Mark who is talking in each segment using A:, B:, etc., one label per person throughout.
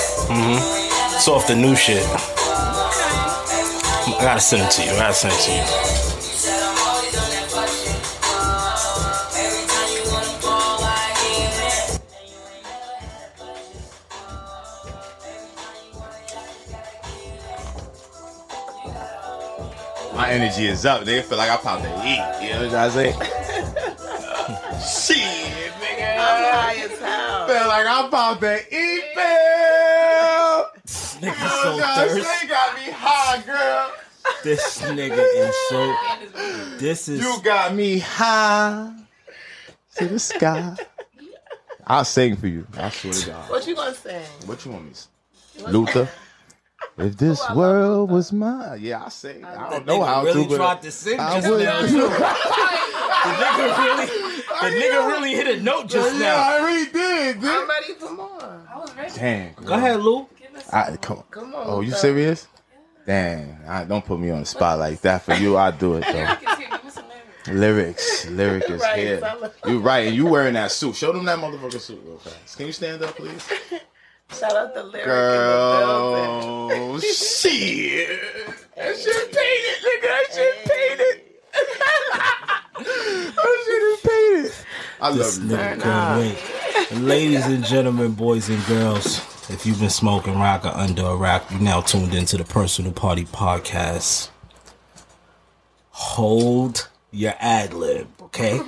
A: It's off the new shit. I gotta send it to you. I gotta send it to you.
B: My energy is up. They feel like I popped the heat. You know what I'm saying? Shit, nigga.
C: High as hell.
B: Feel like I popped the heat, fam. Oh,
D: Nigga
B: You know
D: so
B: what I'm saying?
D: thirsty.
B: Got me high, girl.
D: This nigga is so. This is.
B: You got me high to the sky. I'll sing for you. I swear to God.
C: What you gonna sing?
B: What you want me? to sing? Luther. If
C: Oh,
B: this world was mine, yeah, I sing. I don't know
D: nigga
B: how
D: really
B: to,
D: tried
B: but
D: to sing
B: I
D: just
B: would.
D: now. too. The nigga really, the nigga really hit a note just
B: yeah,
D: now.
B: I really did. dude.
C: I'm ready for more.
E: Oh,
F: I was ready.
B: Damn. girl.
D: Go ahead, Lou.
B: I, come on.
C: Come on.
B: Oh, you
C: Luther.
B: serious? Dang, I, don't put me on the spot like that. For you, I do it though.
F: Give me some lyrics.
B: Lyrics, lyric is
C: Right,
B: here.
C: fella.
B: You right, and you wearing that suit. Show them that motherfucking suit real fast. Can you stand up, please?
C: Shout out the lyric in the
B: Girl,
C: building.
B: shit. That shit painted, nigga. That shit painted. that shit is painted. I
D: This
B: love you.
D: nigga couldn't wait. Ladies and gentlemen, boys and girls, if you've been smoking rock or under a rock, you now tuned into the Personal Party Podcast. Hold your ad lib, okay?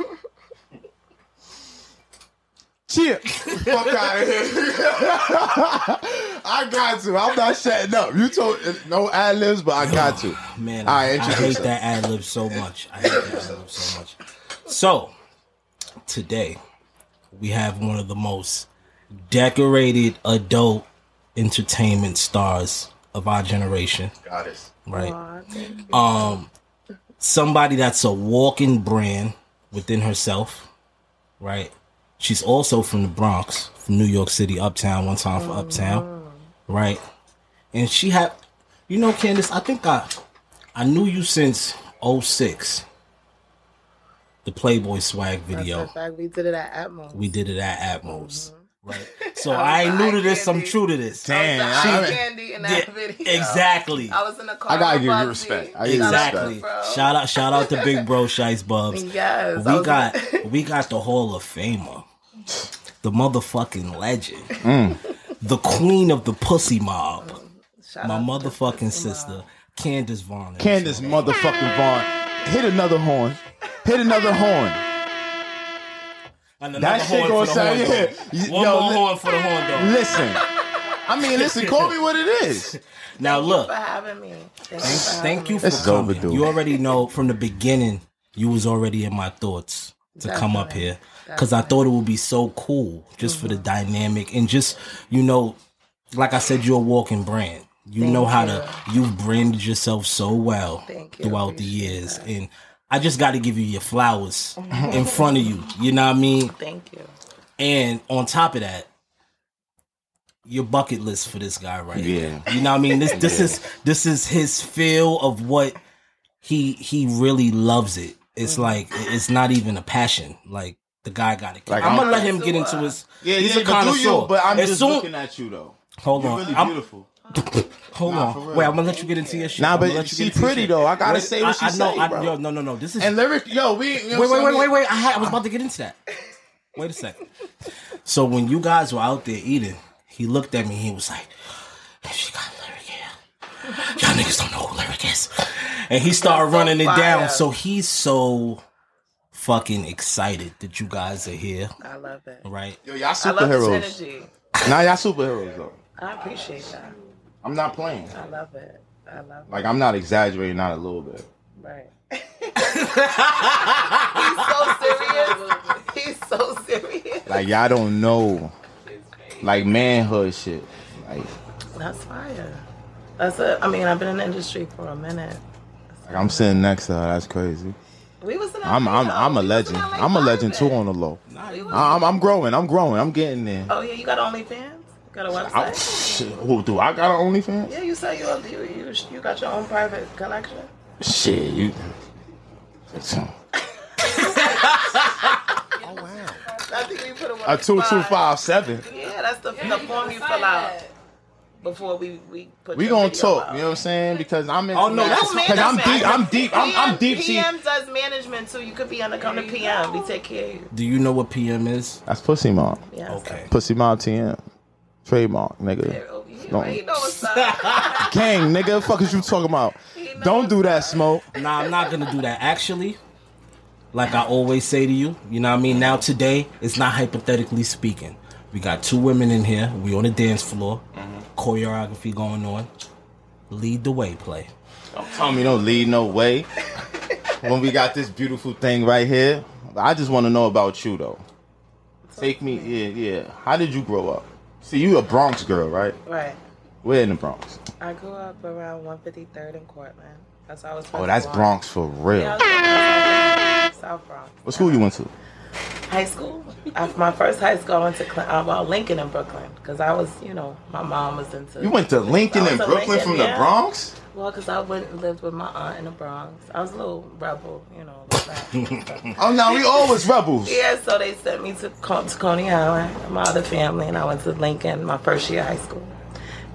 B: Chip. Fuck out of here. I got to. I'm not shutting up. You told no ad libs, but I got to.
D: Man,
B: All
D: I,
B: right,
D: I hate
B: introduce her.
D: that ad lib so much. I hate that ad lib so much. So, today we have one of the most decorated adult entertainment stars of our generation,
B: Got it.
D: right? Um,
C: Aw, thank you.
D: somebody that's a walking brand within herself, right? She's also from the Bronx, from New York City, Uptown, one time for Uptown,
C: Mm.
D: right? And she had, you know, Candace, I think I, I knew you since 06, the Playboy swag video.
C: In fact, we did it at Atmos.
D: We did it at Atmos,
C: Mm-hmm.
D: right? So I ain't new to this, I'm true to this.
B: Damn.
C: I was the eye
B: I-
C: candy in that
D: Yeah,
C: video.
D: exactly.
C: I was in a car.
B: I gotta
C: with
B: give you
C: Bugsy.
B: respect. I give you
D: Exactly.
C: Bro.
D: Shout out, shout out to Big Bro Shice Bubs.
C: Yes. I
D: we
C: was-
D: got we got the Hall of Famer, the motherfucking legend,
B: Mm.
D: the queen of the pussy mob,
C: Shout
D: my
C: out.
D: motherfucking sister, Candace Vaughn.
B: Candace motherfucking Vaughn. Hit another horn. Hit another horn.
D: And another
B: That shit
D: horn
B: gonna
D: for the horn
B: sound yeah.
D: dog.
B: You-
D: One
B: yo,
D: more
B: li-
D: horn for the horn dog.
B: Listen. I mean, listen, call me what it is.
D: Now look,
C: for having me. Thank you. for having
D: thank you
C: me.
D: for
B: This is
D: coming.
B: overdue.
D: You already know from the beginning you was already in my thoughts to come up
C: Definitely.
D: here because I thought it would be so cool just for
C: Mm-hmm.
D: the dynamic and just you know, like I said, you're a walking brand. You know how to you've branded yourself so well
C: Thank you.
D: throughout the years, and I just got to give you your flowers
C: Mm-hmm.
D: in front of you. You know what I mean?
C: Thank you.
D: And on top of that, your bucket list for this guy right
B: Yeah.
D: you know what I mean? This this is this is his feel of what he he really loves it. It's
B: Mm-hmm.
D: like it's not even a passion. Like the guy got it.
B: Like,
D: I'm,
B: I'm-
D: gonna let him get into his.
B: uh, Yeah,
D: he's
B: yeah,
D: a
B: but do
D: connoisseur.
B: you, but I'm
D: As
B: just
D: soon-
B: looking at you though.
D: hold
B: You're
D: on,
B: really
D: I'm-
B: beautiful.
D: hold
B: Nah,
D: on.
B: for real.
D: Wait, I'm gonna let you get into your shit.
B: Nah,
D: I'ma
B: but
D: let you
B: she
D: get into your
B: pretty,
D: shit.
B: though. I gotta
D: Wait,
B: say what
D: I,
B: she
D: I know.
B: say,
D: I,
B: bro.
D: Yo, no, no, no. This is
B: And lyric, yo, we. You know
D: wait,
B: what
D: wait,
B: I'm
D: wait, wait,
B: saying?
D: wait. I, had, I was about to get into that. Wait a second. So when you guys were out there eating, he looked at me. He was like, "She got lyric here. Y'all niggas don't know who lyric is." And he started running it down.
C: fire.
D: So he's so fucking excited that you guys are here,
C: I love it.
D: right?
B: Yo, y'all
C: I love this
B: superheroes.
C: energy.
B: Now y'all superheroes though.
C: I appreciate that.
B: I'm not playing.
C: I love it. I love it.
B: Like I'm not exaggerating, not a little bit.
C: Right. He's so serious. He's so serious.
B: Like y'all don't know, like manhood shit. Like,
C: That's fire. That's it. I mean, I've been in the industry for a minute.
B: like I'm sitting next to her. That's crazy.
C: We was in.
B: I'm I'm I'm a legend. I'm a legend too on the low. I- I'm I'm growing. I'm growing. I'm getting there.
C: Oh yeah, you got OnlyFans. You got a
B: I,
C: website.
B: shit, who do I got an OnlyFans?
C: Yeah, you say you you you you got your own private collection.
B: Shit, you.
G: Oh, wow.
C: I think we put it on
B: A
C: the
B: two two
C: spot.
B: five seven.
C: Yeah, that's the, the form you fill out before we we put.
B: We
C: your
B: gonna
C: video
B: talk.
C: out.
B: You know what I'm saying? Because I'm in.
D: Oh, no, that's-
C: man,
B: because I'm
C: that's
B: deep. I'm deep. I'm, I'm
C: PM
B: deep. See,
C: PM does management too. You could be undercover PM. We take care of you.
D: Do you know what PM is?
B: that's pussy mom.
C: Yeah.
D: Okay.
B: Pussy mom TM. Trademark, nigga.
C: So. Oh, You
B: No.
C: already know what's up.
B: Gang, nigga. Fuck is you talking about? Don't do that, smoke.
D: Nah, I'm not gonna do that. Actually, like I always say to you, you know what I mean? Now today, it's not hypothetically speaking. We got two women in here, we on the dance floor,
C: Mm-hmm.
D: choreography going on. Lead the way play.
B: Tommy don't lead no way. when we got this beautiful thing right here, I just want to know about you though. Take me, yeah, yeah. How did you grow up? See, you a Bronx girl, right?
C: Right.
B: We're in the Bronx.
C: I grew up around 153rd in Cortland. That's how I was.
B: Oh, that's Bronx for
C: Yeah, I
B: real.
C: was- I was in South Bronx.
B: What school you went to?
C: High school. After my first high school, I went to Cle- uh, well, Lincoln in Brooklyn because I was, you know, my mom was into.
B: You went to Lincoln
C: I
B: in
C: was in
B: Brooklyn
C: Oh, Lincoln,
B: from the
C: yeah.
B: Bronx?
C: Well, because I went and lived with my aunt in the Bronx. I was a little rebel, you know. Like that.
B: Oh, no, we always rebels.
C: yeah, so they sent me to, Co- to Coney Island, my other family, and I went to Lincoln my first year of high school.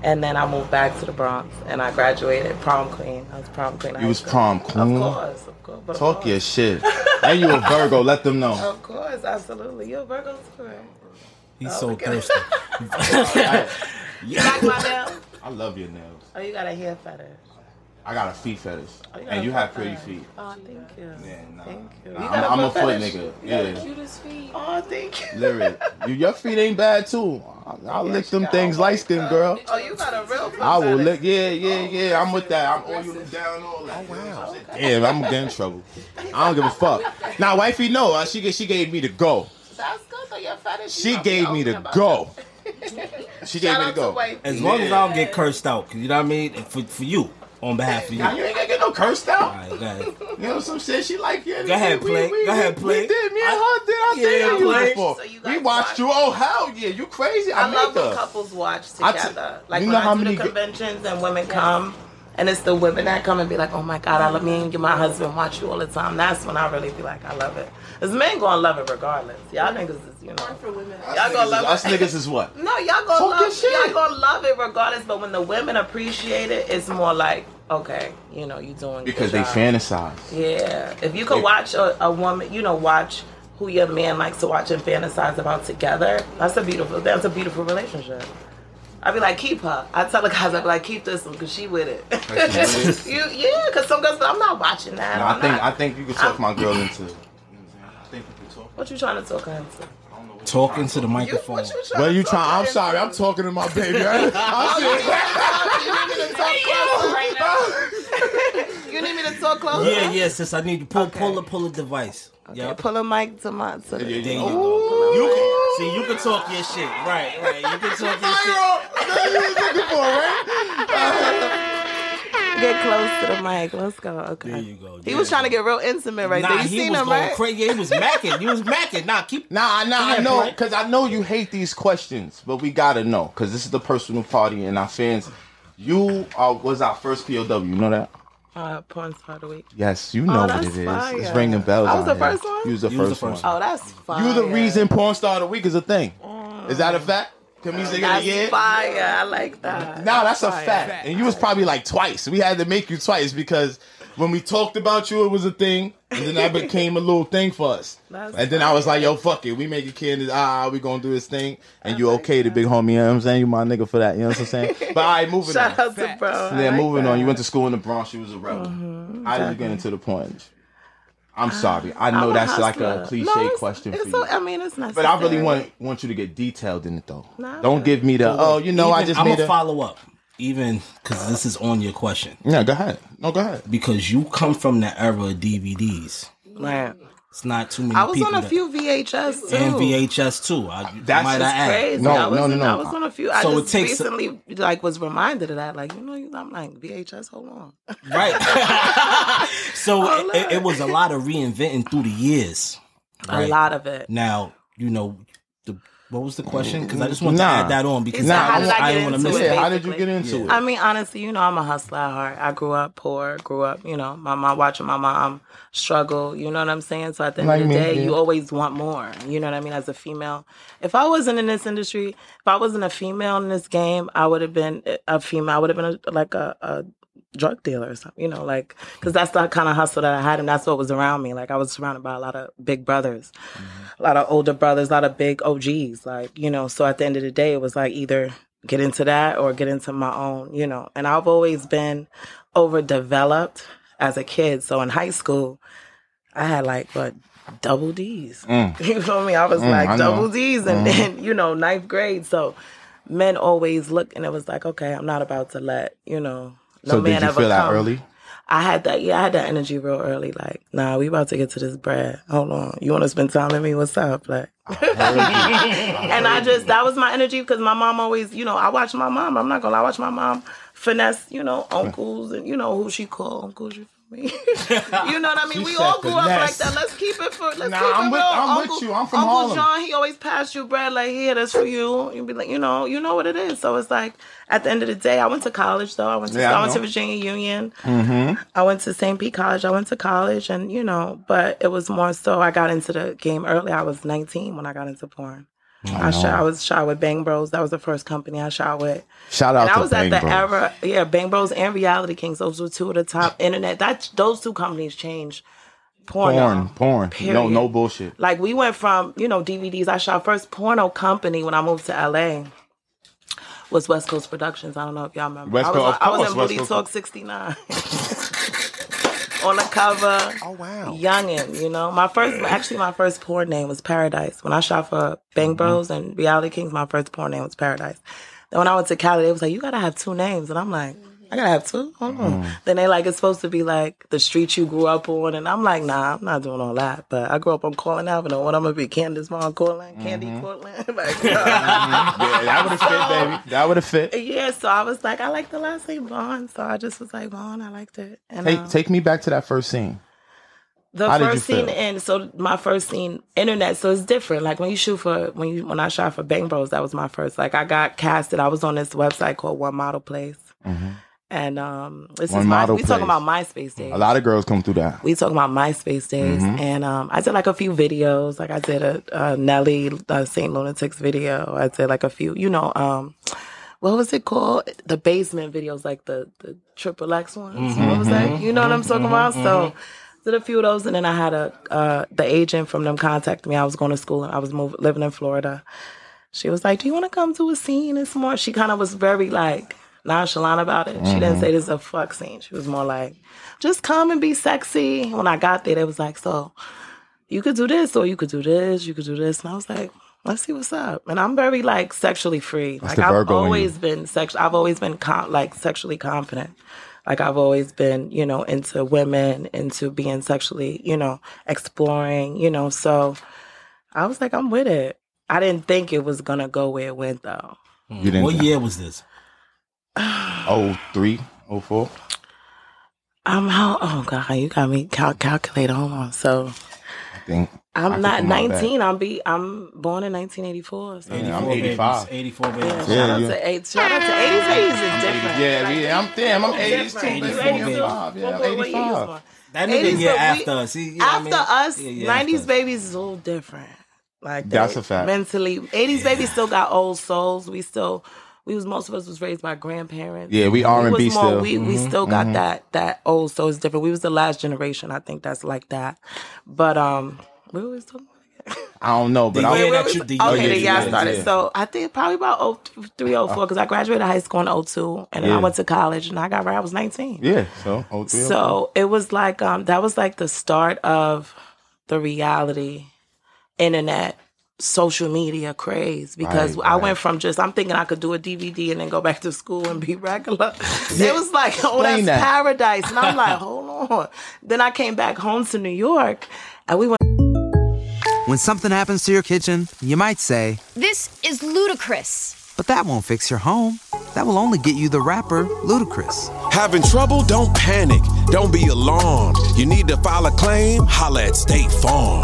C: And then I moved back to the Bronx, and I graduated prom queen. I was prom queen. in
B: You
C: high
B: was
C: school.
B: prom queen?
C: Of course, of course. But of
B: Talk
C: course.
B: your shit. And you a Virgo, let them know.
C: Of course, absolutely. You're a Virgo too, right?
D: He's
C: Oh,
D: so
C: okay.
D: thirsty.
C: Black my nail.
B: I love your nails.
C: Oh, you got a hair fetish.
B: I got a feet fetish.
C: Oh, got
B: And
C: a
B: you
C: foot
B: have pretty
C: fetish.
B: feet.
C: Oh, thank you.
B: Yeah, nah.
C: Thank you.
B: Nah,
C: You got
B: I'm, I'm a foot
C: fetish?
B: nigga. Yeah.
F: Cutest feet.
C: Oh, thank you.
B: Lyric. You, your feet ain't bad too. I- I'll lick them things light skin, girl.
C: Oh, you got a real.
B: I will lick. Yeah, yeah,
C: Oh,
B: yeah. I'm with that. I'm oiling down all that. wow. Damn, I'm getting in trouble. I don't give a fuck. Now, wifey, no. uh, She ga- she gave me the go.
C: That's good though. Your fetish.
B: She gave me the go. She gave me
C: Shout
B: the
C: out to
B: go.
C: White.
D: As long as I don't get cursed out, 'cause you know what I mean? For, for you, on behalf of you.
B: Now
D: All
B: you ain't gonna get no cursed out.
D: right, go ahead.
B: You know some shit she like. Yeah,
D: Go ahead,
B: we,
D: play.
B: We,
D: Go ahead,
B: we,
D: play.
B: We did. Me and
D: I-
B: her did. I
D: Yeah,
B: did you
D: play.
B: before.
C: So you guys
B: we watched
C: watch.
B: you. Oh hell yeah, you crazy. I,
C: I love
B: made
C: when
B: her.
C: couples watch
B: I t-
C: together. like
B: you
C: when
B: know
C: I
B: how
C: do
B: many
C: the
B: g-
C: conventions and women come, and it's the women that come and be like, "Oh my God, I love me and my husband watch you all the time." That's when I really be like, "I love it." Cause men gonna love it regardless. Y'all niggas is, you know.
F: For women.
C: Y'all gonna love
B: Us
C: it.
B: niggas is what?
C: No, y'all gonna
B: Talk your
C: love
B: shit.
C: y'all gonna love it regardless. But when the women appreciate it, it's more like, okay, you know, you doing
B: Because
C: good
B: they
C: job.
B: fantasize.
C: Yeah, if you could watch a, a woman, you know, watch who your man likes to watch and fantasize about together. That's a beautiful. That's a beautiful relationship. I'd be like, keep her. I tell the guys, I'd be like, keep this one because she with it. you, yeah, because some girls, I'm not watching that.
B: No, I
C: I'm
B: think
C: not-
B: I think you can talk my girl into. You know what I'm saying? I think we can talk.
C: What you trying to talk her into?
D: Talking to the
C: You,
D: microphone.
C: what you trying?
B: Well, you
C: to talk her
B: trying? I'm
C: into?
B: sorry. I'm talking to my baby. I
C: You need me to talk closer right now. you need me to talk closer.
D: Yeah, yeah, sis. I need to pull,
C: Okay.
D: pull, a, pull a device.
C: Yeah,
D: Yeah.
C: pull a mic to my. To the,
D: There you
B: said.
D: go. You can, see, you can talk your shit. Right, right. You can talk your shit.
B: That's what you was looking for, right?
C: Get close to the mic. Let's go. Okay.
D: There you go.
C: He was trying to get real intimate right
D: Nah,
C: there. You
D: he
C: seen
D: was
C: him,
D: going
C: right?
D: crazy. Yeah, he was macking. He was macking. Nah, keep.
B: Nah, nah, I
D: Yeah,
B: know,
D: right.
B: cause I know you hate these questions, but we gotta know, cause this is the personal party and our fans. You are, was our first POW. You know that?
C: Uh, porn star of the week.
B: Yes, you know what
C: Oh, that's
B: it is. It's
C: fire.
B: ringing bells.
C: I was
B: out
C: the
B: here.
C: first one?
B: You was the
D: You was
B: first,
D: the first
B: one.
C: Oh, that's fire.
B: You the reason porn star of the week is a thing. Is that a fact? Can we say it
C: Uh, That's
B: again?
C: fire. I like that.
B: No, that's a
C: Fire.
B: fact. And you was probably like twice. We had to make you twice because when we talked about you, it was a thing, and then that became a little thing for us.
C: That's
B: and then I was like, "Yo, fuck it, we make a kid. and Ah, we gonna do this thing." And you okay, the big homie? You know what I'm saying you my nigga for that. You know what I'm saying? But all right, moving
C: Shout
B: on.
C: out to bro. I
B: Yeah, moving
C: like that. Mm-hmm,
B: on. You went to school in the Bronx. You was a rebel. How did you get into the point? I'm sorry. I
C: Ah, I'm
B: know
C: a
B: that's like a
C: hustler.
B: cliche
C: No, it's-
B: question
C: it's
B: for
C: so-
B: you.
C: I mean, it's not.
B: but I really want want you to get detailed in it though.
C: Nah,
B: Don't
C: sure.
B: give me the oh, you know, I just
D: I'm
B: made
D: gonna
B: a.
D: follow up, even because this is on your question.
B: Yeah, go ahead. No, go ahead.
D: Because you come from the era of DVDs.
C: Right.
D: It's not too many.
C: I was
D: people
C: on a
D: that-
C: few VHS too.
D: and VHS too. I,
B: That's
D: might
B: just
D: I add.
C: Crazy.
B: No,
C: I was,
B: no, no, no.
C: I was on a few. I
D: So it
C: just
D: takes-
C: recently like was reminded of that. Like you know, you, I'm like VHS. Hold on.
D: Right. so
C: Oh,
D: it, it
C: Lord.
D: was a lot of reinventing through the years.
C: A
D: Right.
C: lot of it.
D: Now, you know, the, what was the question? Because I just want
B: Nah.
D: to add that on because
C: It's
B: Nah,
D: I,
B: how did I
D: I,
C: get
D: didn't want to
C: into
D: miss
C: it?
D: it.
B: Yeah, how did you
C: basically.
B: get into
D: Yeah.
B: it?
C: I mean, honestly, you know, I'm a hustler at heart. I grew up poor, grew up, you know, my mom watching my mom struggle. You know what I'm saying? So at the end
B: Like
C: of the
B: me,
C: day,
B: yeah.
C: you always want more. You know what I mean? As a female, if I wasn't in this industry, if I wasn't a female in this game, I would have been eh, a female. I would have been a, like a, a drug dealer or something. You know, like because that's the kind of hustle that I had, and that's what was around me. Like I was surrounded by a lot of big brothers
B: Mm-hmm.
C: a lot of older brothers, a lot of big OGs, like, you know, so at the end of the day, it was like either get into that or get into my own, you know. And I've always been overdeveloped as a kid. So in high school, I had like, what, double D's. You feel me? I was like,
B: Mm. I know. Mm-hmm.
C: double D's and then, you know, ninth grade. So men always look and it was like, okay, I'm not about to let, you know, no
B: so did
C: man
B: you
C: ever
B: feel that
C: come.
B: early?
C: I had that, yeah, I had that energy real early. Like, nah, we about to get to this bread. Hold on, you want to spend time with me? What's up? Like, and I just that was my energy because my mom always, you know, I watch my mom. I'm not gonna lie, I watch my mom finesse, you know, uncles and you know who she called uncles. You feel me? you know what I mean?
B: She
C: we
B: said
C: all grew up like
B: finesse.
C: that. Let's keep it for. Let's
B: Nah,
C: keep it
B: I'm with-
C: real.
B: I'm with
C: Uncle,
B: you. I'm from
C: Uncle
B: Harlem.
C: John, he always passed you bread like here. That's for you. You be like, you know, you know what it is. So it's like at the end of the day, I went to college though. I went to
B: Yeah, I
C: I went to
B: know. Mm-hmm.
C: Virginia Union. I went to St. Pete College. I went to college, and you know, but it was more so I got into the game early. I was 19 when I got into porn. I, shot. I was shot with Bang Bros. That was the first company I shot with.
B: Shout out
C: And
B: to
C: I was
B: Bang
C: at the
B: Bros.
C: era, yeah, Bang Bros and Reality Kings. Those were two of the top internet. That those two companies changed porn.
B: Porn, porn. No,
C: Period.
B: no bullshit.
C: Like we went from you know DVDs. I shot first porno company when I moved to LA. Was West Coast Productions? I don't know if y'all remember.
B: West
C: I was,
B: Coast- of
C: I was
B: course,
C: in
B: West
C: Booty
B: Coast.
C: Talk '69 on the cover.
G: Oh, wow.
C: Youngin, you know, my first actually my first porn name was Paradise. When I shot for Bang Bros and Reality Kings, my first porn name was Paradise. Then when I went to Cali, they was like, "You gotta have two names," and I'm like, "I gotta have two? Hold on." Then they like, "It's supposed to be like the street you grew up on," and I'm like, "Nah, I'm not doing all that." But I grew up on Cortland Avenue. What I'm gonna be, Candace Mom Cortland, Candy Cortland? like, nah.
B: Yeah, that would have fit, baby. That would have fit.
C: yeah. So I was like, I like the last name Vaughn, so I just was like, Vaughn, I liked it. And
B: Take,
C: um,
B: take me back to that first scene.
C: the
B: How did you
C: first scene
B: feel?
C: and so my first scene internet so it's different like when you shoot for when you when i shot for bang bros that was my first like i got casted i was on this website called one model place and um this
B: Mm-hmm. One
C: is my,
B: Model
C: we talking
B: Place.
C: about myspace days
B: A lot of girls come through that.
C: we talking about MySpace days, and um, I did like a few videos. Like I did a, a Nelly uh, Saint Lunatics video. I did like a few, you know, um, what was it called? The basement videos, like the the triple X ones. What was that? You know what I'm talking about? So did a few of those, and then I had a uh, the agent from them contact me. I was going to school, and I was moving living in Florida. She was like, "Do you want to come to a scene this morning?" She kind of was very like nonchalant about it. She
B: Mm-hmm.
C: didn't say this is a fuck scene. She was more like, "Just come and be sexy." When I got there, they was like, "So you could do this, or you could do this, you could do this," and I was like. Let's see what's up. And I'm very like sexually free. like
B: the
C: I've
B: Virgo in you.
C: always been sex. I've always been com- like sexually confident. Like I've always been, you know, into women, into being sexually, you know, exploring, you know. So I was like, I'm with it. I didn't think it was gonna go where it went though.
B: You didn't.
D: What year was this?
B: Oh three, oh four.
C: I'm how? Oh god, you got me cal- calculated. Hold on. So
B: I think.
C: I'm
B: I
C: not
B: think I'm not
C: 19. I'm be. I'm born in 1984. So.
B: Yeah, I'm
D: 84 babies,
B: 85.
D: 84
C: Yeah,
D: babies.
B: Yeah,
C: shout out
B: you-
C: to eight. Shout out to 80s. 80s is different.
B: Yeah, yeah, I'm damn. I'm 80s too. baby.
C: Different. You
D: Eighty-four,
C: 82?
D: baby.
B: Eighty-five. Yeah,
C: What-
B: I'm
C: what- what year you was
B: eighty-five.
C: born?
D: That nigga
C: 80s,
D: year
C: but we-
D: after us. He, you know what I
C: after
D: mean?
C: us,
D: Yeah, yeah, after
C: 90s
D: us.
C: babies is all different. Like
B: That's
C: they
B: a fact.
C: Mentally, 80s babies still got old souls. We still, we was most of us was raised by grandparents.
B: Yeah, we
C: We
B: R&B
C: was more,
B: still.
C: We, we still
B: Mm-hmm.
C: got that that old so it's different. We was the last generation, I think that's like that. But um, we always talking. about it.
B: I don't know, but
D: The
B: I
D: year
B: was,
D: that
C: Where
D: you-
C: was-
D: the year
C: okay,
D: that
C: the
D: you
C: year I
B: did, Oh,
C: started.
B: yeah. Uh-huh.
C: So I think probably about oh, 03, 04, because I graduated high school in 02, and then
B: Yeah.
C: I went to college, and I got right. I was 19.
B: yeah. So, oh, three, oh,
C: So it was like um that was like the start of the reality internet social media craze because
B: Right,
C: I
B: right.
C: went from just I'm thinking I could do a DVD and then go back to school and be regular. It was like oh that's
B: Explain that.
C: paradise and I'm like hold on. Then I came back home to New York and we went
F: When something happens to your kitchen, you might say,
H: This is ludicrous.
F: but that won't fix your home. That will only get you the rapper, Ludacris.
I: Having trouble? Don't panic. Don't be alarmed. You need to file a claim? Holla at State Farm.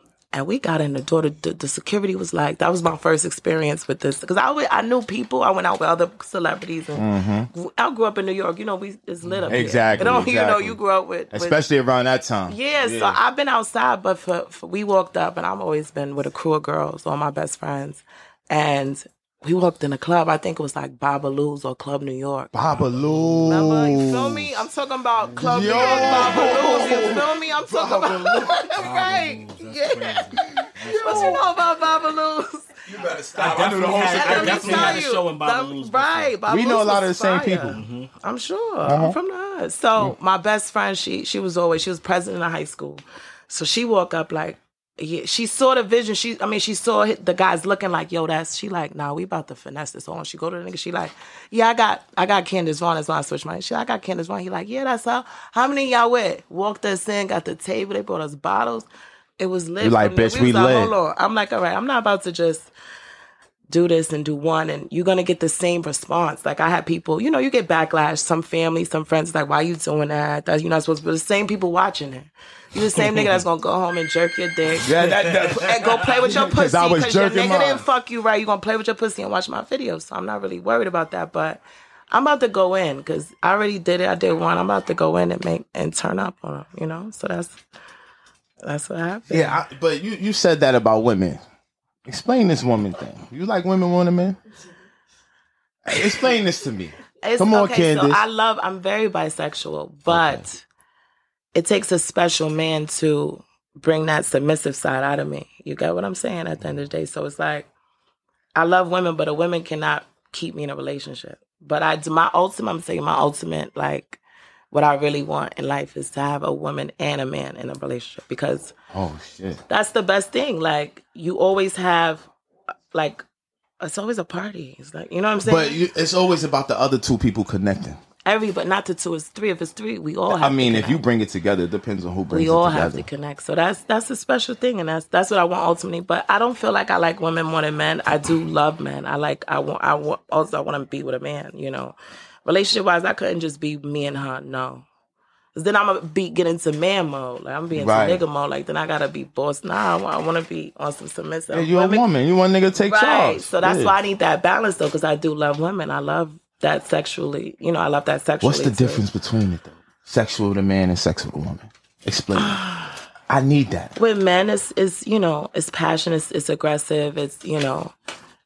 C: and we got in the door. The, the, the security was like, that was my first experience with this because I always, I knew people. I went out with other celebrities. And I grew up in New York. You know, we it's lit up here.
B: Mm-hmm. Exactly,
C: You know, you know,
B: exactly.
C: you grew up with, with-
B: especially around that time.
C: yeah, so I've been outside, but for, for we walked up, and I've always been with a crew of girls, all my best friends, and we walked in a club. I think it was like Babalu's or Club New York.
B: Babalu.
C: Remember, you feel me? I'm talking about Club Yo.
B: Yo.
C: Babalu's. You feel me? I'm talking about right. Yeah. What you know about Babalu's?
D: I definitely,
B: whole
D: had, I
C: Let me
D: definitely
C: tell
D: had a
C: you,
D: show in
C: the-
D: Babalu's.
C: Right.
B: We know a
C: Babalu's
B: lot of
C: was
B: the same
C: fire.
B: people.
C: Mm-hmm.
B: Uh-huh.
C: I'm sure. I'm from the hood. So my best friend, she she was always she was president of high school. So she walk up like, yeah, she saw the vision. She, I mean, she saw hi- the guys looking like, yo, that's. She like, nah, we about to finesse this. on. She go to the nigga. She like, yeah, I got, I got Candace Vaughn. That's why I switched my. She, like, I got Candace Vaughn. He like, yeah, that's her. How many of y'all with? Walked us in, got the table. They brought us bottles. It was lit.
B: We like,
C: from there.
B: bitch, we
C: was like,
B: lit.
C: Hold on. I'm like, all right, I'm not about to just do this and do one and you're gonna get the same response. Like I had people, you know, you get backlash, some family, some friends like, why you doing that? That you're not supposed to but the same people watching it. You the same nigga that's gonna go home and jerk your dick.
B: Yeah, that, that,
C: And go play with your
B: 'Cause
C: pussy
B: I was
C: because your
B: jerking
C: nigga
B: mine.
C: didn't fuck you right. You gonna play with your pussy and watch my videos. So I'm not really worried about that. But I'm about to go in because I already did it. I did one. I'm about to go in and make and turn up on 'em, you know. So that's that's what happened.
B: yeah. I, but you you said that about women. Explain this woman thing. You like women, women, men? Explain this to me.
C: It's,
B: Come on,
C: okay,
B: Candace.
C: So I love. I'm very bisexual, but it takes a special man to bring that submissive side out of me. You get what I'm saying? At the end of the day, so it's like I love women, but a woman cannot keep me in a relationship. But I, my ultimate, I'm saying my ultimate, like what I really want in life is to have a woman and a man in a relationship because
B: Oh shit.
C: that's the best thing. Like you always have, like it's always a party. It's like you know what I'm saying.
B: But you, it's always about the other two people connecting.
C: Everybody, not the two, it's three. If it's three, we all. Have
B: I mean,
C: to
B: if you
C: connect.
B: bring it together, it depends on who brings
C: we all
B: it together.
C: have to connect. So that's that's a special thing, and that's that's what I want ultimately. But I don't feel like I like women more than men. I do love men. I like I want I want also I want to be with a man. You know, relationship wise, I couldn't just be me and her. No. 'Cause Then I'm gonna be get into man mode. Like I'm being
B: Right.
C: nigga mode. Like then I gotta be boss. Nah, I want, to be on some submissive.
B: Yeah, you're a
C: women-
B: woman. You want a nigga to take
C: Right.
B: charge.
C: So that's
B: Yeah.
C: why I need that balance though, because I do love women. I love that sexually. You know, I love that sexually.
B: What's the
C: too.
B: difference between it though? Sexual with a man and sex with a woman. Explain. I need that.
C: with men it's it's you know it's passionate it's, it's aggressive it's you know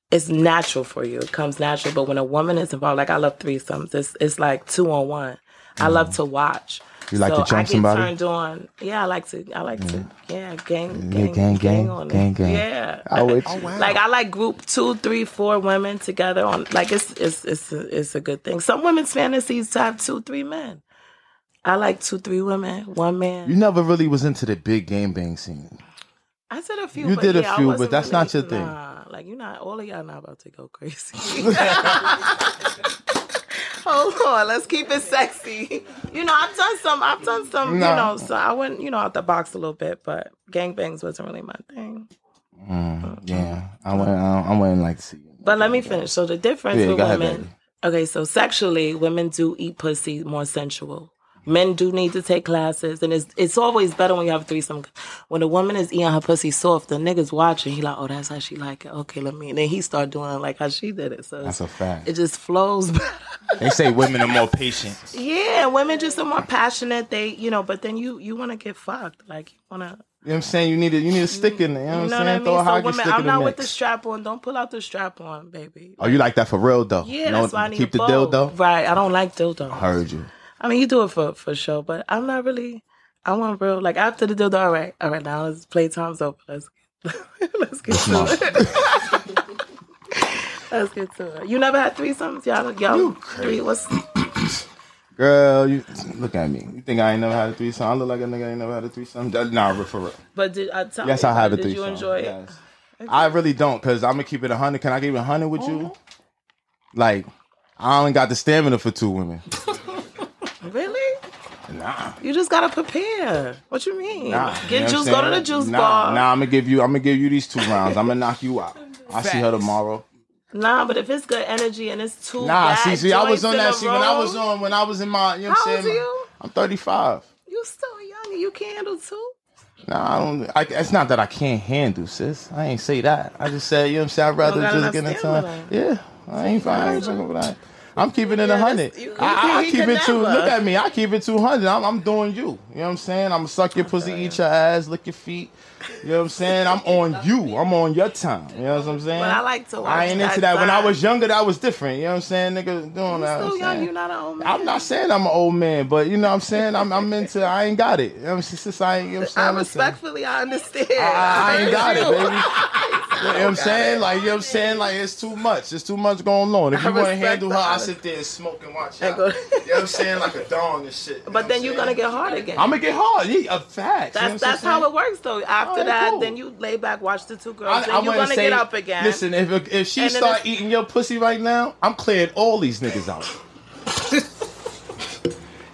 C: it's natural for you it comes natural but when a woman is involved like i love threesomes it's it's like two on one i love to watch
B: Mm-hmm. You like
C: so
B: to jump
C: I get
B: somebody? Mm-hmm.
C: turned on. Yeah, I like to. I like to. Yeah, gang,
B: Yeah,
C: gang,
B: gang, gang,
C: on it.
B: gang, gang.
C: Yeah,
B: I would-
C: like I like group two, three, four women together on. Like it's it's it's a, it's a good thing. Some women's fantasies to have two, three men. I like two, three women, one man.
B: You never really was into the big game bang scene.
C: I said a few.
B: You
C: but
B: did a
C: yeah, I
B: few, but
C: wasn't
B: that's not your
C: really-
B: thing.
C: Nah, like you're not. All of y'all not about to go crazy. Hold on, let's keep it sexy. You know, I've done some. I've done some.
B: Nah.
C: You know, so I went, you know, out the box a little bit, but gangbangs wasn't really my thing.
B: Uh-uh. Yeah, I went. I went like to see. you.
C: But let me finish. So the difference
B: Yeah,
C: with
B: go ahead,
C: women.
B: baby.
C: Okay, so sexually, women do eat pussy more sensual. Men do need to take classes, and it's it's always better when you have a threesome. When a woman is eating her pussy soft, the niggas watching. He like, oh, that's how she like it. Okay, let me. And then he start doing it like how she did it. So
B: That's a fafact.
C: It just flows. better.
B: They say women are more patient.
C: yeah, women just are more passionate. They, you know, but then you you want to get fucked. Like you want
B: You
C: to.
B: know what I'm saying? You need a, you need a stick in there. You know what I'm
C: You know
B: saying?
C: what I mean?
B: Throw a
C: So,
B: hockey
C: women,
B: stick
C: I'm
B: in the
C: not with
B: mix.
C: the strap on. Don't pull out the strap on, baby.
B: oh, you like that for real though?
C: Yeah,
B: You know,
C: that's why I need
B: keep
C: a
B: the
C: bow.
B: dildo.
C: Right, I don't like dildo.
B: Heard you.
C: I mean, you do it for for show, but I'm not really. I want real like after the dildo. All right, all right. Now let's play time's over. Let's let's get to it. let's get to it. You never had threesomes, y'all? Y'all three? What's
B: Girl, you look at me. You think I ain't never had a threesome? I look like a nigga ain't never had a threesome. That- Nah, for real.
C: but did I tell
B: Yes,
C: me,
B: I had a
C: Did
B: threesome.
C: you enjoy it?
B: Yes. I really don't, cause I'm gonna keep it hundred. Can I give it hundred with you?
C: Mm-hmm.
B: Like, I only got the stamina for two women.
C: Really?
B: Nah,
C: You just gotta prepare. What you mean?
B: nah. You know
C: Get
B: what
C: juice.
B: I'm
C: Go to the
B: saying?
C: juice
B: nah,
C: bar.
B: Nah, I'm gonna give you. I'm gonna give you these two rounds. I'm gonna knock you out. I see her tomorrow.
C: Nah, but if it's good energy and it's too
B: Nah,
C: bad
B: see, see, I was
C: joints
B: on
C: in a
B: that. See, when I
C: row,
B: was on, when I was in my, you know what
C: How
B: I'm
C: old
B: saying?
C: are you?
B: I'm 35.
C: You still young and you can handle two.
B: Nah, I don't. I, it's not that I can't handle, sis. I ain't say that. I just said, you know what I'm saying? I'd rather
C: got
B: just
C: enough
B: get in
C: stamina.
B: time. Yeah, I ain't fine. I ain't fucking with that. I'm keeping it a
C: Yeah,
B: hundred.
C: that's- you- you
B: I, I,
C: can- he
B: I keep
C: can
B: it two.
C: never.
B: Look at me. I keep it two hundred. I'm, I'm doing you. You know what I'm saying? I'm gonna suck your pussy, eat your ass, lick your feet. You know what I'm saying? I'm on you. I'm on your time. You know what I'm saying?
C: But I like to watch
B: I ain't into
C: that
B: that. When I
C: side.
B: was younger, that was different. You know what I'm saying? Nigga, doing that.
C: Still
B: I'm
C: young,
B: saying?
C: you not an old man.
B: I'm not saying I'm an old man, but you know what I'm saying? I'm, I'm into, I ain't got it. You know what I'm saying? Since I ain't, you know what I'm saying?
C: I
B: Listen,
C: respectfully, I understand.
B: I, I ain't got it,
C: You.
B: baby. You know what I'm saying? Like, you know what I'm saying? Like, it's too much. It's too much going on. If you want to
C: respect
B: handle her,
C: the
B: I
C: honesty.
B: sit there and smoke and watch her.
C: And go-
B: you know what I'm saying? Like a dog and shit.
C: But then you're gonna get hard again.
B: I'm going to get hard. Yeah, a fact.
C: that's that's how it works though. After
B: Alright,
C: that,
B: Oh, cool.
C: then you lay back, watch the two girls, then you're
B: wouldn't
C: gonna
B: say-
C: get up again.
B: Listen, if if she
C: And then
B: start
C: it's-
B: eating your pussy right now, I'm clearing all these niggas out.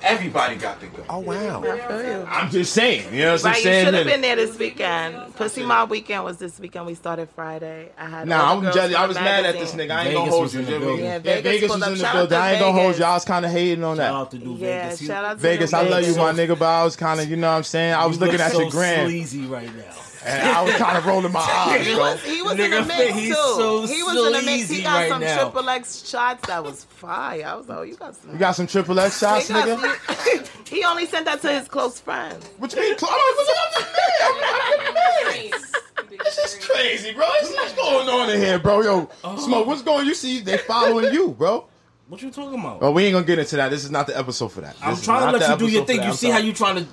B: Everybody got to go.
I: Oh, wow.
C: I feel you.
B: I'm just saying. You know what I'm
C: Right, you
B: saying?
C: should have been there this weekend. Pussy my weekend was this weekend. We started Friday. I had
B: Nah,
C: all the
B: I'm
C: girls
B: judging.
C: from
B: I
C: the
B: was mad at this
C: magazine.
B: nigga. I ain't
D: Vegas
B: gonna hold
D: was
B: you.
D: in the
B: Jimmy.
D: building. Yeah,
B: Yeah, Vegas,
C: Vegas pulled
B: was
C: up.
B: in the
C: Shout out
B: building.
C: to
B: I ain't gonna hold
C: Vegas.
B: you. I was kind of hating on
D: Shout out
B: that.
D: to New
C: Yeah,
D: Vegas. You-
C: shout out to
B: Vegas,
C: them
B: I love you, my
C: Vegas.
B: nigga, but I was kind of, you know what I'm saying? I was
D: you
B: looking
D: look
B: at
D: so
B: your gram,
D: sleazy right now.
B: and I was kind of rolling my eyes,
C: He
B: bro.
C: was, he was in the
D: Nigga,
C: mix
D: he's
C: too.
D: so
C: he was in the mix.
D: sleazy
C: He got
D: right
C: some
D: now.
C: triple X shots that was fire. I was like, oh, you got some.
B: You got some triple X shots,
C: He got-
B: nigga?
C: he only sent that to his close friends.
B: What you mean? cl- I'm like, I'm just mad. I'm- I'm just mad. This is crazy, bro. This is what's going on in here, bro. Yo,
D: Oh.
B: Smoke, what's going You see, they following you, bro.
D: What you talking about?
B: But we ain't gonna get into that. This is not the episode for that.
D: I'm
B: This is
D: trying to
B: not
D: let
B: the
D: you do your
B: Oh, episode for
D: thing.
B: that.
D: You
B: I'm
D: see
B: sorry.
D: how you trying to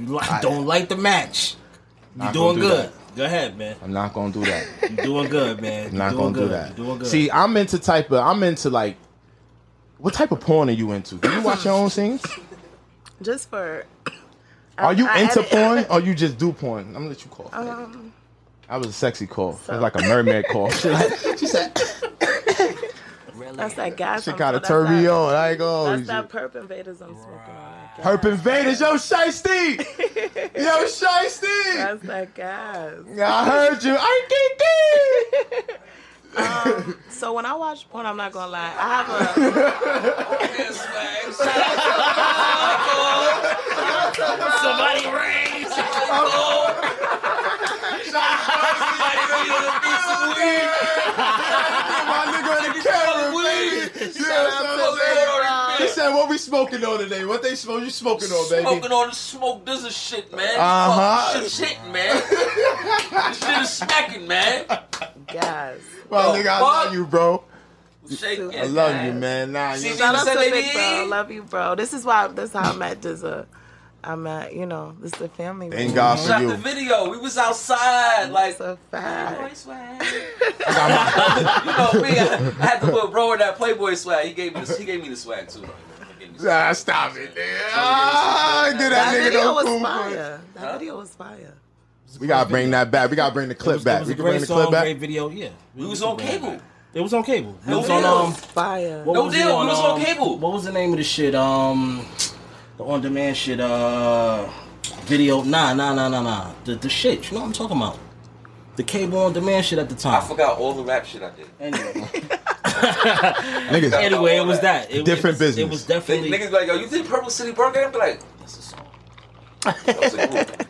D: you li- don't like the match. You
B: Not
D: doing
B: gonna do
D: good.
B: that.
D: Go ahead, man.
B: I'm not gonna do that.
D: You doing good, man.
B: I'm not
D: you doing
B: gonna
D: good.
B: do that.
D: You doing good.
B: See, I'm into type of. I'm into like. What type of porn are you into? Do you watch your own scenes?
C: Just for
B: Are you
C: I
B: into
C: edit. Um,
B: porn or you just do porn? I'm gonna let you call. I was a sexy call. It was like a mermaid call. She, like, she said,
C: that's that gas.
B: she kind of turned me on. I go.
C: That's that perp invaders I'm smoking. on.
B: Herp Invaders, yo, Shiesty! yo, Shiesty!
C: That's that gas.
B: I heard you. I can't
C: So when I watch porn, I'm not gonna lie. I have a
D: somebody rings.
B: My nigga in the camera, baby. You know what I'm saying? He said, "What we smoking on today? What they smoke? You smoking on, baby?
J: Smoking on the smoke, this is shit, man.
B: Uh-huh.
J: Fuck, Shit, shit, man. this shit is smacking, man.
C: gas.
B: Well, nigga, I love you, bro.
J: Shake it,
B: I love
J: man.
B: you, man. Nah, you
J: See,
C: Shout out
J: Say
C: to
J: baby.
C: Big Bro. I love you, bro. This is why. This is how I met Dizza. I met, you know, this is the family.
B: thank
C: room.
B: God
J: Shot
B: for
J: the
B: you.
J: video. We was outside, like.
C: It's a fact.
J: Playboy swag. you know me. I, I had to put bro in that Playboy swag. He gave me. The, he gave me the swag too. Like, he gave me swag.
B: Nah, stop it, nigga. Ah, get that
C: That
B: nigga
C: video
B: no
C: was
B: cool
C: fire. That video was fire.
B: We gotta bring that back. We gotta bring the
D: It
B: clip
D: was, it
B: back.
D: was a
B: We can bring
D: great
B: the
D: song,
B: clip
D: great
B: back.
D: video. Yeah,
J: We was on cable.
D: It was on cable. It was on
J: deal.
D: um.
C: Fire.
D: what
J: No
D: was
J: deal,
D: it
J: it
D: On,
J: was on
D: um,
J: cable.
D: What was the name of the shit? Um, the on demand shit. Uh, video. Nah, nah, nah, nah, nah. The the shit. You know what I'm talking about. The cable on demand shit at the
J: I
D: time.
J: forgot all the rap shit I did.
D: Anyway,
B: Niggas,
D: anyway, it was that. It
B: Different
D: was, It
B: business.
D: was
J: They,
D: definitely.
J: niggas be like, yo, you did Purple City Burger? I'd be like, that's a song. That was a group.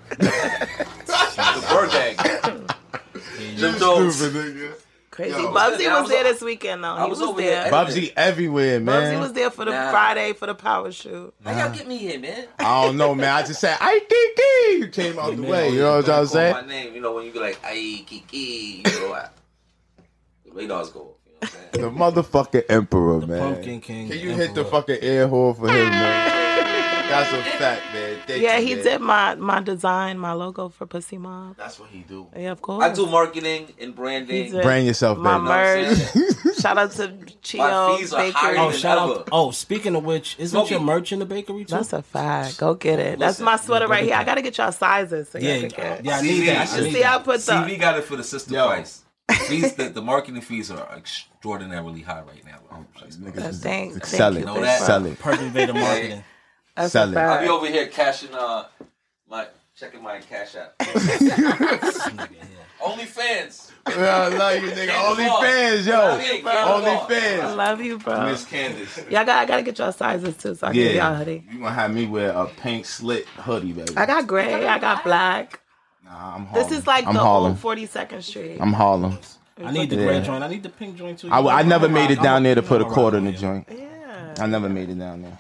J: the Bird Gang. Jim Jones.
B: stupid nigga.
C: crazy.
B: Yo.
C: Bubsy
J: I
C: was,
J: was
C: there
J: o-
C: this weekend though.
J: I
C: He
J: was
C: was,
J: over
C: there.
J: there.
B: Bubsy everywhere, man.
C: Bubsy was there for the
J: Nah.
C: Friday for the power shoot.
J: How y'all get me here, man?
B: I don't know, man. I just said, I think eh," you came out the way.
D: Oh,
B: You know what I'm
J: Call
B: saying?
J: My name, you know, when you be like, "Ay, Kiki," you know, I, the radars go. off, You know what I'm saying?
B: The motherfucking emperor, man.
D: Pumpkin King.
B: Can you hit the
D: Emperor.
B: fucking air horn for him, man? That's a fact, man. Thank
C: yeah,
B: you,
C: he
B: man.
C: did my my design, my logo for Pussy Mob.
B: That's what he do.
C: Yeah, of course.
J: I do marketing and branding.
C: He
J: You
C: did
B: Brand yourself,
C: my
B: baby.
J: know what I'm
C: merch.
J: saying?
C: Shout out to
J: My
C: Chio
J: fees are higher
D: Oh,
C: Bakery.
J: than
D: shout
J: ever.
D: out. Oh, speaking of which, isn't
J: Smokey.
D: your merch in the bakery too?
C: That's a fact. Go get it. That's
J: Listen,
C: my sweater right here.
D: that.
C: I gotta get y'all sizes so
D: yeah,
C: y'all can get.
D: yeah, I
J: See,
D: need that. I
J: see,
D: need
C: See, I
D: that.
C: put the
J: CV got it for the system
B: Yo.
J: price. Fees, the, the marketing fees are extraordinarily high right now. Oh,
C: Uh, thank, thank
B: Sell
C: you.
B: it.
J: Know that.
B: Sell it.
D: Perpetrator marketing.
C: That's a
B: Sell it.
J: I'll
C: fact.
J: be over here cashing uh my checking my cash app. Only fans.
B: Yeah, I love you, nigga. Only fans, yo.
J: Big,
B: Only
C: I
B: fans.
C: love you, bro.
B: Miss Candace.
C: Y'all got, I gotta get y'all sizes too, so I can give y'all a
B: Yeah,
C: hoodie.
B: you gonna have me wear a pink slit hoodie, baby.
C: I got gray. I got black.
B: Nah, I'm Harlem.
C: This is like
B: I'm
C: the
B: Harlem.
C: old Forty Second Street.
B: I'm Harlem.
D: I need the
B: Yeah.
D: gray joint. I need the pink joint too.
B: I, w- I never made it down there to put a
D: Alright,
B: quarter in the
D: yeah.
B: joint.
C: yeah.
B: I never made it down there.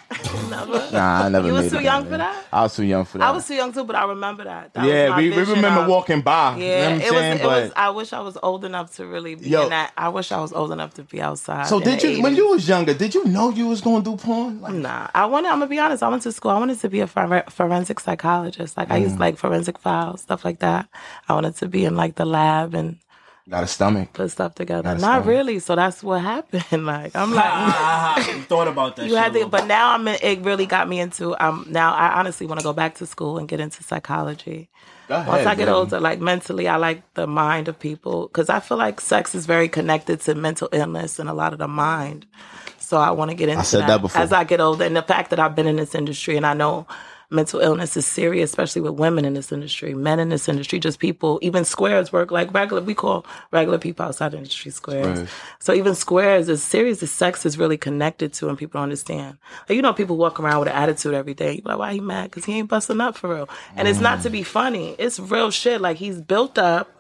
C: Never.
B: Nah, I never
C: You was
B: made it.
C: too
B: down
C: young
B: there.
C: for that?
B: I was too young for that.
C: I was too young too, but I remember that. that was
B: yeah,
C: my
B: we, we
C: vision
B: remember
C: of-
B: walking by.
C: Yeah,
B: you know what I'm
C: it was.
B: saying?
C: it
B: but
C: was. I wish I was old enough to really be
B: Yo.
C: in that. I wish I was old enough to be outside.
B: so
C: in
B: did
C: the
B: you when
C: 80s.
B: you was younger? Did you know you was gonna do porn? Like,
C: Nah, I wanted. I'm gonna be honest. I went to school. I wanted to be a for- forensic psychologist. Like I used
B: Mm.
C: like forensic files, stuff like that. I wanted to be in like the lab and
B: got a stomach.
C: put stuff together.
B: That's
C: Not
B: funny.
C: really. So that's what happened. Like I'm like.
D: I thought about that.
C: You
D: shit a
C: had to,
D: little
C: but
D: bit.
C: now I'm. In, it really got me into. Um, now I honestly want to go back to school and get into psychology.
B: Go ahead,
C: Once I get
B: baby.
C: older, like mentally, I like the mind of people because I feel like sex is very connected to mental illness and a lot of the mind. So I want to get into
B: said that before.
C: as I get older. And the fact that I've been in this industry and I know mental illness is serious, especially with women in this industry, men in this industry, just people, even squares work like regular, we call regular people outside the industry squares.
B: Squares.
C: So even squares, as serious as sex is really connected to and people don't understand. Like, you know, people walk around with an attitude every day. You be like, why he mad? Because he ain't busting up for real. And it's not to
B: Mm.
C: be funny. It's real shit. Like he's built up.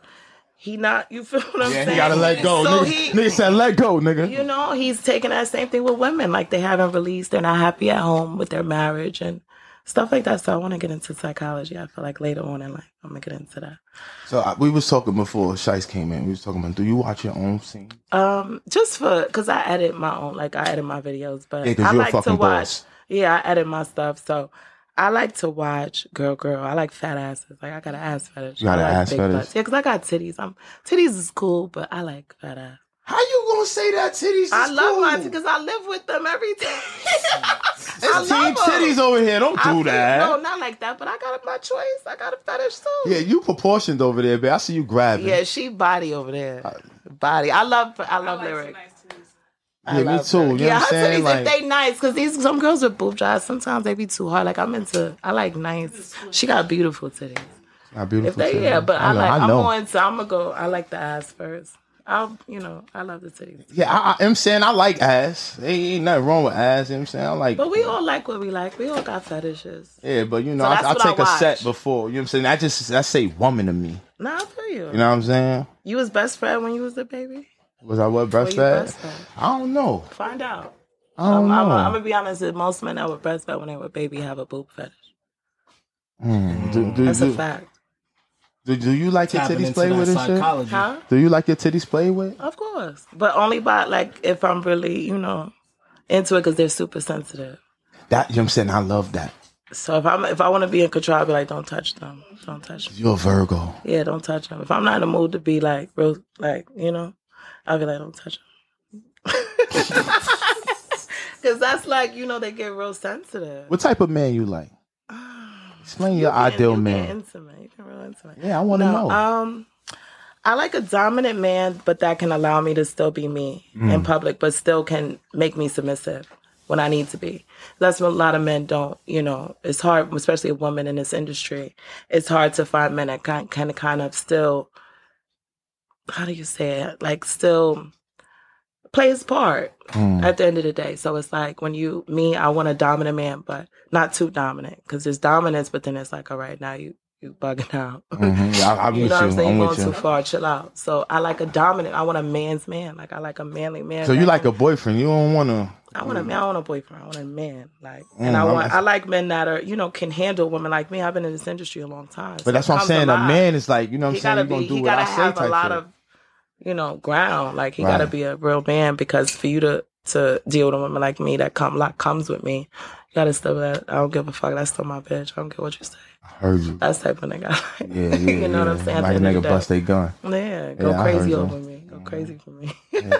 C: He not, you feel what I'm
B: Yeah,
C: saying?
B: he gotta let go.
C: So
B: nigga,
C: he-
B: nigga said let go, nigga.
C: you know, he's taking that same thing with women. Like they haven't released, they're not happy at home with their marriage and stuff like that. So I want to get into psychology. I feel like later on in life, I'm gonna get into that.
B: So I, we was talking before Shice came in. We was talking about do you watch your own scene?
C: Um, just for because I edit my own, like I edit my videos, but
B: Yeah, 'cause
C: I
B: you're a
C: like to
B: fucking
C: watch.
B: boss.
C: Yeah, I edit my stuff, so. I like to watch girl, girl. I like fat asses. Like I got an ass fetish.
B: You got
C: I
B: an
C: like
B: ass
C: big
B: fetish?
C: butts. Yeah, cause I got titties. I'm titties is cool, but I like fat ass.
B: How you gonna say that titties? is
C: I love
B: cool?
C: my titties because I live with them every day. I
B: It's team
C: love 'em.
B: titties over here. Don't
C: I
B: do
C: feel-
B: that.
C: No, not like that. But I got my choice. I got a fetish too.
B: Yeah, you proportioned over there, babe. I see you grabbing.
C: Yeah, she body over there.
B: Uh,
C: Body. I love. I love lyric.
B: Yeah, me too. You know
C: yeah,
B: what I'm
C: her titties
B: saying?
C: if
B: Like,
C: they nice, cause these some girls with boob jobs sometimes they be too hard. Like I'm into, I like nice. She got beautiful titties.
B: Nah, beautiful
C: If they
B: titties.
C: yeah, but I,
B: know,
C: like.
B: I
C: I'm
B: know.
C: going to. I'm gonna go. I like the ass first. I'll you know I love the titties.
B: Yeah, I, I am saying I like ass. There ain't nothing wrong with ass. You know what I'm saying I like.
C: But we all like what we like. We all got fetishes.
B: yeah, but you know,
C: So
B: I,
C: that's
B: I
C: what I
B: take a set
C: watch.
B: before. You know what I'm saying? I just that say woman to me.
C: Nah, I feel you.
B: You know what I'm saying?
C: you was best friend when you was a baby.
B: Was I what
C: Were you
B: breastfed?
C: breastfed?
B: I don't know.
C: Find out.
B: I don't
C: I'm,
B: know.
C: I'm, I'm gonna be honest. that Most men that were breastfed when they were baby have a boob fetish.
B: do, do,
C: That's a
B: do,
C: fact.
B: do, do you like your
D: Tapping
B: titties
D: into
B: played
D: that
B: with and shit?
D: psychology.
C: Huh?
B: Do you like your titties played with?
C: Of course, but only by like if I'm really you know into it because they're super sensitive.
B: That you know what I'm saying? I love that.
C: So if I'm if I want to be in control, I'll be like, don't touch them, don't touch them.
B: You're a Virgo.
C: Yeah, don't touch them. If I'm not in the mood to be like real, like you know, I'll be like, don't touch them. Cause that's like you know they get real sensitive.
B: What type of man you like? Explain your ideal
C: you get
B: man.
C: intimate. You get real intimate.
B: Yeah, I wanna know.
C: Um, I like a dominant man, but that can allow me to still be me
B: Mm.
C: in public, but still can make me submissive when I need to be. That's what a lot of men don't. You know, it's hard, especially a woman in this industry. It's hard to find men that can kind of, kind of still. How do you say it? Like still play his part
B: Mm.
C: at the end of the day. So it's like when you me, I want a dominant man, but not too dominant because there's dominance, but then it's like, all right, now you you bugging out.
B: Mhm. Yeah, I- I'm
C: you
B: with
C: know what
B: you.
C: I'm saying?
B: I'm
C: you
B: with
C: going
B: you.
C: too far, chill out. So I like a dominant. I want a man's man. Like I like a manly man.
B: So you like a boyfriend? You don't want to.
C: I want a man. I want a boyfriend. I want a man. Like, and I
B: Mm, I'm-
C: want. I like men that are, you know, can handle women like me. I've been in this industry a long time.
B: But that's what I'm saying. A man is like, you know what I'm saying? You're going to do
C: he
B: what
C: gotta
B: I say
C: have a
B: type
C: lot
B: shit.
C: of, you know, ground. Like he
B: Right.
C: gotta be a real man because for you to to deal with a woman like me that come like comes with me, you gotta still. be like, I don't give a fuck. That's still my bitch. I don't care what you say.
B: Heard you.
C: That's the type of nigga. I like.
B: Yeah, yeah,
C: you know what
B: yeah.
C: I'm saying? At
B: Like
C: the
B: a
C: end of
B: nigga
C: the
B: bust
C: day.
B: they gun.
C: Yeah, go
B: Yeah, I heard
C: crazy
B: you.
C: over me. Go crazy for me.
B: Girl,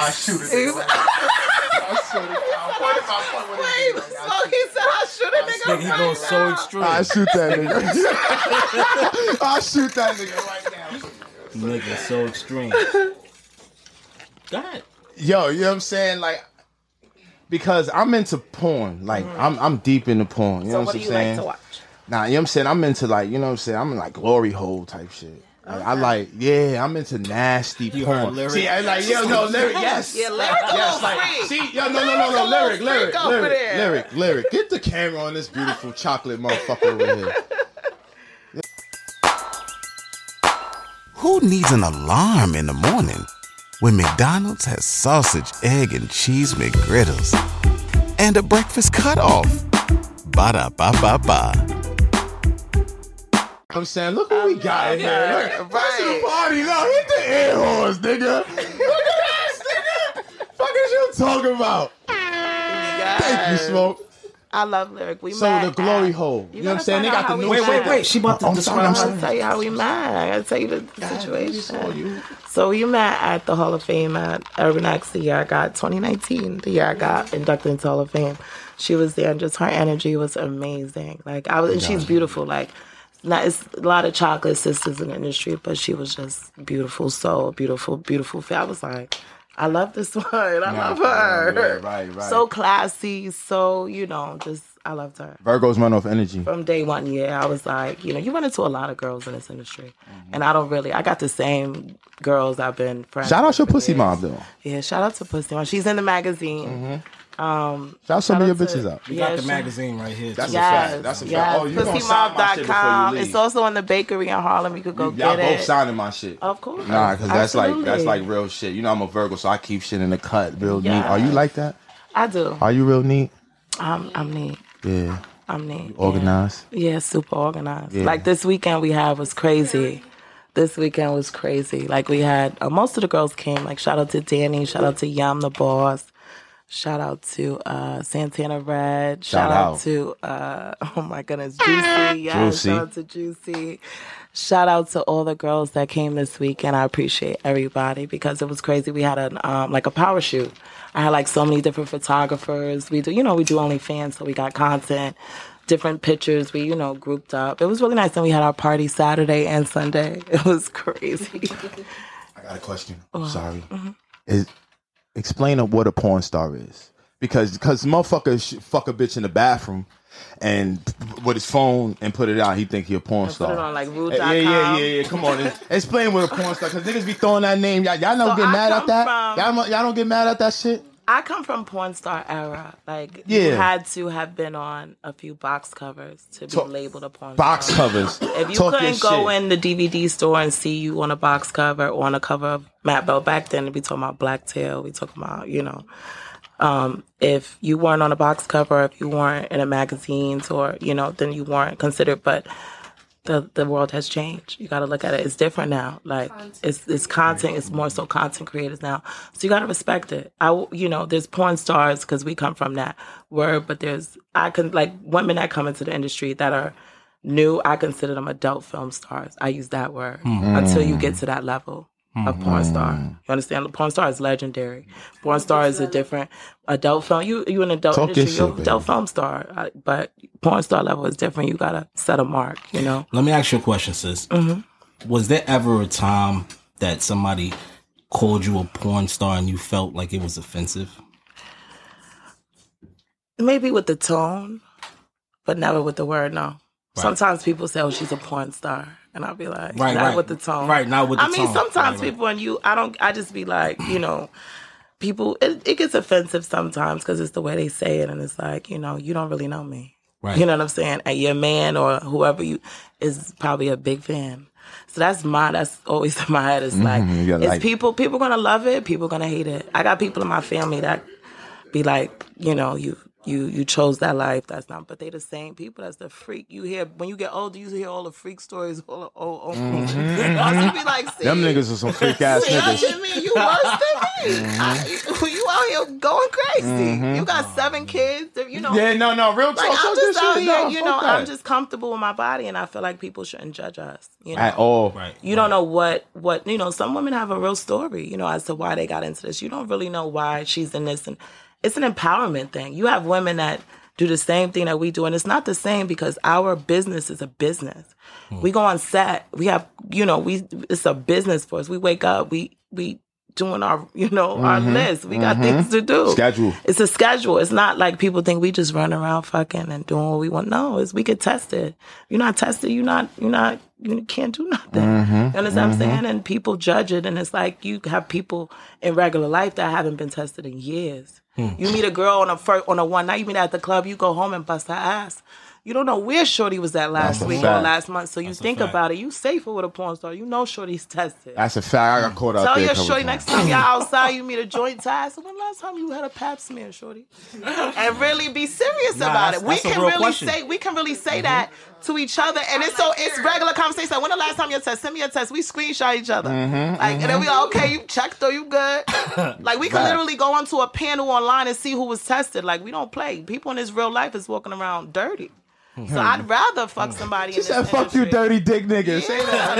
B: I shoot
C: it. Wait, so he said I should have nigga.
D: He goes so extreme.
B: I shoot that nigga. I shoot that nigga.
D: Nigga, so extreme. God.
B: Yo, you know what I'm saying? Like, because I'm into porn. Like, I'm I'm deep into porn. You know what,
C: Mm. So what do
B: I'm
C: you
B: saying?
C: like to watch?
B: Nah, you know what I'm saying? I'm into like, you know what I'm saying? I'm in like glory hole type shit. Like, I like, yeah, I'm into nasty
D: You
B: porn.
D: heard lyric?
B: See, I like, yo, no, lyric, yes.
C: Yeah, lyric.
B: Yes, like, see, yo, no, no, no, no, lyric, lyric,
C: freak over
B: lyric,
C: there.
B: lyric, lyric. Get the camera on this beautiful chocolate motherfucker over here.
G: Who needs an alarm in the morning when McDonald's has sausage, egg, and cheese McGriddles and a breakfast cutoff? Ba da ba ba ba.
B: You know what I'm saying, look what we got in here. Look, First of the party, no, hit the air horns, nigga. Look at this, nigga. Fuck is you talking about? Thank you, Smoke.
C: I love lyric. We
B: So
C: mad
B: the glory
C: at-
B: hole. You,
C: You
B: know what I'm
C: gotta
B: saying? They
C: find
B: got the
C: out how
B: new
C: we
D: Wait, wait,
B: shit.
D: wait. She about to
B: I'm sorry, I'm
D: describe. her-
B: sorry.
C: I'm gonna tell you how we mad. I gotta tell you the
B: saw
C: situation.
B: you.
C: So we met at the Hall of Fame at Urban X the year I got 2019, the year I got inducted into Hall of Fame. She was there and just her energy was amazing. Like I was and she's beautiful. Like not it's a lot of chocolate sisters in the industry, but she was just beautiful soul, beautiful, beautiful. fa- I was like, I love this one. I love her.
B: yeah, right, right.
C: So classy, so you know, just I loved her
B: Virgos run off energy.
C: from day one, yeah, I was like, you know, you run into a lot of girls in this industry,
B: Mm-hmm.
C: and I don't really. I got the same girls I've been friends.
B: Shout out
C: with
B: your
C: for
B: pussy
C: years.
B: mom though.
C: Yeah, shout out to Pussy Mom. She's in the magazine.
B: Shout out some of your
C: Shout out
B: bitches
C: to-
B: out.
D: We got
C: Yeah,
D: the
C: she-
D: magazine right here.
B: That's
D: too.
B: a fact.
C: Yes,
B: That's a fact.
C: yes.
B: Oh, you gonna sign my shit before you
C: PussyMom.com.
B: leave.
C: It's also in the bakery in Harlem. You could go
B: Y'all
C: get
B: both
C: it.
B: signing my shit.
C: Of course.
B: Nah, because that's like
C: Absolutely.
B: that's like real shit. You know I'm a Virgo, so I keep shit in the cut, real neat.
C: Yeah.
B: Are you like that?
C: I do.
B: Are you real neat?
C: I'm, I'm neat.
B: Yeah.
C: I'm neat.
B: Oh, Organized.
C: Yeah, super organized.
B: Yeah.
C: Like this weekend we had was crazy. This weekend was crazy. Like we had uh, most of the girls came. Like shout out to Danny, shout out to Yam the boss, shout out to uh, Santana Red, shout,
B: Shout
C: out.
B: out.
C: to uh, oh my goodness Juicy, yeah,
B: Juicy.
C: shout out to Juicy, shout out to all the girls that came this weekend. I appreciate everybody because it was crazy. We had an um, like a power shoot. I had like so many different photographers. We do you know we do OnlyFans, so we got content different pictures. We, you know, grouped up. It was really nice. And we had our party Saturday and Sunday. It was crazy.
B: I got a question. I'm Oh. sorry.
C: Mm-hmm.
B: Is explain what a porn star is because because motherfucker sh- fuck a bitch in the bathroom and p- with his phone and put it out. He think he a porn star. Eh,
C: it on, like, Rue
B: yeah,
C: dot
B: yeah, yeah,
C: com.
B: yeah. Come on, ex- explain what a porn star because niggas be throwing that name. Y'all, y'all don't
C: So
B: get
C: I
B: mad at
C: come
B: that.
C: from-
B: Y'all, mo- y'all don't get mad at that shit.
C: I come from porn star era. Like you
B: Yeah.
C: had to have been on a few box covers to be labeled a porn
B: Box
C: star.
B: covers.
C: If you
B: Talk your
C: couldn't go
B: shit.
C: in the DVD store and see you on a box cover or on a cover of Matt Bell back then, we talking about Blacktail, we talking about, you know, um, if you weren't on a box cover, if you weren't in a magazine or, you know, then you weren't considered. But the, the world has changed. You got to look at it. It's different now. Like it's it's content. It's more so content creators now. So you got to respect it. I w- you know there's porn stars because we come from that word, but there's I can like women that come into the industry that are new. I consider them adult film stars. I use that word
B: Mm-hmm.
C: until you get to that level. A porn star, you understand? A porn star is legendary. Porn star is a different adult film. You you an adult
B: Talk your
C: industry,
B: shit,
C: you're an adult
B: baby.
C: film star, I- but porn star level is different. You gotta set a mark, you know.
D: Let me ask you a question, sis. Was there ever a time that somebody called you a porn star and you felt like it was offensive?
C: maybe with the tone, but never with the word. No. Sometimes people say, "Oh, she's a porn star," and I'll be like,
D: Right,
C: "Not
D: right.
C: with the tone."
D: Right, not with the
C: I mean,
D: tone.
C: sometimes
D: Right, right.
C: people and you, I don't. I just be like, you know, people. It, it gets offensive sometimes because it's the way they say it, and it's like, you know, you don't really know me.
D: Right.
C: You know what I'm saying? And your man or whoever you is probably a big fan. So that's my that's always in my head. It's like
D: Mm-hmm.
B: Mhm, you gotta
C: it's
B: like-
C: people people gonna love it, people gonna hate it. I got people in my family that be like, you know, you you you chose that life. That's not but they the same people. That's the freak. You hear when you get older, you hear all the freak stories, all the old old I be like,
B: Mm-hmm.
C: see,
B: Them niggas are some freak ass
C: see, I
B: niggas. Mm-hmm.
C: didn't mean you worse than me. I- you out here going crazy.
B: Mhm.
C: You got seven kids. You know,
B: Yeah, no, no, real talk.
C: like I'm
B: talk
C: just
B: that
C: out
B: shit.
C: here,
B: No,
C: you
B: fuck
C: know,
B: that.
C: I'm just comfortable with my body, and I feel like people shouldn't judge us. You know,
B: at all.
D: Right.
C: you don't know what what you know. Some women have a real story, you know, as to why they got into this. You don't really know why she's in this, and it's an empowerment thing. You have women that do the same thing that we do, and it's not the same because our business is a business. We go on set, we have you know, we it's a business for us. We wake up, we we doing our you know our list. We got things to do.
B: Schedule.
C: It's a schedule. It's not like people think we just run around fucking and doing what we want. No, it's we get tested. You're not tested. You're not. You're not. You can't do nothing. You
B: Mm-hmm.
C: understand what I'm saying? And people judge it, and it's like you have people in regular life that haven't been tested in years.
B: Hmm.
C: You meet a girl on a first, on a one night. You meet her at the club. You go home and bust her ass. You don't know where Shorty was at
B: That's
C: last
B: a
C: week or
B: fact.
C: last month. So you think about it. You safer with a porn star. You know Shorty's tested.
B: That's a fact. I got caught out
C: Tell
B: there. a
C: your
B: couple
C: shorty
B: times.
C: next time y'all outside, you meet a joint tie. So when last time you had a pap smear, shorty? And really be serious about
D: that's-
C: it. We
D: that's a
C: can
D: real
C: really
D: question. Mm-hmm.
C: say we can really say that to each other, and it's so it's regular conversation. Like, when the last time you test? Send me a test. We screenshot each other,
B: Mm-hmm,
C: like, and then we like, okay, you checked though, you good. like we can
B: Right.
C: literally go onto a panel online and see who was tested. Like we don't play. People in this real life is walking around dirty. So I'd rather fuck somebody.
B: Hmm. She
C: in
B: said,
C: this
B: "Fuck you, dirty
C: industry."
B: dick niggas." Say that.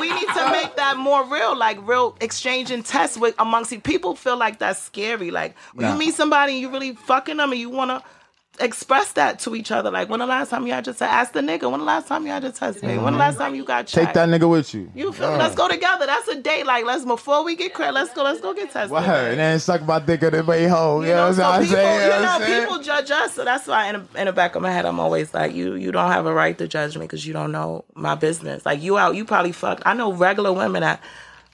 C: we need to make that more real, like real exchanging tests with amongst you. people feel like that's scary. Like when
B: Nah.
C: you meet somebody and you really fucking them and you wanna express that to each other. Like when the last time y'all just asked the nigga, when the last time y'all just tested me, when the last time you got checked.
B: Take that nigga with you.
C: You feel me? Let's go together. That's a date. Like let's before we get crazy, let's go, let's go get tested.
B: Word. And then suck my dick in the way hole. You,
C: You know,
B: know
C: so
B: what I'm
C: people,
B: saying?
C: you
B: You know
C: know,
B: what I'm saying?
C: people judge us, so that's why in the, in the back of my head, I'm always like, you, you don't have a right to judge me because you don't know my business. Like you out, you probably fucked. I know regular women that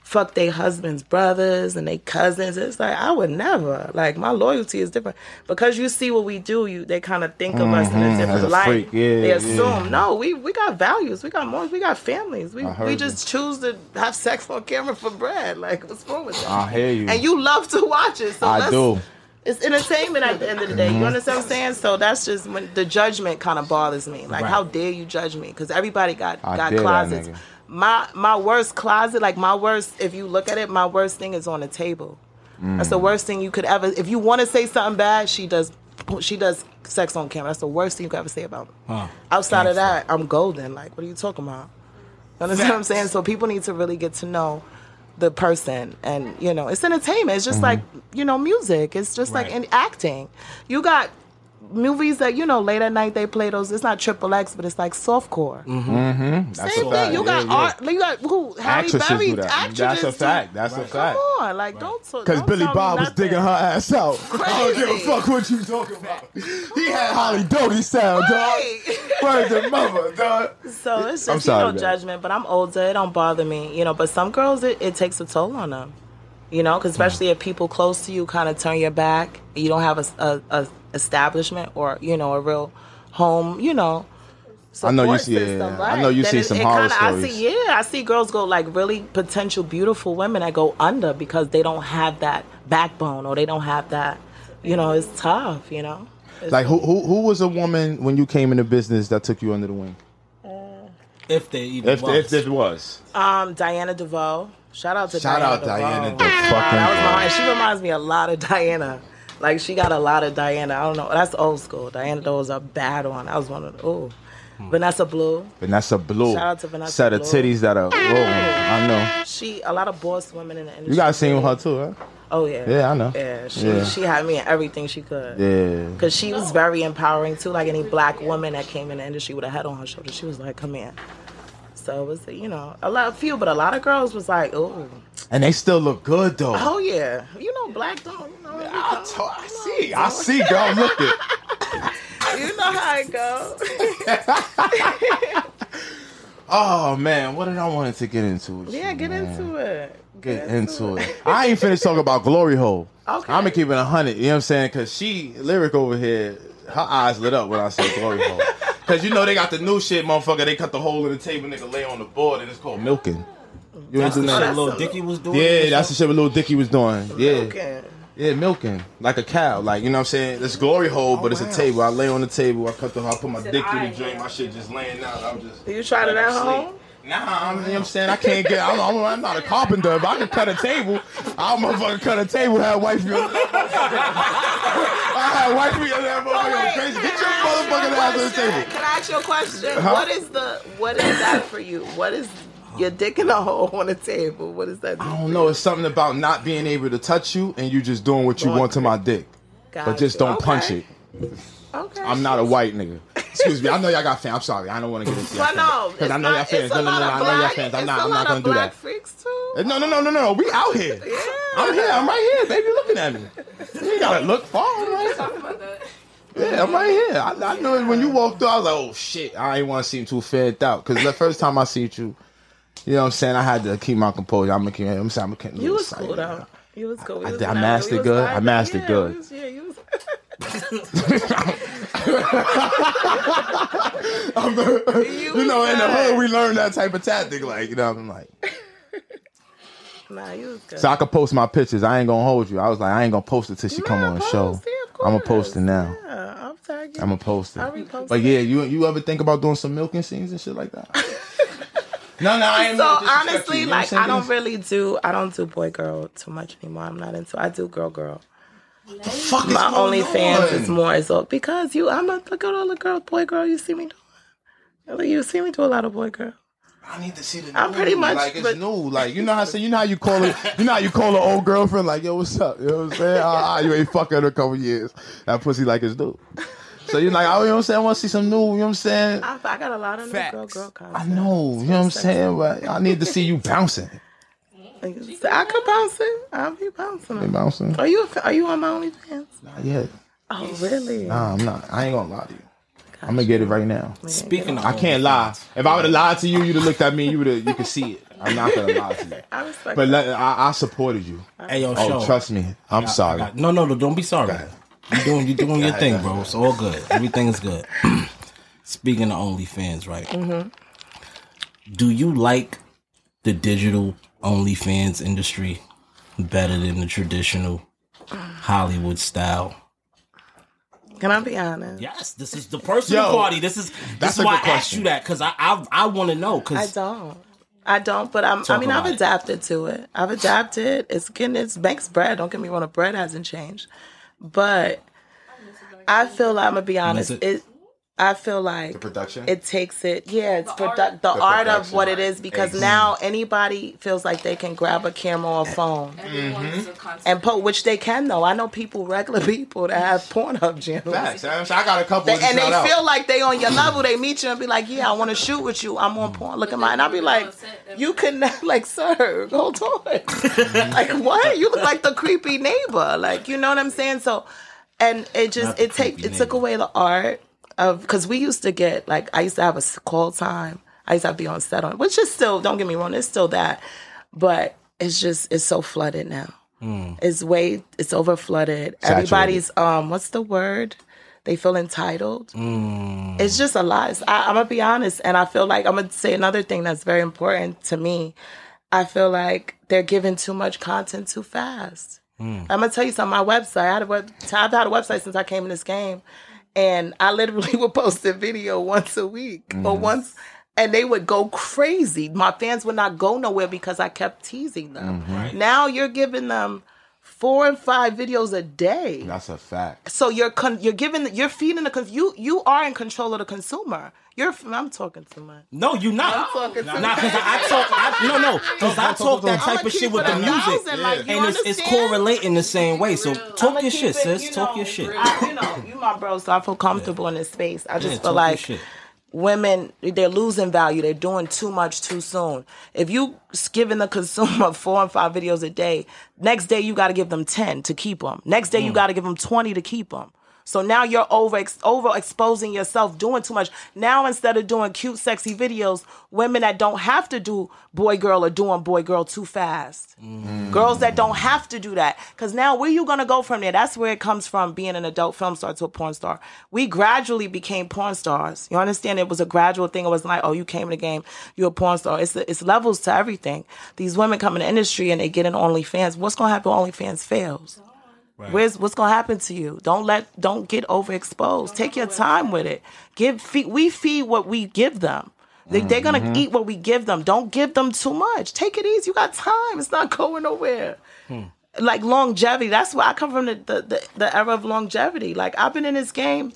C: fuck their husbands, brothers, and they cousins. It's like I would never. Like my loyalty is different because you see what we do. You they kind of think of us in a different
B: Mm-hmm, as a
C: light.
B: freak. Yeah,
C: they
B: yeah.
C: assume no, we we got values, we got morals, we got families. We
B: heard
C: we
B: you.
C: just choose to have sex on camera for bread. Like what's wrong with that?
B: I hear you.
C: And you love to watch it. So
B: I
C: let's-
B: do.
C: it's entertainment at the end of the
B: Mm-hmm.
C: day. You understand what I'm saying? So that's just when the judgment kind of bothers me. Like, how dare you judge me? Because everybody got
B: I
C: got
B: dare that
C: closets.
B: nigga.
C: My my worst closet, like my worst. If you look at it, my worst thing is on the table. That's
B: Mm.
C: the worst thing you could ever. If you want to say something bad, she does. She does sex on camera. That's the worst thing you could ever say about me.
D: Huh.
C: Outside of that, I'm golden. Like, what are you talking about? You understand what I'm saying? So people need to really get to know the person, and you know, it's entertainment. It's just like you know, music. It's just like
D: Right.
C: in acting. You got movies that you know late at night they play those. It's not triple X, but it's like softcore.
B: Mm-hmm. That's
C: Mm-hmm.
B: a
C: Same thing.
B: fact.
C: You
B: Yeah,
C: got
B: yeah.
C: art. You got who? Harry
B: Actresses
C: Berry.
B: do that.
C: Actresses.
B: That's a
C: do-
B: fact. That's a
C: Come
B: fact.
C: on, like don't.
B: Because
C: Because
B: Billy Bob was digging her ass out. I don't give a
C: Crazy.
B: fuck what you talking about. He had Holly Doty sound, dog.
C: Right.
B: Where's the mother, dog?
C: So it's
B: I'm
C: just
B: sorry,
C: you know
B: man.
C: judgment, but I'm older. It don't bother me, you know. But some girls, it, it takes a toll on them, you know.
B: Mm.
C: 'cause especially if people close to you kind of turn your back, you don't have a, a, a establishment or you know a real home, you know.
B: I know you
C: support
B: see- yeah,
C: system,
B: yeah. I know you
C: Then
B: see
C: it-
B: some
C: it
B: horror
C: kinda- I
B: stories.
C: see, yeah, I see girls go like really potential beautiful women that go under because they don't have that backbone or they don't have that, you know. It's tough, you know. It's-
B: Like, who, who who was a woman when you came into business that took you under the wing?
D: If they even
B: If,
D: was.
B: if there was.
C: um, Diana DeVoe. Shout out to
B: Shout
C: Diana
B: out Diana the
C: DeVoe. That
B: fucking.
C: was my. She reminds me a lot of Diana. Like she got a lot of Diana. I don't know. That's old school. Diana though was a bad one. I was one of the ooh.
B: Hmm.
C: Vanessa Blue.
B: Vanessa Blue.
C: Shout out to Vanessa
B: Set of
C: Blue.
B: titties that are. Oh, I know.
C: She a lot of boss women in the industry.
B: You guys seen her too, huh?
C: Oh yeah.
B: Yeah, I know.
C: Yeah. She
B: Yeah.
C: she had me in everything she could.
B: Yeah.
C: Cause she was very empowering too. Like any black woman that came in the industry with a head on her shoulder, she was like, "Come in." So it was you know a lot few, but a lot of girls was like, "Ooh,
B: And they still look good, though.
C: oh yeah, you know black don't you know."
B: I, to- I see. I see, girl. Look it.
C: You know how it goes.
B: Oh, man. What did I wanted to get into? with
C: Yeah,
B: you,
C: get
B: man?
C: into it.
B: Get into it. I ain't finished talking about Glory Hole.
C: Okay.
B: I'm gonna keep it 100. You know what I'm saying? Because she, Lyric over here, Her eyes lit up when I said glory hole. Cause you know they got the new shit, motherfucker. They cut the hole in the table, nigga lay on the board, and it's called milking. You
D: That's the
B: understand
D: shit
B: that?
D: Lil Dicky was doing.
B: Yeah, that's the shit what little Dicky was doing. Yeah.
C: Milking.
B: Yeah, milking. Like a cow. Like, you know what I'm saying? It's glory hole, but it's a table. I lay on the table, I cut the I put my dick through the joint, my shit just laying out. I'm just
C: You tried it at home?
B: Nah, I'm, you know what I'm saying? I can't get. I'm, I'm, I'm not a carpenter, but I can cut a table. I'll motherfucker cut a table. Have wife me. on that motherfucker. I had wife me on that motherfucker. Oh, Crazy. Get your motherfucking ass on the table.
C: Can I ask you a question?
B: Huh?
C: What is the what is that for you? What is your dick in a hole on the table? What is that? do?
B: I don't know. It's something about not being able to touch you and you just doing what you want to my dick, but
C: Got
B: just
C: you.
B: don't
C: Okay.
B: punch it.
C: Okay.
B: I'm not a white nigga. Excuse me. I know y'all got fans. I'm sorry. I don't want to get into y'all
C: But no,
B: fans.
C: it's
B: I know
C: not-
B: y'all fans.
C: it's a
B: No, no, no, no.
C: lot
B: I
C: of
B: know y'all
C: black-
B: fans. I'm
C: it's
B: not.
C: a
B: I'm
C: lot
B: not
C: of
B: gonna do
C: black
B: that.
C: freaks too.
B: Uh, No, no, no, no, no, no. We out here. I'm here. I'm right here, baby. Looking at me. You ain't gotta look far. I'm right here. Yeah, I'm right here. I, I knew it when you walked through. I was like, oh shit, I ain't want to seem too fed out. Cause the first time I seen you, you know what I'm saying. I had to keep my composure. I'm looking. I'm saying I'm looking.
C: You was cool though. You was cool. We
B: I
C: was
B: did- I
C: vibing.
B: mastered
C: We was
B: good. I
C: vibing.
B: mastered
C: yeah,
B: good.
C: we Was, yeah, you was.
B: you, know, uh, in the hood, we learned that type of tactic. Like, you know, I'm like.
C: Nah, you was good.
B: So I could post my pictures. I ain't gonna hold you. I was like, I ain't gonna post it till she come on the show. I'm gonna post it now.
C: yeah, I'm tagging.
B: I'm gonna post it.
C: I repost
B: But
C: it.
B: yeah, you you ever think about doing some milking scenes and shit like that? no, no, I ain't.
C: so
B: mean to disrespect
C: honestly,
B: you, you know what
C: like
B: I'm
C: I don't
B: saying?
C: really do I don't do boy girl too much anymore. I'm not into I do girl girl.
B: Fuck is
C: My
B: going on?
C: OnlyFans is more is all because you I'm a look at all the girl boy girl you see me doing. Like, You see me do a lot of boy girl.
B: I need to see the.
C: I'm
B: new,
C: pretty much-
B: like it's
C: but-
B: new. Like you know how I say you know how you call it. You know how you call an old girlfriend like yo what's up? You know what I'm saying? Ah, ah, you ain't fucking in a couple years. That pussy like it's new. So you're like oh you know what I'm saying? I want to see some new. You know what I'm saying?
C: I, I got a lot of new girl
F: Facts.
C: girl
B: I
C: content.
B: know. You know what I'm saying? But I need to see you bouncing.
C: I could bounce it. I'll be bouncing.
B: You
C: them.
B: bouncing?
C: Are you a- are you on my OnlyFans?
B: Not yet.
C: Oh really?
B: Nah, I'm not. I ain't gonna lie to you. I'm gonna get it right now.
D: Speaking of,
B: I can't lie. If I would have lied to you, you'd have looked at me. You would have. You could see it. I'm not gonna lie to you.
C: I respect
B: But
C: that.
B: let- I, I supported you.
D: Hey, yo,
B: Oh,
D: show.
B: trust me. I'm sorry.
D: God. No, no, no. Don't be sorry.
B: ahead.
D: You doing you doing your thing, bro. It's all good. Everything is good. Speaking of OnlyFans, right? Do you like the digital OnlyFans industry better than the traditional Hollywood style?
C: Can I be honest?
D: Yes, this is the personal
B: Yo,
D: party. This is
B: that's
D: this
B: a
D: is why I
B: good
D: asked
B: question.
D: you that because I I, I want to know
C: I
D: because
C: don't. I don't, but I'm, I
D: Talk
C: mean, I've
D: about it.
C: adapted to it. I've adapted. It's getting, it's makes bread. Don't get me wrong, the bread hasn't changed. But I feel like, I'm going to be honest,
D: it-
C: it, I feel like the
B: production?
C: It takes it, yeah, it's produ- the, art of
B: production,
C: what
B: right.
C: it is because now anybody feels like they can grab a camera or a phone and put, which they can though. I know people, regular people that have Pornhub channels.
B: Facts. I I got a couple.
C: They-
B: of these
C: and they
B: shout out.
C: feel like they on your level. They meet you and be like, "Yeah, I want to shoot with you. I'm on porn. Look at mine." And I'll be like, "You could not, like, sir, hold on. like, what? You look like the creepy neighbor. Like, you know what I'm saying? So, and it
D: Not
C: just
D: the
C: it take
D: creepy
C: it took
D: neighbor.
C: away the art of because we used to get like I used to have a s- call time. I used to be on set on, which is still don't get me wrong, it's still that, but it's just it's so flooded now.
D: Hmm.
C: It's way it's over flooded. Everybody's um, what's the word? They feel entitled. It's just a lot. It's- I, I'm gonna be honest, and I feel like I'm gonna say another thing that's very important to me. I feel like they're giving too much content too fast. I'm gonna tell you something. My website, I had a web, I've had a website since I came in this game, and I literally would post a video once a week or once, and they would go crazy. My fans would not go nowhere because I kept teasing them. Now you're giving them four and five videos a day.
B: That's a fact.
C: So you're con- you're giving you're feeding the cons- you you are in control of the consumer. You're f- I'm talking too much.
D: no, you not.
C: I'm talking
D: Nah,
C: too much.
D: because I, I talk. I, no, no, because I talk that
C: I'ma
D: type of
C: keep
D: shit with
C: it
D: the
C: a
D: music.
C: thousand, like, you
D: and it's, it's
C: understand?
D: correlating the same way. So talk your
C: Keep
D: shit,
C: it,
D: sis.
C: you
D: talk
C: know,
D: your shit.
C: I, you know, you my bro, so I feel comfortable in this space. I
D: Yeah,
C: just
D: talk
C: feel
D: your
C: like
D: shit.
C: women they're losing value. They're doing too much too soon. If you s- giving the consumer four and five videos a day, next day you got to give them ten to keep them. Next day you got to give them twenty to keep them. So now you're over overexposing yourself, doing too much. Now instead of doing cute, sexy videos, women that don't have to do boy girl are doing boy girl too fast. Girls that don't have to do that. Because now where you gonna go from there? That's where it comes from being an adult film star to a porn star. We gradually became porn stars. You understand? It was a gradual thing. It wasn't like, oh, you came in the game, you're a porn star. It's it's levels to everything. These women come in the industry and they get in OnlyFans. What's gonna happen when OnlyFans fails? Where's what's gonna happen to you? Don't let don't get overexposed. Take your time with it. Give feed we feed what we give them. They, They're gonna
E: Mhm.
C: eat what we give them. Don't give them too much. Take it easy. You got time. It's not going nowhere. Like longevity. That's why I come from the the, the, the era of longevity. Like I've been in this game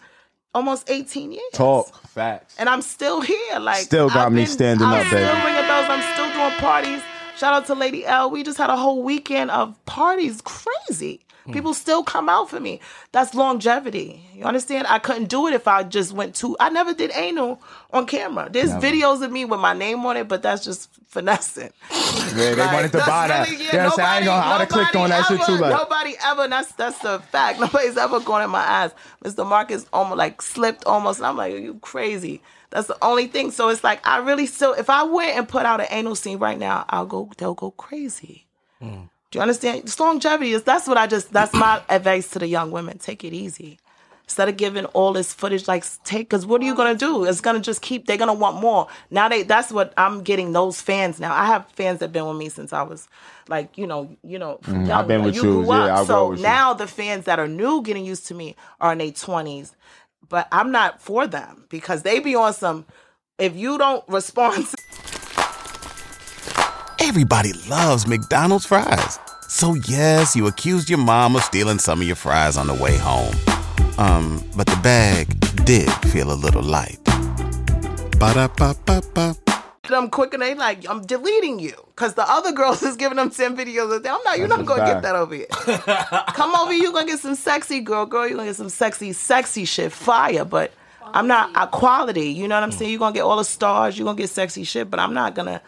C: almost 18 years,
B: Talk facts.
C: and I'm still here. Like
B: Still got
C: I've
B: me
C: been-
B: standing
C: I'm
B: up, baby.
C: Still ringing bells. I'm still doing parties. Shout out to Lady L. We just had a whole weekend of parties. Crazy.
E: Hmm.
C: People still come out for me. That's longevity. You understand? I couldn't do it if I just went to. I never did anal on camera. There's
E: Never.
C: videos of me with my name on it, but that's just finessing.
B: Yeah, they
C: Like,
B: wanted to
C: that's
B: buy that.
C: really- yeah,
B: yeah, I'm saying? I ain't gonna, I would have clicked on that shit too.
C: Ever,
B: Like,
C: nobody ever, and that's that's the fact. Nobody's ever gone in my eyes. Mr. Marcus almost like slipped almost, and I'm like, you crazy. That's the only thing. So it's like I really still, if I went and put out an anal scene right now, I'll go. They'll go crazy. Do you understand? It's longevity is that's what I just that's my advice to the young women. Take it easy. Instead of giving all this footage, like take because what are you gonna do? It's gonna just keep they're gonna want more. Now they that's what I'm getting those fans now. I have fans that been with me since I was like, you know, you know,
B: Mhm,
C: young.
B: I've been with you.
C: grew
B: Yeah, I grew
C: so
B: up with you.
C: now the fans that are new getting used to me are in their twenties. But I'm not for them because they be on some if you don't respond to
G: Everybody loves McDonald's fries. So yes, you accused your mom of stealing some of your fries on the way home. Um, but the bag did feel a little light. Ba-da-ba-ba-ba.
C: them quick and they like, I'm deleting you. Cause the other girls is giving them 10 videos a day. I'm not, you're not
E: That's
C: gonna get
E: a fact.
C: that over here. Come over, you gonna get some sexy girl, girl, you're gonna get some sexy, sexy shit, fire, but I'm not a quality. You know what I'm
E: Mm.
C: saying? You're gonna get all the stars, you're gonna get sexy shit, but I'm not gonna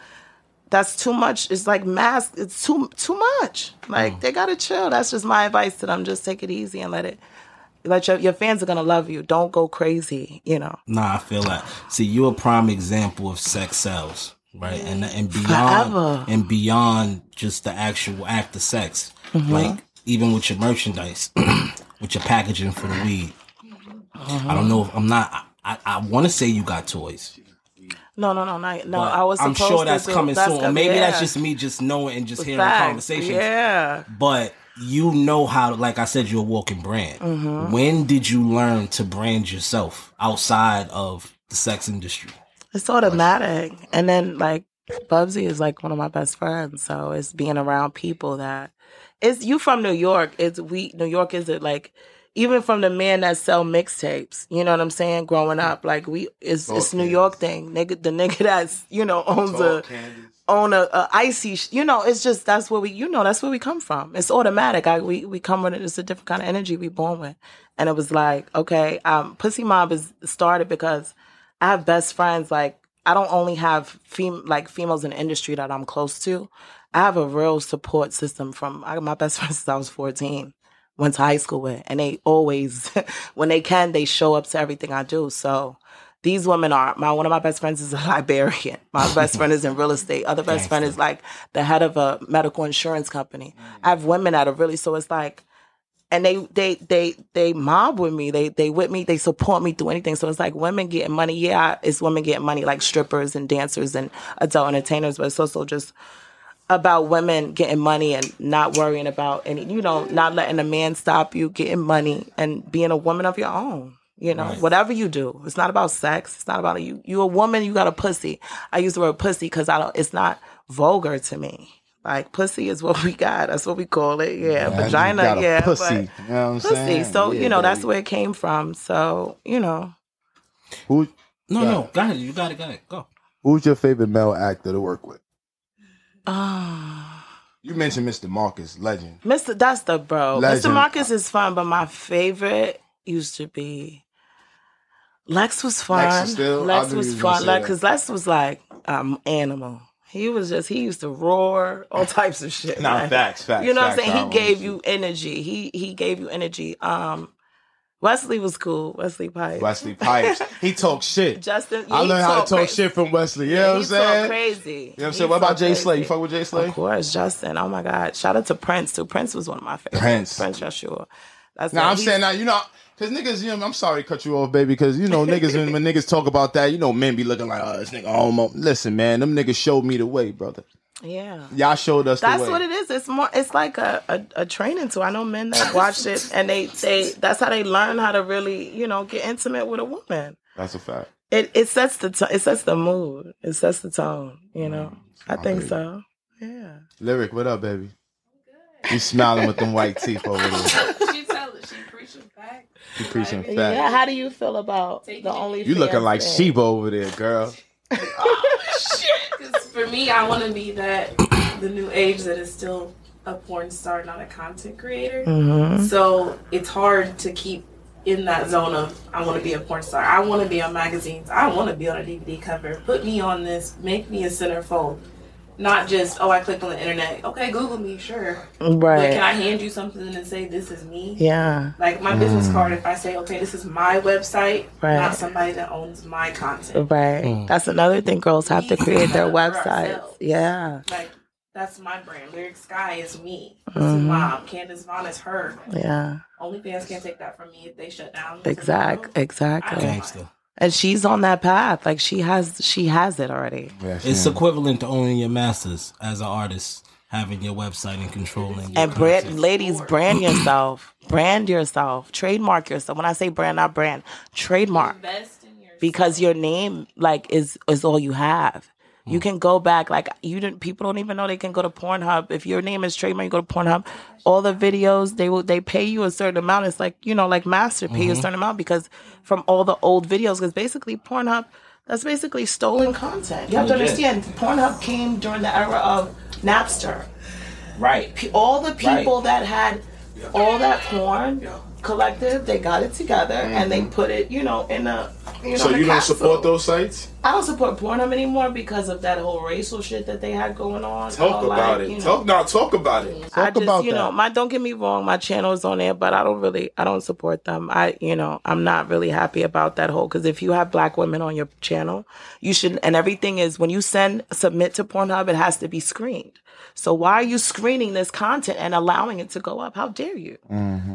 C: that's too much. It's like mass it's too too much. Like
E: Mm.
C: they gotta chill. That's just my advice to them. Just take it easy and let it let your your fans are gonna love you. Don't go crazy, you know.
D: Nah, I feel that. See, you're a prime example of sex sells, right? And and beyond
C: Forever.
D: and beyond just the actual act of sex.
C: Mhm.
D: Like even with your merchandise, with your packaging for the weed. I don't know. If, I'm not. I, I, I want to say you got toys.
C: No, no, no, not, no.
D: but
C: Oh, I was.
D: I'm
C: supposed
D: sure
C: to
D: that's
C: do-
D: coming soon.
C: gonna-
D: Maybe that's
C: yeah.
D: just me just knowing and just hearing
C: Facts,
D: conversations.
C: Yeah.
D: But you know how, like I said, you're a walking brand.
C: Mhm.
D: When did you learn to brand yourself outside of the sex industry?
C: It's automatic. And then like Bubsy is like one of my best friends. So it's being around people that it's you from New York. It's we New York is it like even from the men that sell mixtapes, you know what I'm saying? Growing up, like we it's
D: Oh,
C: it's New York thing. Nigga the nigga that's, you know, owns a own a, a icy sh- you know, it's just that's where we you know, that's where we come from. It's automatic. I we, we come with it, it's a different kind of energy we born with. And it was like, okay, um, Pussy Mob is started because I have best friends like I don't only have fem- like females in the industry that I'm close to. I have a real support system from I, my best friends since I was 14. Went to high school with, and they always, when they can, they show up to everything I do. So these women are my one of my best friends is a librarian. My best friend is in real estate. Other best friend is like the head of a medical insurance company. I have women that are really so it's like and they they they they mob with me. They they with me. They support me through anything. So it's like women getting money. Yeah, it's women getting money, like strippers and dancers and adult entertainers. But it's also just about women getting money and not worrying about any, you know, not letting a man stop you getting money and being a woman of your own. You know,
E: Right.
C: whatever you do, it's not about sex. It's not about you. You a woman. You got a pussy. I use the word pussy because I don't. It's not vulgar to me. Like pussy is what we got. That's what we call it. Yeah,
B: Yeah, you
C: vagina.
B: got a
C: yeah,
B: pussy.
C: but-
B: You know what I'm
C: pussy.
B: saying?
C: So
B: Yeah,
C: you know that's
B: baby.
C: where it came from. So you know,
K: Who?
D: No, no, go ahead. You got it. Got it. Go.
K: Who's your favorite male actor to work with?
C: um,
B: You mentioned Mr. Marcus, legend.
C: Mr. That's the bro.
B: Legend.
C: Mr. Marcus is fun, but my favorite used to be Lex was fun.
E: Lex is still- I
C: Lex
E: knew you
C: was
E: was gonna
C: fun.
E: say
C: Lex,
E: that.
C: because Lex was like um animal. He was just he used to roar, all types of shit.
B: Nah,
C: man.
B: facts, facts,
C: You know
B: facts.
C: what I'm
B: I
C: saying? He
B: don't
C: gave you energy. He he gave you energy. Um, Wesley was cool. Wesley Pipes.
B: Wesley Pipes. He talks shit.
C: Justin.
B: I
C: he
B: learned how to
C: talk
B: talk
C: crazy.
B: shit from Wesley. You know what I'm
C: He talk
B: saying?
C: crazy.
B: You know what I'm
C: He
B: saying? What about
C: talk
B: Jay
C: crazy.
B: Slay? You fuck with Jay Slay?
C: Of course, Justin. Oh my God! Shout out to Prince too. Prince was one of my favorites.
B: Prince.
C: Prince Joshua. That's
B: Now
C: not-
B: I'm
C: he's-
B: saying now you know because niggas, you know, I'm sorry to cut you off, baby, because you know niggas when, when niggas talk about that, you know men be looking like oh this nigga almost. Listen, man, them niggas showed me the way, brother.
C: Yeah.
B: Y'all showed us
C: That's
B: the way.
C: what it is. It's more. It's like a, a, a training tool. I know men that watch it and they they that's how they learn how to really you know get intimate with a woman.
B: That's a fact.
C: It it sets the t- it sets the mood. It sets the tone. You
B: Mm,
C: know. I think so. Yeah.
B: Lyric, what up, baby? You smiling with them white teeth over there.
E: she tell she preaching back.
B: You preaching facts.
C: Yeah. How do you feel about the only?
B: You looking like
C: she?
B: Sheba over there, girl.
E: Because for me, I want to be that the new age that is still a porn star, not a content creator.
C: Mhm.
E: So it's hard to keep in that zone of I want to be a porn star. I want to be on magazines. I want to be on a DVD cover. Put me on this. Make me a centerfold. Not just oh, I clicked on the internet. Okay, Google me, sure. But
C: Right.
E: can I hand you something and say this is me?
C: Yeah.
E: Like my business
C: Mm.
E: card. If I say okay, this is my website,
C: Right.
E: not somebody that owns my content.
C: Right.
E: Mm.
C: That's another thing. Girls have to
E: We
C: create their
E: have it for
C: websites.
E: ourselves.
C: Yeah.
E: Like that's my brand. Lyric Sky is me. This is
C: Mhm.
E: mom. Candace Vaughn is her.
C: Yeah.
E: OnlyFans can't take that from me if they shut down.
C: Exact. Exactly.
D: Gangsta.
C: And she's on that path. Like she has. She has it already.
D: It's equivalent to owning your masters as an artist, having your website and controlling. Your
C: And brand, ladies, brand yourself. Brand yourself. Trademark yourself. When I say brand, not brand, trademark. Because your name, like, is is all you have. You can go back, like you didn't. People don't even know they can go to Pornhub. If your name is trademark, you go to Pornhub. All the videos they will they pay you a certain amount. It's like you know, like master pay you a
L: Mhm.
C: certain amount because from all the old videos. Because basically Pornhub, that's basically stolen content. You have to
L: Legit.
C: understand, Pornhub came during the era of Napster.
D: Right.
C: P- all the
L: Right.
C: people that had all that porn collective, they got it together and they put it, you know, in a. You know,
B: so
C: in a
B: you don't
C: capsule.
B: support those sites?
C: I don't support Pornhub anymore because of that whole racial shit that they had going on.
B: Talk
C: Or, like,
B: about
C: you
B: it.
C: know,
B: Talk now. Talk about it. Talk
C: I just,
B: about
C: you know, my don't get me wrong, my channel is on there, but I don't really, I don't support them. I, you know, I'm not really happy about that whole because if you have black women on your channel, you should, and everything is when you send submit to Pornhub, it has to be screened. So why are you screening this content and allowing it to go up? How dare you?
B: Mm-hmm.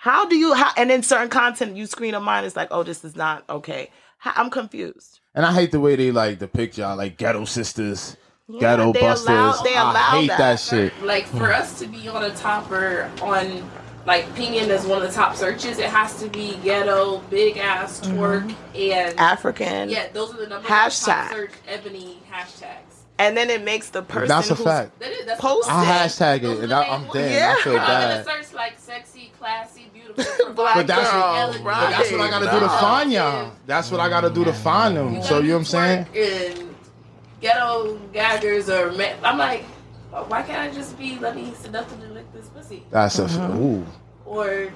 C: How do you? How, and then certain content you screen on mine, it's like, oh, this is not okay. How, I'm confused.
B: And I hate the way they like depict y'all like ghetto sisters,
E: Yeah,
B: ghetto
E: they
B: busters.
E: allow- they allow
B: I hate
E: that.
B: that, shit.
E: Like for us to be on a topper on like pinging as one of the top searches, it has to be ghetto, big ass
C: Mm-hmm.
E: twerk, and
C: African.
E: Yeah, those are the numbers.
C: Hashtag.
E: Top search ebony hashtags.
C: and then it makes the person
B: That's a
C: who's
B: fact.
E: That is that's
C: posting.
B: I hashtag it and I, I'm dead. I feel
E: I'm
B: bad.
E: gonna search like sexy, classy, beautiful,
C: black
B: that's
C: girl.
B: what, but that's what I gotta do to find y'all. That's what I gotta do to find them. So you know what I'm saying?
E: and ghetto gaggers or ma- I'm like, why can't I just be let me seductively lick this pussy
B: That's a
C: Uh-huh.
B: ooh.
E: or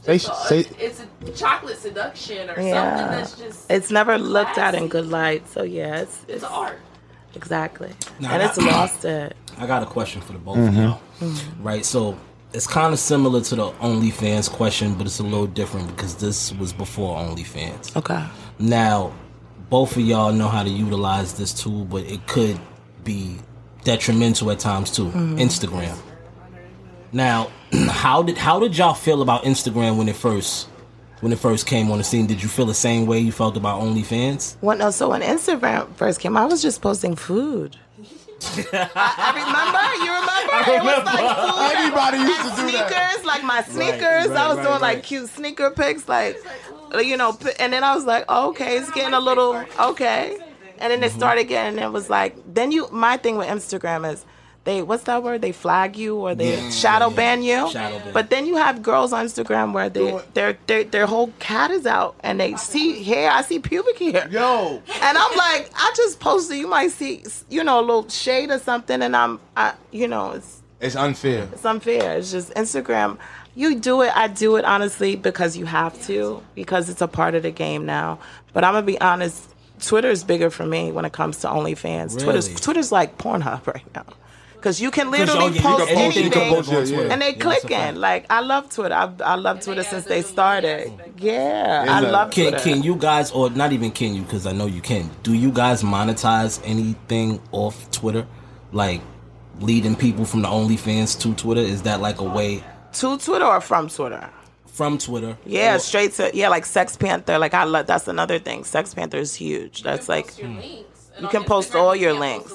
B: Say
E: So, uh,
B: say
E: it's a chocolate seduction or something
C: Yeah,
E: that's just
C: it's never looked at in good light. So yeah, it's
E: it's art.
C: exactly,
D: Nah,
C: and
D: nah.
C: it's lost it.
D: I got a question for the both
M: Mhm.
D: of y'all. Right, so it's kind of similar to the OnlyFans question, but it's a little different because this was before OnlyFans.
C: Okay.
D: Now, both of y'all know how to utilize this tool, but it could be detrimental at times too.
M: Mhm.
D: Instagram. Now, how did how did y'all feel about Instagram when it first when it first came on the scene? Did you feel the same way you felt about OnlyFans?
C: Well, no, so when Instagram first came, I was just posting food. I remember. You remember?
L: I
C: It was like
L: remember.
C: food
L: Everybody
C: and
L: used to do that.
C: sneakers, like my
L: Right,
C: sneakers.
L: right,
C: I was
L: right,
C: doing
L: right.
C: like cute sneaker pics, like you know. p- And then I was like, okay, it's getting a little okay. And then it
L: Mm-hmm.
C: started getting. It was like then you. My thing with Instagram is. They what's that word? They flag you or they
L: Yeah,
C: shadow ban you.
L: Shadow ban.
C: But then you have girls on Instagram where they their their their whole cat is out and they see hair. I see pubic hair.
B: Yo.
C: And I'm like, I just posted. You might see, you know, a little shade or something. And I'm, I, you know, it's
B: it's unfair.
C: it's unfair. It's just Instagram. You do it. I do it honestly because you have to because it's a part of the game now. But I'm gonna be honest. Twitter's bigger for me when it comes to OnlyFans. Twitter's
L: Really?
C: Twitter's like Pornhub right now. Because you can
D: 'Cause, oh,
C: literally
D: yeah, you can
C: post
D: post anything
C: anything,
D: you can post on Twitter.
C: and they
D: Yeah, that's a fact.
C: clicking. Like I love Twitter. I, I love Twitter since they started. Yeah, I love
D: Can,
C: Twitter.
D: can you guys, or not even can you, because I know you can. Do you guys monetize anything off Twitter, like leading people from the OnlyFans to Twitter? Is that like a way
C: to Twitter or from Twitter?
D: from Twitter?
C: Yeah, straight to yeah, like Sex Panther. Like I love that's another thing. Sex Panther is huge. That's like hmm. you can post all your links.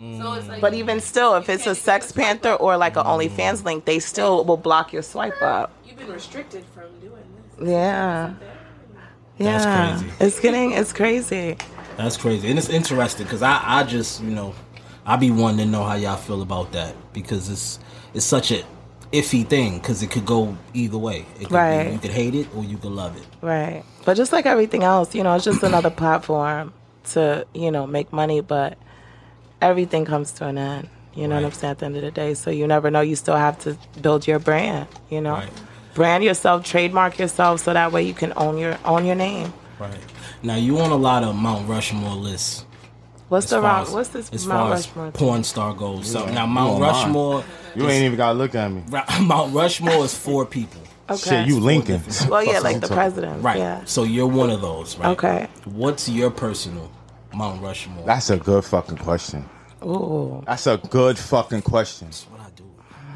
B: Mm.
C: But even still, if it's a Sex Panther or like an OnlyFans link, they still will block your swipe up.
E: You've been restricted from doing this.
C: Yeah. Yeah.
D: That's crazy.
C: It's getting it's crazy.
D: That's crazy, and it's interesting because I, I just you know, I be wanting to know how y'all feel about that because it's it's such a iffy thing because it could go either way. It could be-
C: Right.
D: you could hate it or you could love it.
C: Right. But just like everything else, you know, it's just another platform to, you know, make money, but everything comes to an end. You know what I'm saying? At the end of the day. So you never know. You still have to build your brand, you know? Brand yourself, trademark yourself so that way you can own your own your name.
D: Right. Now you on a lot of Mount Rushmore lists.
C: What's
D: as
C: the
D: far
C: wrong-
D: as-
C: what's this
D: as
C: Mount
D: far as
C: Rushmore thing?
D: porn star goes? So
B: Yeah.
D: now
B: You
D: Mount
B: online.
D: Rushmore.
B: You ain't even gotta look at me.
D: Mount Rushmore is four people.
C: Okay. Shit, you
B: Lincoln.
C: Well, yeah, like the president,
D: Right.
C: yeah.
D: So you're one of those, right?
C: Okay.
D: What's your personal Mount Rushmore?
B: That's a good fucking question.
C: Ooh.
B: That's a good fucking question. That's what I do.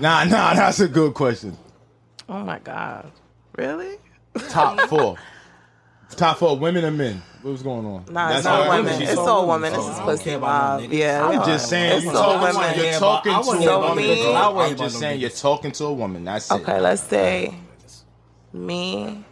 B: Nah, nah, that's a good question.
C: Oh my God. Really?
B: Top four. Top four women and men. What was going on?
C: Nah, it's
B: That's
C: all
B: all
C: women.
B: women.
C: It's
B: She's
C: all
B: all women.
C: women. This is
B: Oh, I don't
C: pussy
B: care
C: mob. Yeah.
B: I'm just saying,
C: It's
B: you
C: all
B: talking,
C: women.
B: you're talking
C: I
B: to
C: wouldn't care
B: a
C: about
B: woman.
C: niggas. I wouldn't
B: I'm
C: about
B: just
C: no
B: saying, you're talking to a woman. That's it.
C: Okay, let's say me,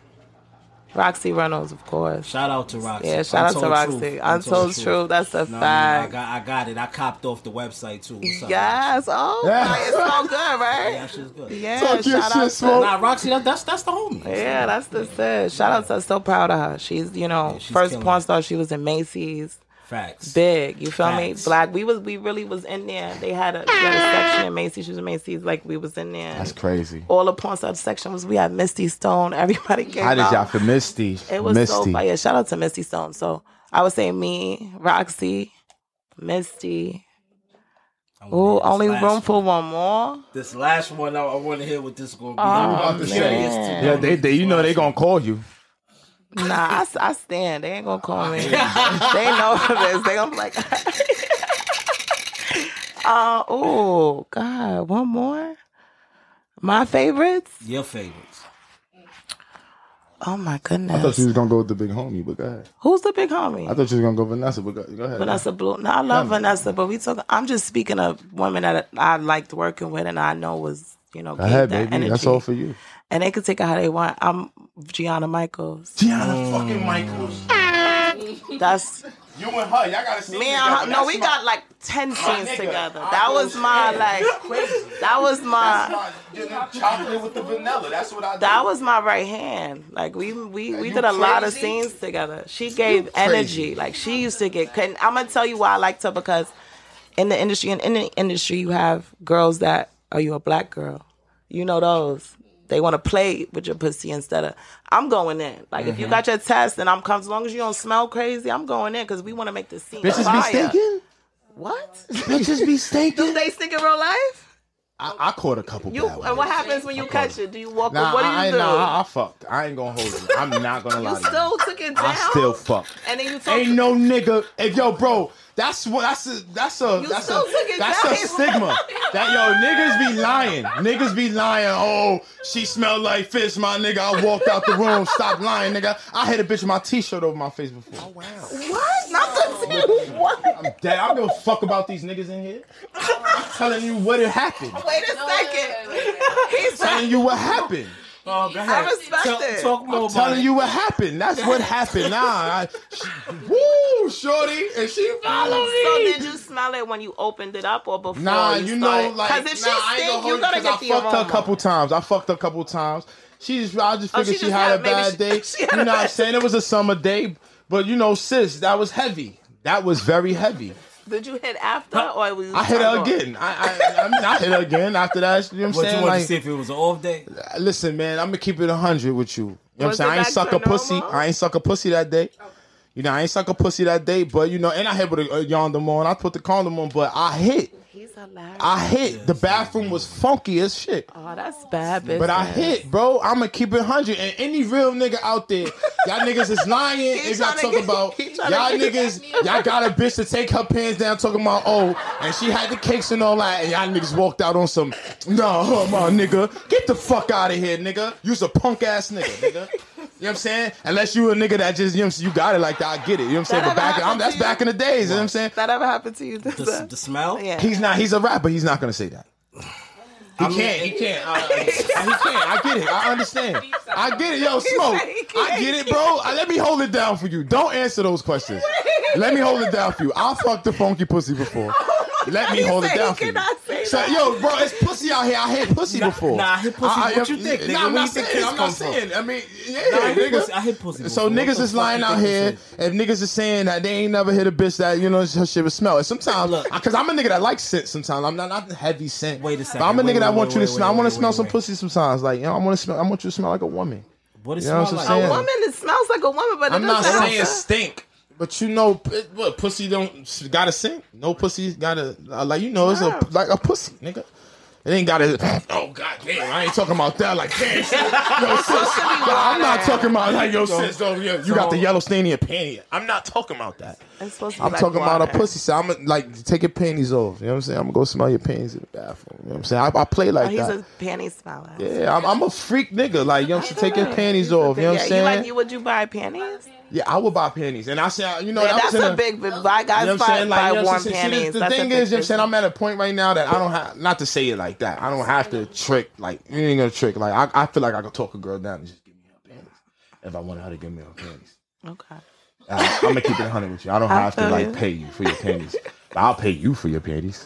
C: Roxy Reynolds, of course.
D: Shout out to Roxy.
C: Yeah, shout
D: Untold
C: out to
D: Truth.
C: Roxy. Untold Truth. That's
D: No,
C: a
D: no, no, I
C: fact.
D: got, I got it. I copped off the website too. What's up,
C: Yes. Oh, my, it's so good, right?
D: Yeah, shit's good.
C: Yeah, Talk your shout shit, out to- Smoke.
D: Nah, Roxy, that, that's that's the homie.
C: Yeah, that's the sis. Shout out to her. So proud of her. She's, you know, first porn star. She was in Macy's.
D: Facts.
C: Big. You feel me?
D: Facts.
C: Black. We was we really was in there. They had a, they had a section in Macy's. She was in Macy's. Like we was in there.
B: That's crazy.
C: All the porn star section was we had Misty Stone. Everybody came
B: How did
C: out.
B: y'all for Misty?
C: It was so
B: Misty.
C: fire. Shout out to Misty Stone. So I would say me, Roxy, Misty. Oh, only
D: last
C: room for one more.
D: This last one, I, I want to hear what this is going to be.
C: Oh,
D: I'm about to
C: man.
D: say this.
C: Yeah.
B: Yeah, they, they, you know, they gonna call you.
C: Nah, I, s- I stand. They ain't gonna call me. they know this. They gonna be like, uh, oh God, one more. My favorites.
D: Your favorites.
C: Oh my
K: I thought
C: goodness.
K: she was gonna go with the big homie, but go ahead.
C: Who's the big homie?
K: I thought she was gonna go Vanessa, but go, go ahead.
C: Vanessa Blue. No, I love Vanessa, but we talk. I'm just speaking of women that I liked working with, and I know was you know
K: Go
C: gave
K: ahead,
C: that
K: baby.
C: energy.
K: That's all for you.
C: and they could take it how they want. I'm Gianna Michaels.
B: Gianna fucking Michaels.
C: That's
B: You and her, y'all gotta see.
C: me and her. No, we got like ten scenes together. That was my like.
B: crazy.
C: That was my.
B: That's my chocolate with the vanilla. That's what I do.
C: That was my right hand. Like we we, we
B: you
C: did a lot of
B: crazy?
C: scenes together. She
B: crazy.
C: gave energy. Like she used to get. And I'm gonna tell you why I liked her because in the industry and in the industry you have girls that are you a black girl, you know those. They want to play with your pussy instead of I'm going in. Like if you
B: Mhm.
C: got your test and I'm come as long as you don't smell crazy, I'm going in because we want to make the scene.
B: Bitches be
C: fire.
B: stinking.
C: What?
B: Bitches be
C: Do
B: stinking.
C: they stink in real life?
B: I, I caught a couple.
C: You
B: bad
C: and
B: ones.
C: what happens when you catch it? Do you walk?
B: Nah,
C: what do you
B: I,
C: do?
B: Nah, I fucked. I ain't gonna hold you. I'm not gonna lie.
C: you
B: to
C: still took it down.
B: I still fuck.
C: And then you told
B: Ain't no nigga. If yo, bro, that's what. That's a. That's a.
C: You
B: that's
C: still
B: a.
C: took it
B: That's
C: down.
B: a stigma. that yo niggas be lying. Niggas be lying. Oh, she smelled like fish, my nigga. I walked out the room. Stop lying, nigga. I had a bitch with my t-shirt over my face before. Oh wow.
C: What? Not the what?
B: I'm dead. I don't give a fuck about these niggas in here. I'm telling you what it happened.
C: Wait a second. He
B: I'm telling you what happened.
D: Oh, go
C: I respect
D: Tell-
C: it.
D: Talk more
B: I'm
D: about
B: telling
D: it.
B: you what happened. That's what happened. Nah, I, she, woo, shorty, and she followed me.
C: So did you smell it when you opened it up or before?
B: Nah, Oh, you, know,
C: started?
B: like,
C: if
B: nah, I
C: she
B: ain't
C: stink,
B: gonna
C: you
B: hold
C: gotta
B: 'cause
C: get
B: I
C: the
B: fucked
C: aroma.
B: her a couple times. I fucked her a couple times. She just, I just
C: Oh,
B: figured
C: she
B: she,
C: just
B: had,
C: had-
B: a
C: maybe
B: bad
C: she-
B: day.
C: she
B: you
C: had a
B: know what I'm
C: bad
B: saying? It was a summer day, but you know, sis, that was heavy. That was very heavy.
C: Did you hit after or was
B: I hit her again. I, I, I, mean, I hit her again after that. You know what I'm
D: What you
B: saying?
D: want
B: Like,
D: to see if it was an off day?
B: Listen, man, I'm gonna keep it hundred with you. You know what I'm
D: Was
B: saying?
D: it
B: I ain't
D: back
B: suck
D: to
B: a pussy.
D: normal?
B: I ain't suck a pussy that day. You know, I ain't suck a pussy that day, but you know, and I hit with a, a condom on. I put the condom on, but I hit.
C: He's alive.
B: I hit. The bathroom was funky as shit.
C: Oh, that's bad business.
B: But I hit, bro. I'ma keep it hundred. And any real nigga out there, y'all niggas is lying.
C: He
B: If y'all
C: tryna
B: talk
C: get-
B: about
C: he
B: y'all
C: tryna get-
B: niggas, y'all got a bitch to take her pants down, talking about oh, and she had the cakes and all that, and y'all niggas walked out on some no, my nigga, get the fuck out of here, nigga. You's a punk ass nigga, nigga. You know what I'm saying? Unless you a nigga that just you, know, what I'm saying, you got it like that, I get it. You know what I'm saying?
C: That
B: But back,
C: ever
B: I'm, that's back in the days. You know what I'm saying?
C: That ever happened to you? The,
D: smell?
C: Yeah.
B: He's not. He's a rapper. He's not gonna say that. He
D: I mean-
B: can't. He can't. Uh, he can't. I get it. I understand. I get it. Yo, smoke. I get it, bro. Uh, let me hold it down for you. Don't answer those questions. Let me hold it down for you. I fucked the funky pussy before. Let me
D: Oh He
B: hold it
D: said he
B: down for
D: cannot say
B: you. So,
D: that.
B: yo, bro, it's pussy out here. I hit pussy
D: Nah,
B: before.
D: nah, I hit pussy. What you think, nigga?
B: Nah, I'm
D: Where
B: not
D: you think
B: saying.
D: kids
B: I'm not
D: come from?
B: saying. I mean, yeah,
D: Nah, I hit
B: nigga.
D: pussy- I hit pussy
B: So
D: before. What
B: niggas
D: the
B: is
D: fuck
B: lying
D: you
B: out
D: think
B: here.
D: this
B: If niggas is saying that they ain't never hit a bitch that you know her shit would smell. And sometimes, because I'm a nigga that likes scent. Sometimes I'm not not heavy scent. Wait a
D: second.
B: But I'm a nigga
D: Wait,
B: that
D: wait,
B: want you
D: wait,
B: to
D: wait,
B: smell. I
D: wait,
B: want
D: wait,
B: to smell
D: wait,
B: some
D: wait.
B: pussy sometimes. Like you know, I want to smell. I want you to smell like a woman.
D: What
B: is
D: it
B: you know
D: smell like?
B: I'm
C: A
B: saying?
C: woman that smells like a woman, but it
B: I'm not
C: doesn't have
B: saying
C: to-
B: stink. But you know, p- what pussy don't got to scent? No pussy got to like you know it's a like a pussy, nigga. It ain't got to. Oh god damn! I ain't talking about that. Like damn, sis. yo, sis. yo, I'm not talking about like yo,
K: So-
B: sis. Though, yo, you
K: so-
B: got the yellow stain in your panty. I'm not talking about that.
C: It's supposed to be
B: I'm
C: like
B: talking about a
C: water.
B: pussy. So I'm gonna like take your panties off. You know what I'm saying? I'm gonna go smell your panties in the bathroom. You know what I'm saying? I, I play
C: oh,
B: like
C: he's
B: that.
C: a Oh, panty smeller.
B: yeah, I'm, I'm a freak nigga. Like you know, what I'm saying? take your panties off. You know what
C: yeah,
B: I'm
C: you
B: saying?
C: like you would you buy panties?
B: yeah, I would buy panties, and I said, you know,
C: yeah,
B: that was
C: that's
B: in
C: a, big big buy guys
B: you know what I'm
C: buy,
B: saying? Like,
C: buy
B: you know what
C: warm
B: I'm saying? See,
C: panties.
B: this- the
C: that's a
B: thing
C: big
B: is, you know what I'm saying?
C: business.
B: I'm at a point right now that I don't have, not to say it like that, I don't have to trick, like, you ain't gonna trick. Like, I, I feel like I could talk a girl down and just give me her panties if I want her to give me her panties.
C: Okay.
B: I, I'm gonna keep it 100 with you. I don't
C: I
B: have to,
C: feel
B: like,
C: you.
B: pay you for your panties. But I'll pay you for your panties.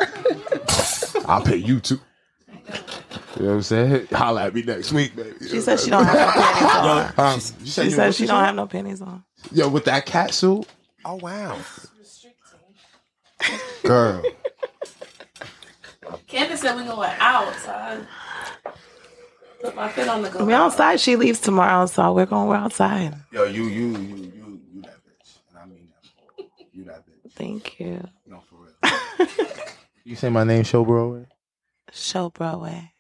B: I'll pay you too. You know what I'm saying? Holla at me next week, baby.
C: She said she don't have no panties on.
B: Um, you
C: she
B: you-
C: said
B: what
C: she don't have no panties on.
B: Yo, with that cat suit? Oh, wow. Girl.
E: Candace said we going out, so I put my foot on the go.
C: We outside. She leaves tomorrow, so we're going. We're outside.
B: Yo, you, you, you, you, you that bitch. And I mean that. You that bitch.
C: Thank you.
B: No, for real. you say my name, show bro?
C: Show Broadway.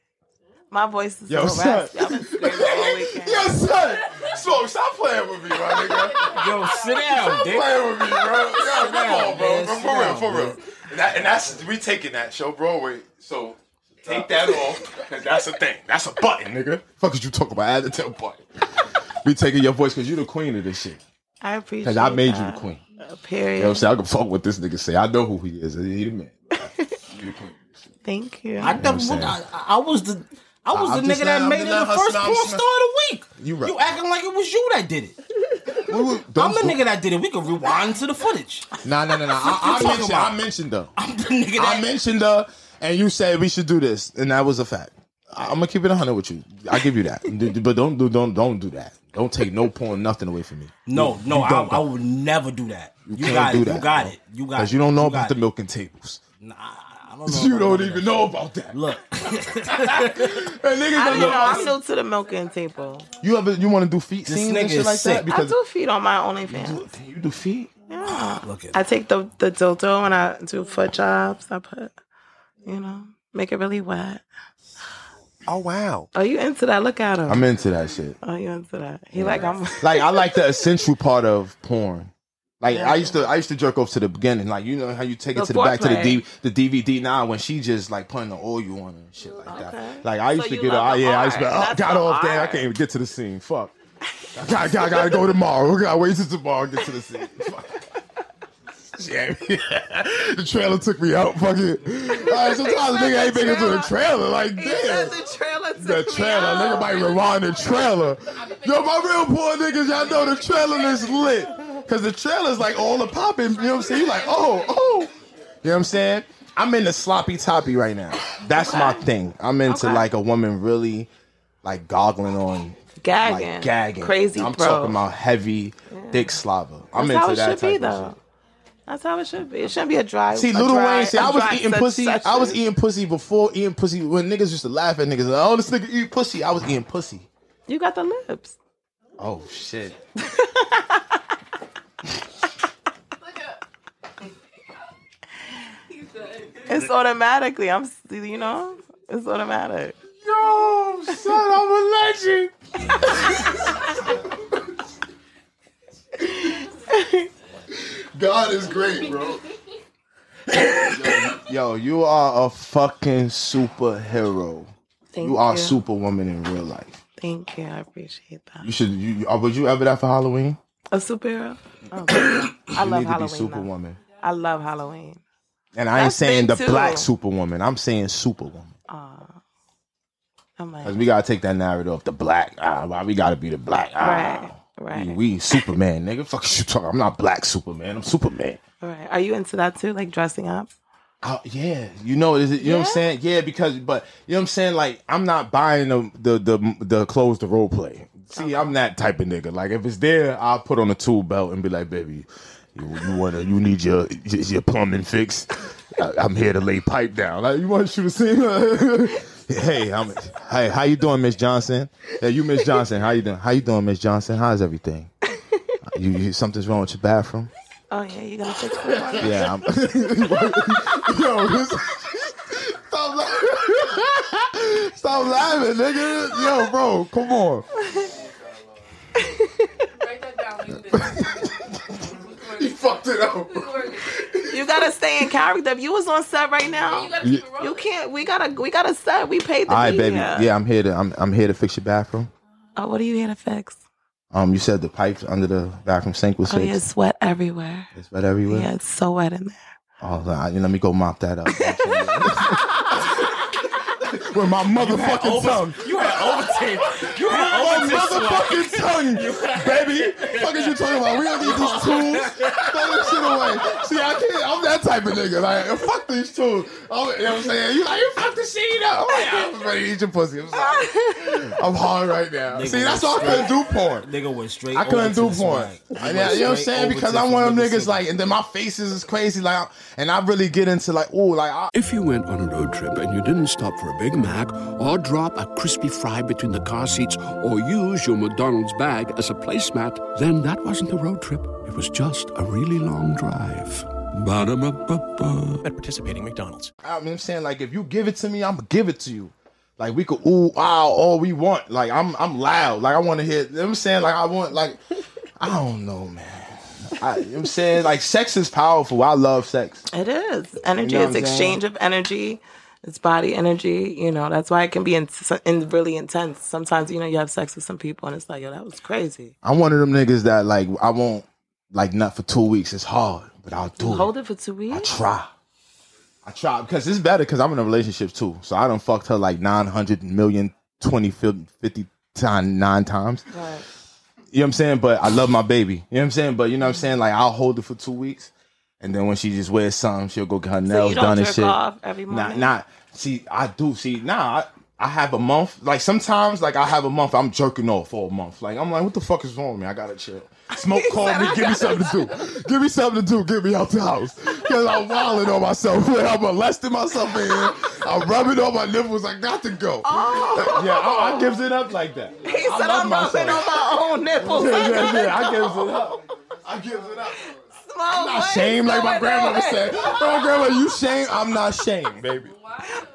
C: My voice is
B: Yo,
C: so
B: son.
C: raspy. I've been screaming all weekend.
B: Yo, son. Smoke, stop playing with me, my nigga.
D: Yo, sit down,
B: Stop
D: dick.
B: playing with me, bro. Yo,
D: Sit
B: come
D: down,
B: on, bro.
D: man.
B: For-
D: Sit
B: For real,
D: down,
B: for real. And, that, and that's, we taking that, show bro. Wait, so take that off, because that's a thing. That's a button, nigga. Fuck is you talking about? I had to tell button. we taking your voice, because you the queen of this shit.
C: I appreciate.
B: Because I made you the
C: that.
B: queen.
C: Uh,
B: You
C: Period.
B: know what I'm saying? I can fuck what this nigga say. I know who he is. He the man.
C: Thank you.
D: I,
B: know
D: never-
B: what I'm
D: I, I was the I was
B: I'm
D: the
B: just
D: nigga
B: letting-
D: that
B: I'm
D: made
B: just
D: it
B: letting
D: the
B: her
D: first
B: smell-
D: porn star
B: smell.
D: of the week.
B: You right.
D: You acting like it was you that did it. I'm
B: don't-
D: the nigga that did it. We can rewind to the footage.
B: Nah, nah, nah, nah.
D: What you
B: I, I,
D: talking
B: mentioned,
D: about?
B: I mentioned her.
D: Nigga, that-
B: I mentioned her, and you said we should do this, and that was a fact. I, am gonna keep it hundred with you. I give you that, D- d- but don't do don't don't do that. Don't take no porn nothing away from me.
D: No,
B: You-
D: no,
B: you
D: I,
B: don't,
D: I would never do that. You,
B: can't
D: got
B: do
D: it.
B: that,
D: you got
B: bro.
D: it. You got it.
B: because you don't know
D: got
B: about the
D: it.
B: milking tables.
D: Nah, I don't know.
B: You don't even know about that.
D: Look,
C: I don't know. I'm
B: niggas
C: new to the milking table.
B: You ever you want to do feet
D: This
B: scenes
D: nigga
B: and shit
D: is
B: like
D: sick.
B: that? Because
C: I do feet on my OnlyFans.
B: you do feet.
C: Yeah.
D: Look at
C: I take the the dildo and I do foot jobs. I put, you know, make it really wet.
B: Oh wow.
C: Are you into that? Look at him.
B: I'm into that shit.
C: Are you into that? He like I'm.
B: like I like the essential part of porn. Like I used to, I used to jerk off to the beginning. Like you know how you take it
C: The
B: to the back
C: foreplay.
B: to the D, the DVD now when she just like putting the oil on it and shit like that. Like I used
C: So
B: to
C: you
B: get,
C: love
B: oh
C: the
B: yeah, I used to, be,
C: art.
B: oh,
C: That's
B: got
C: the
B: off damn, I
C: art.
B: can't even get to the scene. Fuck, I gotta, gotta, gotta go tomorrow. I gotta wait till tomorrow to get to the scene. Fuck. Yeah, the trailer took me out. Fuck it. All right, sometimes nigga ain't making it to the trailer. Like
C: He
B: damn.
C: said the trailer took
B: The trailer, nigga might rewind the trailer. Yo, my real poor niggas, y'all know the trailer is lit. Cause the trailer's like all the popping, you know what I'm saying? You like, oh, oh. You know what I'm saying? I'm in the sloppy toppy right now. That's my thing. I'm into
C: Okay.
B: like a woman really like goggling on
C: gagging,
B: like gagging.
C: crazy.
B: I'm
C: bro.
B: talking about heavy, thick slobber. I'm
C: That's how
B: into
C: it
B: that
C: should be,
B: type of
C: though.
B: shit.
C: That's how it should be. It shouldn't be a dry.
B: See,
C: a
B: Little
C: dry-
B: Wayne, see,
C: a
B: I was
C: dry
B: eating
C: sex
B: pussy. I was
C: session.
B: eating pussy before eating pussy when niggas used to laugh at niggas. Like, oh, this nigga eat pussy. I was eating pussy.
C: You got the lips.
B: Oh shit.
C: It's automatically. I'm, s- you know, it's automatic.
B: Yo, son, I'm a legend.
K: God is great, bro.
B: Yo, you are a fucking superhero.
C: Thank
B: you are
C: you.
B: superwoman in real life.
C: Thank you. I appreciate that.
B: You should. You uh, would you ever that for Halloween?
C: A superhero. Oh, I
B: you
C: love
B: need
C: Halloween.
B: to be
C: though.
B: superwoman.
C: I love Halloween.
B: And I ain't
C: That's
B: saying the
C: big, too.
B: black superwoman. I'm saying superwoman.
C: Aw. I'm like,
B: Cause we gotta take that narrative off the black. Ah, why we gotta be the black. Ah,
C: Right,
B: We, we Superman, nigga. Fuck you talking. I'm not black Superman. I'm Superman.
C: all right. Are you into that too? Like dressing up?
B: Oh yeah, you know is it? You know what I'm saying? Yeah, because but you know what I'm saying. Like I'm not buying the the the, the clothes to role play. See, I'm that type of nigga. Like if it's there, I'll put on a tool belt and be like, baby, you, you wanna you need your your, your plumbing fixed. I, I'm here to lay pipe down. Like you want to shoot a scene? hey, I'm hey. How you doing, Miss Johnson? Yeah, you Miss Johnson. How you doing? How you doing, Miss Johnson? How's everything? You, you something's wrong with your bathroom?
C: Oh yeah, you gonna fix me?
B: Yeah, I'm, Yo, this- stop laughing. Stop laughing, nigga. Yo, bro, come on.
K: He fucked it up.
C: You gotta stay in character. If you was on set right now,
B: keep it
C: you can't. We gotta. We gotta set. We paid the
B: All right,
C: media.
B: baby. Yeah, I'm here to I'm I'm here to fix your bathroom.
C: Oh, what are you here to fix?
B: Um, you said the pipes under the bathroom sink was
C: Oh,
B: fixed.
C: yeah, it's wet everywhere.
B: It's wet everywhere.
C: Yeah, it's so wet in there.
B: Oh, I, let me go mop that up. With my motherfucking tongue.
D: You had Overton. You
K: My
D: had Overton.
K: motherfucking tongue, baby. Fuck is you talking about? We don't need these tools. Throw this shit away. See, I can't. I'm that type of nigga. Like, fuck these tools. I'm, you know what I'm saying? You like, you fuck the shit up. I'm, like, I'm ready to eat your pussy. I'm sorry. I'm hard right now.
D: Nigga
K: See, that's why
D: went
K: I couldn't do
D: straight-
K: porn.
D: Nigga went straight.
K: I couldn't
D: over to
K: do
D: the
K: porn.
D: smack. He
K: And
D: went
K: that- you know what I'm
D: straight
K: saying?
D: over
K: Because
D: to
K: I'm
D: the
K: one of them
D: nigga
K: niggas like, and then my faces is crazy. Like, and I really get into like, ooh, like, I,
N: If you went on a road trip and you didn't stop for a Big Mac or drop a crispy fry between the car seats or use your McDonald's bag as a placemat, then that wasn't a road trip. It was just a really long drive. Ba-da-ba-ba-ba. At participating McDonald's.
B: I mean, I'm saying like if you give it to me, I'm gonna give it to you. Like we could ooh wow all we want. Like I'm I'm loud. Like I want to hear. You know what I'm saying like I want like I don't know, man. I, you know what I'm saying like sex is powerful. I love sex.
C: It is. Energy
B: You know
C: is
B: what I'm saying?
C: exchange of energy. It's body energy. You know, that's why it can be in, in really intense. Sometimes, you know, you have sex with some people and it's like, yo, that was crazy.
B: I'm one of them niggas that like I won't like nut for two weeks. It's hard, but I'll do it.
C: Hold it for two weeks.
B: Try. I try because it's better because I'm in a relationship too. So I done fucked her like 900 million, 20, 50 time, nine times.
C: Right.
B: You know what I'm saying? But I love my baby. You know what I'm saying? But you know what I'm
C: Mm-hmm.
B: saying? Like I'll hold it for two weeks. And then when she just wears something, she'll go get her
C: So
B: nails
C: you don't
B: done and
C: jerk
B: shit.
C: off every
B: Nah,
C: morning.
B: nah. See, I do. See, nah, I, I have a month. Like sometimes, like I have a month, I'm jerking off for a month. Like I'm like, what the fuck is wrong with me? I gotta chill. Smoke called me, give me something to do. Give me something to do. Get me out the house. Cause I'm wilding on myself. I'm molesting myself in here. I'm rubbing on my nipples. I got to go. Yeah, I, I gives it up like that. He
C: Oh. said, "I'm rubbing on my own nipples."
B: Yeah, yeah, yeah. I gives it up. I gives it up. I'm not shame like my grandmother said. My grandma, you shame. I'm not shame, baby.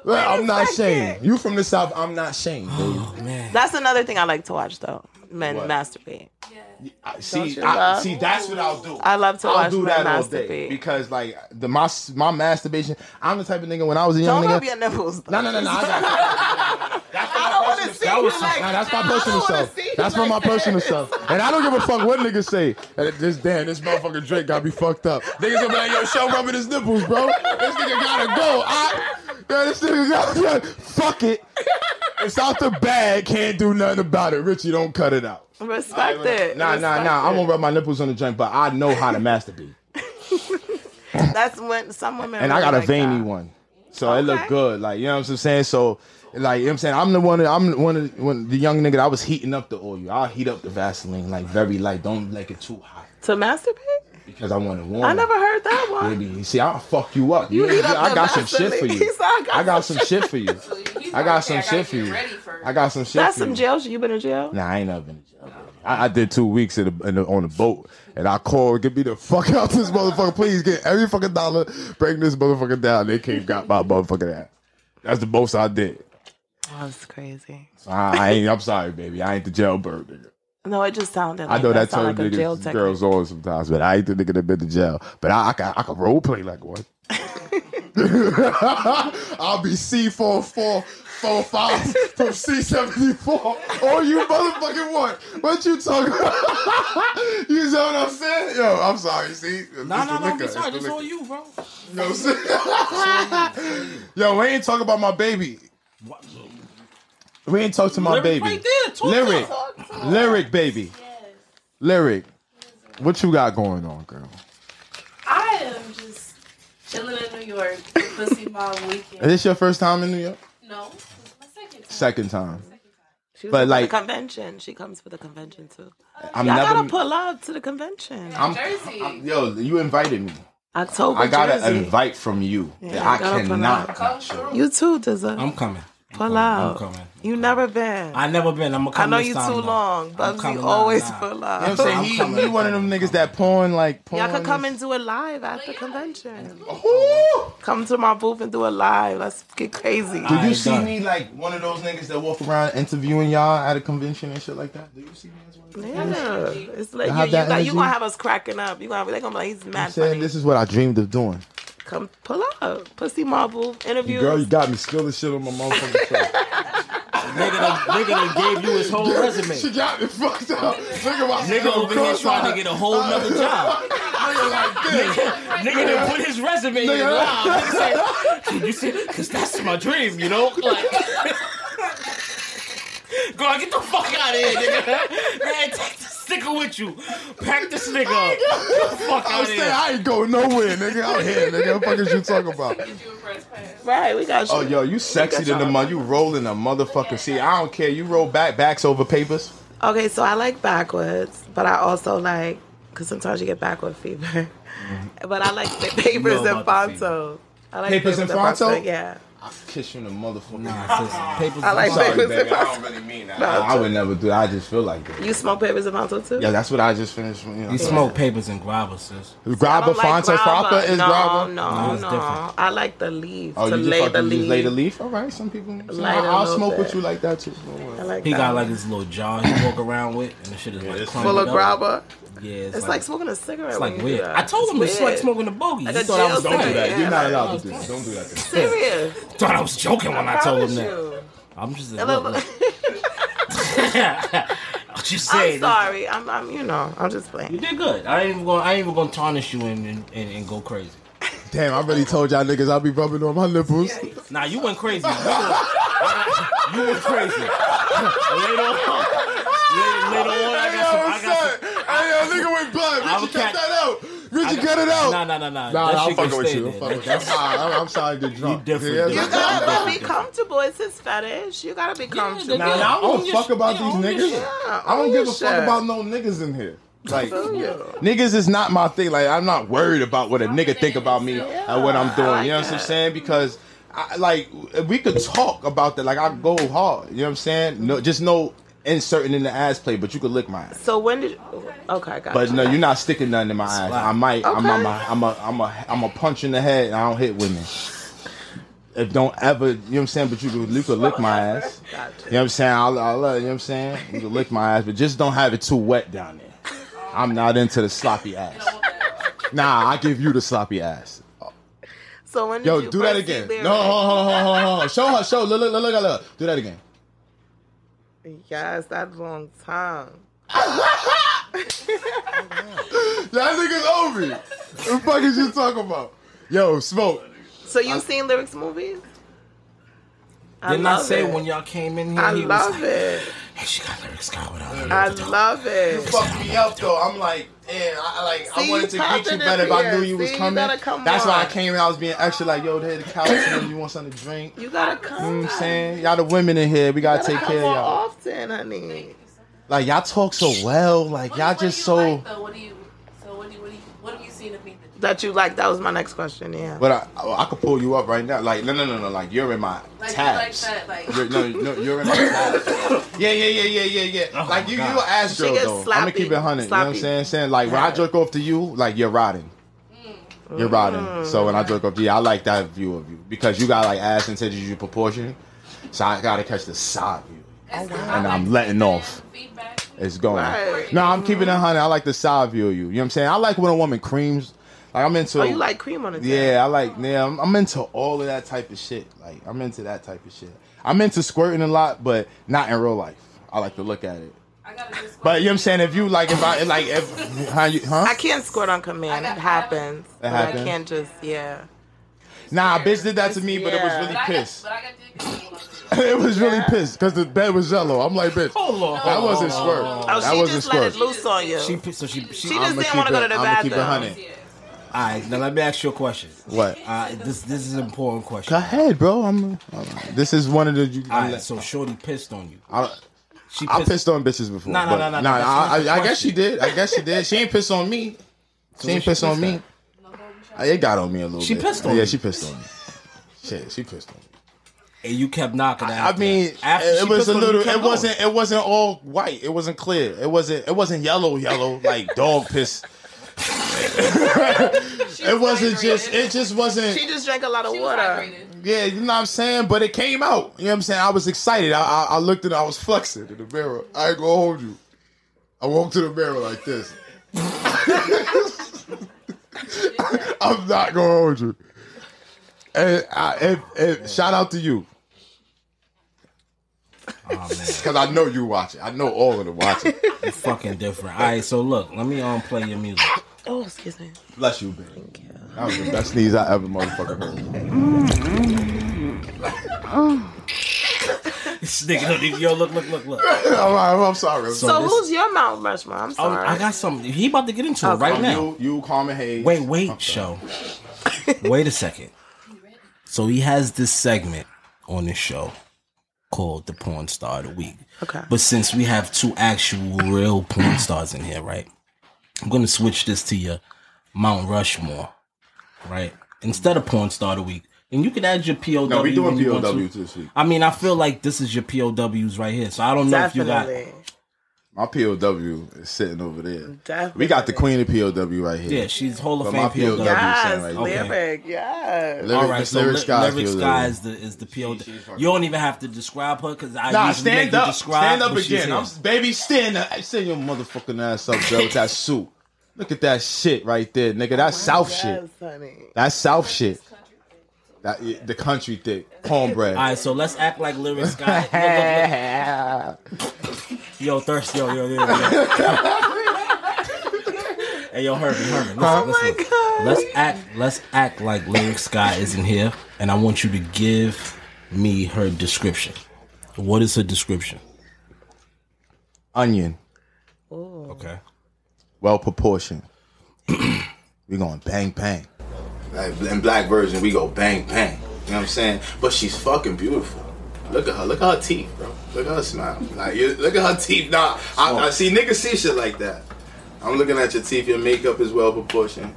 B: Well, I'm not shame. You from the south? I'm not shame, baby.
C: That's another thing I like to watch, though. Men
B: What?
C: masturbate.
B: I-
C: Don't
B: See,
C: you
B: I,
C: love?
B: see, that's what I'll do.
C: I love to
B: I'll
C: watch
B: do
C: men
B: that all day
C: masturbate.
B: because, like, the my my masturbation. I'm the type of nigga when I was a young
C: Don't
B: nigga.
C: rub your nipples.
B: No, no, no, no. I got
C: I don't want to see
B: That
C: you
B: was
C: like
B: nah, that's my
C: I don't
B: personal
C: wanna
B: self.
C: see you
B: That's for
C: like
B: my
C: that.
B: personal self. And I don't give a fuck what niggas say. And it- This damn, this motherfucker Drake got me fucked up. Niggas gonna be like, yo, show rubbing his nipples, bro. This nigga gotta go. I, yo, this nigga gotta fuck it. It's out the bag. Can't do nothing about it. Richie, don't cut it out.
C: Respect it.
B: Nah, nah,
C: Respect
B: nah. I
C: it.
B: won't rub my nipples on the joint, but I know how to masturbate.
C: That's when some women.
B: and I got
C: really
B: a
C: like
B: veiny one, so it looked good. Like you know what I'm saying. So like you know what I'm saying, I'm the one. I'm one of the- when the young nigga. that I was heating up the oil. I'll heat up the Vaseline like very light. Don't like it too hot
C: that. to masturbate.
B: because I want to warm.
C: I
B: it.
C: never heard that one.
B: Baby, you see, I'll fuck you up.
C: You
B: You,
C: heat up
B: I
C: the
B: got some shit for
C: Vaseline.
B: you.
C: He said, "I got
B: I got
C: some
B: some shit for you. I got some shit for you. I got some shit
C: That's
B: for
C: some
B: you.
C: jail. shit. You been in jail?
B: Nah, I ain't never been to jail. baby. I, I did two weeks in the, in the, on the boat. and I called, get me the fuck out this motherfucker. Please get every fucking dollar, bring this motherfucker down. They came, got my motherfucking ass. That's the most I did.
C: That's crazy.
B: So I, I ain't. I'm sorry, baby. I ain't the jailbird nigga.
C: No, it just sounded. Like
B: I know that,
C: sound
B: turns
C: like a jail
B: niggas,
C: technique.
B: girls on sometimes, but I ain't the nigga that been to jail. But I, I can, I can role play like one. I'll be C four four four five from C seventy four. All you motherfucking want. What you talking? about? you know what I'm saying? Yo, I'm sorry. See,
D: No, no, no. I'm
B: It's the
D: sorry. It's
B: liquor.
D: all you, bro.
B: No, Yo, we ain't talking about my baby. We ain't talking to my
D: Lyric
B: baby.
D: right there. Talk,
B: lyric,
D: talk,
B: lyric, baby, lyric. What you got going on, girl?
E: I am just chilling in New York, Pussy Mom weekend.
B: Is this your first time in New York?
E: No,
B: Second time.
C: She was
B: But
C: for
B: like,
C: the convention, she comes for the convention too.
B: I'm
C: Y'all
B: never-
C: gotta pull up to the convention.
B: I'm, I'm- yo, you invited me.
C: October.
B: I got
C: Jersey.
B: an invite from you.
C: Yeah,
B: that
C: you
B: I
C: gotta put
B: cannot.
C: You too, Dizza.
D: I'm coming.
C: Pull out.
D: coming. I'm
C: You never been.
D: I never been. I'm gonna
C: I
D: come.
C: know
D: this
C: you
D: time,
C: too
D: though.
C: long.
D: I'm coming,
C: Bubsy
D: nah,
C: always
D: nah.
C: pull
B: You
C: out.
B: know what I'm saying? He, he one of them niggas that porn like porn.
C: Y'all could come
B: and-
C: and do it live at the convention. Come to my booth and do it live. Let's get crazy.
B: Did you see me like one of those niggas that walk around interviewing y'all at a convention and shit like that? Do you see me as one? of those
C: Yeah,
B: niggas?
C: it's like
B: I
C: you,
B: have
C: you,
B: that
C: got, you
B: energy.
C: gonna have us cracking up. You gonna be, they gonna be like, he's
B: I'm
C: mad
B: saying
C: funny.
B: this is what I dreamed of doing.
C: Come pull up, pussy marble interview.
B: Girl, you got me spilling shit on my motherfucking face.
D: Nigga, done, nigga done gave you his whole resume.
B: She got me fucked up. Nigga, my
D: Nigga over here trying to get a whole nother job.
B: nigga like this.
D: Nigga, nigga done put his resume in
B: Nigga.
D: live. Nigga said, "Can you see? Cause that's my dream, you know. Like, girl, get the fuck out of here, nigga. Man, take this nigga with you. Pack this nigga up. Get the fuck
B: I
D: out
B: was
D: of
B: saying
D: here.
B: I ain't going nowhere, nigga. I'm here, nigga. What the fuck is you talking about?
C: Right, we got you.
B: Oh, yo, you sexy than the mud. You rolling a motherfucker. See, I don't care. You roll back, backs over papers.
C: Okay, so I like backwards, but I also like because sometimes you get backward fever. but I like the papers
B: Mm-hmm. know
C: and
B: about the
C: fonto. I like
B: Papers and Fonto?
C: Yeah.
B: I kiss you in the motherfucker.
D: Nah, sis, papers
C: I like
B: I'm sorry,
C: papers
B: baby.
C: and
B: I
C: fonto.
B: don't really mean that.
C: No,
B: I, I would never do that. I just feel like that.
C: You smoke papers and fonto too?
B: Yeah, that's what I just finished. You, know.
D: You smoke papers and grabba, sis.
B: Grabba, Fanta, Frappa is
C: no,
B: grabba.
C: No,
D: No,
C: no,
D: it's different.
C: I like the leaf.
B: Oh,
C: to
B: you just,
C: lay
B: fucking-
C: the
B: you
C: leaf.
B: just lay the leaf? All right, some people. some-
C: Light a
B: I'll
C: little
B: smoke
C: bit.
B: with you like that too.
C: I like
D: He
C: that
D: got
C: one.
D: like his little jar he walk around with, and the shit is like
C: full of grabba.
D: Yeah,
C: It's, like, smoking a cigarette.
D: It's
C: when
D: like
C: you
D: weird.
C: do that.
D: I told him it's like
C: weird.
D: smoking a bogey.
C: Like
D: he
C: a
D: thought I was
C: jail
D: joking.
C: cigarette, Don't do that. You're
B: not allowed to do that. Don't do that.
C: Serious.
D: Thought I was joking when I, told him
C: promise
D: that.
C: you.
D: I'm just
C: A
D: like,
C: little-
D: look, look. I'm just
C: I'm
D: saying.
C: sorry. I'm, I'm, you know, I'm just playing.
D: You did good. I ain't even gonna, I ain't even gonna tarnish you and, and, and, and go crazy.
B: Damn, I already told y'all niggas I'll be rubbing on my nipples.
D: Nah, you went crazy. You went- you went crazy. later on, later, later on, I got some, I got some.
B: Hey, yo, nigga with blood.
D: I
B: Richie,
D: would
B: cut
D: catch-
B: that out.
D: I
B: Richie,
D: got-
B: cut it out.
D: Nah, nah, nah, nah.
B: Nah,
D: That
B: nah, I'm
D: shit gonna
B: fucking with
D: stay
B: you. I'm
D: there.
B: fucking with you.
D: That's-
B: I'm I'm sorry to drunk.
D: different,
B: Yeah,
D: different.
C: You gotta be comfortable. It's his fetish. You gotta be comfortable.
B: Nah, nah,
D: Own
B: I don't
D: your
B: fuck
D: shit.
B: about
D: Yeah, own your
B: these niggas.
D: shit.
B: I don't
C: own
B: give a
C: your
B: fuck
C: shit.
B: about no niggas in here. Like
C: Feel you.
B: niggas is not my thing. Like I'm not worried about what a nigga think about me and what I'm doing. you know what I'm saying? Because I, like we could talk about that. Like I go hard. You know what I'm saying? No, just no inserting in the ass play, but you could lick my ass.
C: So when did? Okay, I got.
B: But
C: you.
B: no, you're not sticking nothing in my ass. I might. I'm,
C: Okay.
B: I'm, a, I'm a. I'm a. I'm a punch in the head. And I don't hit women. If don't ever, you know what I'm saying. But you could, you could lick my ass.
C: Gotcha.
B: You know what I'm saying. I'll, I'll, uh, you know what I'm saying. You could lick my ass, but just don't have it too wet down there. I'm not into the sloppy ass. Nah, I give you the sloppy ass.
C: So when did
B: Yo,
C: you
B: do that
C: first see
B: again.
C: Lyric?
B: No, hold on, hold on, hold on, hold on. Show her, show. Look, look, look, look, look. Do that again.
C: Yes, that long time.
B: Y'all niggas over. it. What the fuck is you talking about? Yo, smoke.
C: So you seen lyrics movies? I
D: Didn't I
C: love
D: say
C: it.
D: when y'all came in here?
C: I
D: he
C: love
D: was like,
C: it.
D: Hey, she got lyrics going on.
C: I love
B: You
C: it.
B: fucked me up though. I'm like, damn, I I like
C: See,
B: I wanted to greet you
C: you positive
B: better if I knew
C: here.
B: you was
C: See, you
B: coming.
C: gotta come
B: That's why I
C: on.
B: came. I was being extra like, yo, they the couch and you want something to drink. You
C: You gotta
B: know
C: come.
B: what I'm saying? Y'all the women in here, we gotta
C: You
B: take
C: gotta
B: care of
C: come more
B: y'all.
C: often, honey.
B: Like y'all talk so well, like y'all just so
E: So what do you? So what do you? What do you, what have you seen of me? that
C: that you like. That was my next question. Yeah.
B: But I, I could pull you up right now. Like, no, no, no, no. Like, you're in my
C: Like, you like
B: tabs.
C: that, like-
B: You're, no, no, you're in my tabs. Yeah, yeah, yeah, yeah, yeah, yeah. like, you, you an ass
C: She
B: girl,
C: gets
B: though. I'm
C: sloppy,
B: gonna keep it 100. You know what I'm
C: sloppy.
B: saying? saying? Like, when I jerk off to you, like, you're rotting. You're rotting. So when I jerk off to you, I like that view of you. Because you got, like, ass and titties, you proportion. So I gotta catch the side view. Oh, And I'm letting off. It's going.
C: Right.
B: No, I'm keeping it 100. I like the side view of you. You know what I'm saying? I like when a woman creams. Like, I'm into.
C: oh, you like cream on it?
B: Yeah, I like. Yeah, I'm, I'm into all of that type of shit. Like, I'm into that type of shit. I'm into squirting a lot, but not in real life. I like to look at it. But you know what I'm saying? If you like, if I like, if how you, huh?
C: I can't squirt on command. It happens. but
B: happens?
C: I can't just yeah.
B: Nah, a bitch did that to me, but it was
C: Yeah.
B: really
C: But I got-
B: pissed. it was really pissed because the bed was yellow. I'm like, bitch, that wasn't squirt.
C: Oh,
B: that
C: she
B: wasn't
C: just let
B: squirt.
C: it loose on you.
D: She, so she, she,
C: She just I'ma didn't wanna keep go to it- the I'ma keep it bathroom.
D: All
C: 100.
D: right, now let me ask you a question.
B: What?
D: Uh, this this is an important question.
B: Go ahead, bro. I'm. This is one of the. You,
D: All right, so Shorty pissed on you.
B: I,
D: She
B: I
D: pissed-
B: pissed on bitches before.
D: No, no,
B: but-
D: no, no, no,
B: Nah,
D: that's not
B: I,
D: the
B: I, I guess she did. I guess she did. She ain't pissed on me.
D: So
B: she
D: what
B: ain't
D: she
B: pissed on
D: pissed
B: me.
D: at?
B: It got on me a little
D: She
B: bit.
D: pissed on
B: Yeah,
D: you.
B: she pissed on me. Shit, she pissed on me.
D: And you kept knocking.
B: I
D: after
B: mean,
D: that. after
B: it
D: she
B: was
D: pissed
B: a
D: on you,
B: little.
D: you kept
B: It
D: going.
B: wasn't. It wasn't all white. It wasn't clear. It wasn't. It wasn't yellow. Yellow like dog piss. it wasn't just. It just wasn't.
C: She just drank a lot of water.
B: Yeah, you know what I'm saying? But it came out. You know what I'm saying? I was excited. I I, I looked at it, I was flexing in the mirror. I ain't gonna hold you. I walked to the mirror like this. I'm not gonna hold you. And, I, and, and shout out to you.
D: Oh,
B: Because I know you watching. I know all of them watching.
D: You're fucking different. All right, so look, let me um play your music.
C: Oh, excuse me.
B: Bless you, baby. That was the best sneeze I ever motherfucking heard.
D: this nigga don't even- Yo, look, look, look, look.
B: I'm, I'm- I'm sorry. I'm
C: So,
B: sorry.
C: who's your Mount Rushmore? I'm
D: Oh,
C: sorry.
D: I got something. He about to get into it
C: Okay.
D: right now.
B: You, you Carmen Hayes.
D: Wait, wait, show. wait a second. So he has this segment on this show called the Porn Star of the Week.
C: Okay.
D: But since we have two actual real porn stars in here, right? I'm gonna switch this to your Mount Rushmore, right? Instead of Porn Star of the Week, and you can add your POW.
B: No, we doing
D: when you want
B: POW
D: to.
B: this week.
D: I mean, I feel like this is your POWs right here, so I don't know if you got.
C: Definitely.
B: My POW is sitting over there. We got the queen of POW right here.
D: Yeah, she's Hall of
B: But
D: Fame
B: my
D: POW.
B: POW
C: Yes,
B: saying like,
C: lyric. Yes.
B: Lyric-
D: All right,
B: it's
D: so
B: Lyric
D: Lyric
B: Sky
D: Sky,
B: feels
D: is the is the POW. you don't even have to describe her because I
B: Nah,
D: usually make
B: stand
D: you
B: up,
D: describe.
B: stand up
D: but she's
B: again.
D: here.
B: I'm, baby, stand up. Stand your motherfucking ass up, girl, with that suit. Look at that shit right there, nigga. That's South shit. That's South shit. That yeah, the country thick cornbread.
D: All right, so let's act like Lyric Sky. Look, look, look. yo, thirsty, yo, yo, yo, yo. hey, yo, Herman, Herman. Listen,
B: Oh
D: listen. Let's act. Let's act like Lyric Sky is in here, and I want you to give me her description. What is her description?
B: Onion,
D: Okay.
B: well proportioned. we going bang bang. Like, in black version, we go bang bang. You know what I'm saying? But she's fucking beautiful. Look at her. Look at her teeth, bro. Look at her smile. Like, you, look at her teeth. Nah, I, I see niggas see shit like that. I'm looking at your teeth. Your makeup is well proportioned.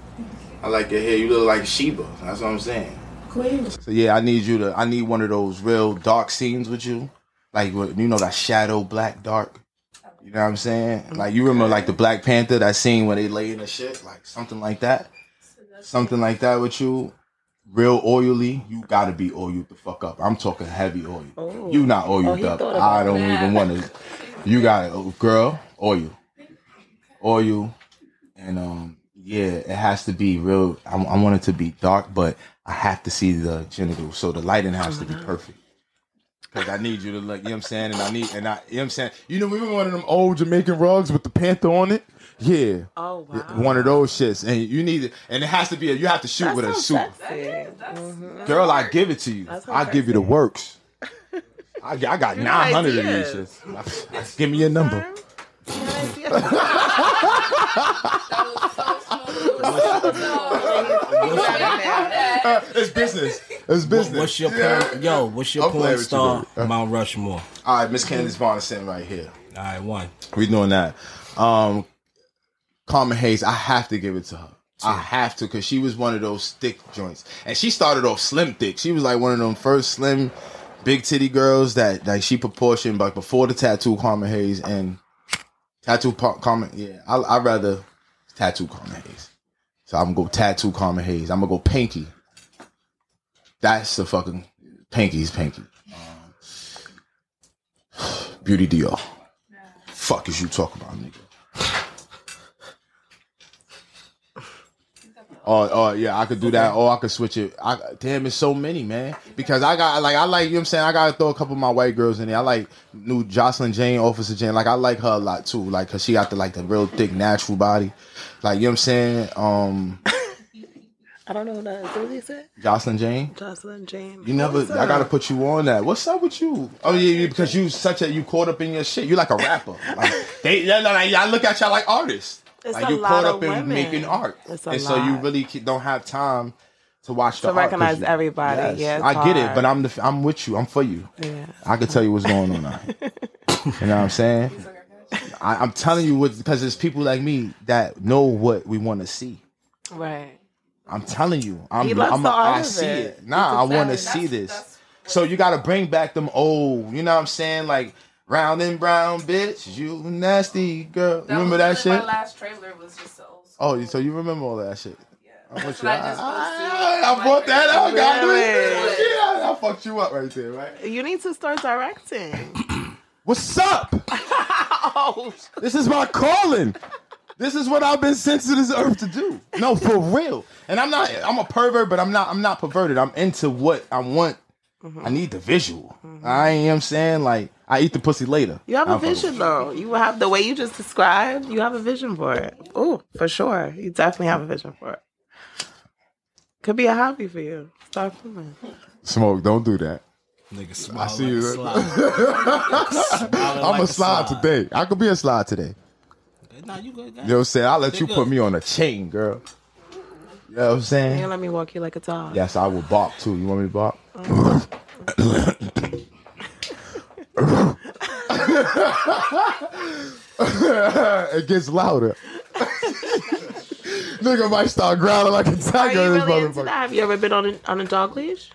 B: I like your hair. You look like Sheba. That's what I'm saying. So yeah, I need you to. I need one of those real dark scenes with you, like with- you know that shadow black dark. You know what I'm saying? Like you remember like the Black Panther that scene where they lay in the shit, like something like that, something like that with you. Real oily, you gotta be oiled the fuck up. I'm talking heavy oil. You not oiled
K: Oh. he
B: up.
K: thought
B: I
K: about
B: don't
K: that.
B: even want to. You got it, oh, girl. Oil, oil, and um, yeah, it has to be real. I, I want it to be dark, but I have to see the genitals, so the lighting has to be
C: Mm-hmm.
B: perfect. Cause I need you to look, you know what I'm saying, and I need, and I, you know what I'm saying, you know, we were one of them old Jamaican rugs with the panther on it, yeah,
C: Oh wow.
B: one of those shits, and you need it, and it has to be, a, you have to shoot with a
C: That's so
B: suit,
C: sexy. Mhm.
B: girl, I give it to you,
C: That's so
B: I give you the works, I, I got
C: Good
B: 900
C: ideas.
B: of these shits, give me your number, Uh, it's business. It's business.
D: What's your porn, yo? What's your
B: I'm playing
D: porn
B: with you,
D: star?
B: baby.
D: Mount Rushmore.
B: All right, Miss Candace Vonneson right here.
D: All right, one.
B: We doing that. Um, Carmen Hayes, I have to give it to her. I have to because she was one of those thick joints, and she started off slim thick. She was like one of them first slim, big titty girls that like she proportioned like before the tattoo Carmen Hayes and tattoo pa- Carmen. Yeah, I I rather tattoo Carmen Hayes. So I'm gonna go tattoo Carmen Hayes. I'm gonna go Pinky. That's the fucking Pinky's Pinky. Um, Beauty Dior. Fuck is you talking about, nigga? Oh, oh yeah, I could do that. Or I could switch it. I damn, it's so many, man. Because I got like I like you know what I'm saying. I gotta throw a couple of my white girls in there. I like new Jocelyn Jane, Officer Jane. Like I like her a lot too. Like cause she got the like the real thick natural body. Like you know what I'm saying. Um,
C: I don't know who that is. What did he say?
B: Jocelyn Jane.
C: Jocelyn James.
B: You never. I gotta put you on that. What's up with you? Oh yeah, yeah because you such a you caught up in your shit. You like a rapper. Like they, yeah, no, like, I look at y'all like artists.
C: It's
B: like
C: a
B: you
C: lot
B: caught
C: of
B: up in
C: women.
B: making art,
C: It's a
B: and so you
C: lot.
B: really ke- don't have time to watch the
C: To
B: art 'cause
C: recognize
B: you-
C: everybody. Yeah, it's
B: I get it,
C: hard.
B: but I'm the f- I'm with you. I'm for you.
C: Yeah.
B: I could tell you what's going on. Now. you know what I'm saying? I, I'm telling you what because there's people like me that know what we want to see.
C: Right.
B: I'm telling you, I'm,
C: He loves
B: I'm
C: the art
B: I
C: of
B: see
C: it.
B: it. Nah, I
C: It's
B: want to
C: exactly-
B: see this. So you got to bring back them old, you know what I'm saying? Like round and brown, bitch, you nasty girl. remember that
E: was really
B: shit?
E: My last trailer was just so.
B: Oh, you- so you remember all that shit? Yeah. I'm with you.
E: what I
B: I,
E: just
B: I, I, brought that up. I knew it.
C: Really?
B: Yeah, I fucked you up right there, right?
C: You need to start directing.
B: What's up?
C: oh,
B: This is my calling. This is what I've been sent to this earth to do. No, for real. And I'm not. I'm a pervert, but I'm not. I'm not perverted. I'm into what I want. I need the visual. I am saying like I eat the pussy later.
C: you have a
B: I'm fucking-
C: vision though. You have the way you just described. You have a vision for it. Oh, for sure. You definitely have a vision for it. Could be a hobby for you. Start from it.
B: Smoke. Don't do that.
D: Nigga,
B: I
D: smile
B: see
D: like
B: you.
D: a slide. Smiling
B: I'm
D: like
B: a slide today. I could be a slide today.
D: Nah, you good?
B: You know what I'm saying? I'll let
C: They
B: you
C: good.
B: put me on a chain, girl. You know what I'm
C: You
B: saying?
C: let me walk you like a dog.
B: Yes, I will bark too. You want me to bark? it gets louder. Nigga might start growling like a
C: Are
B: tiger.
C: you
B: in this
C: really into
B: motherfucker.
C: that? Have you ever been on a, on a dog leash?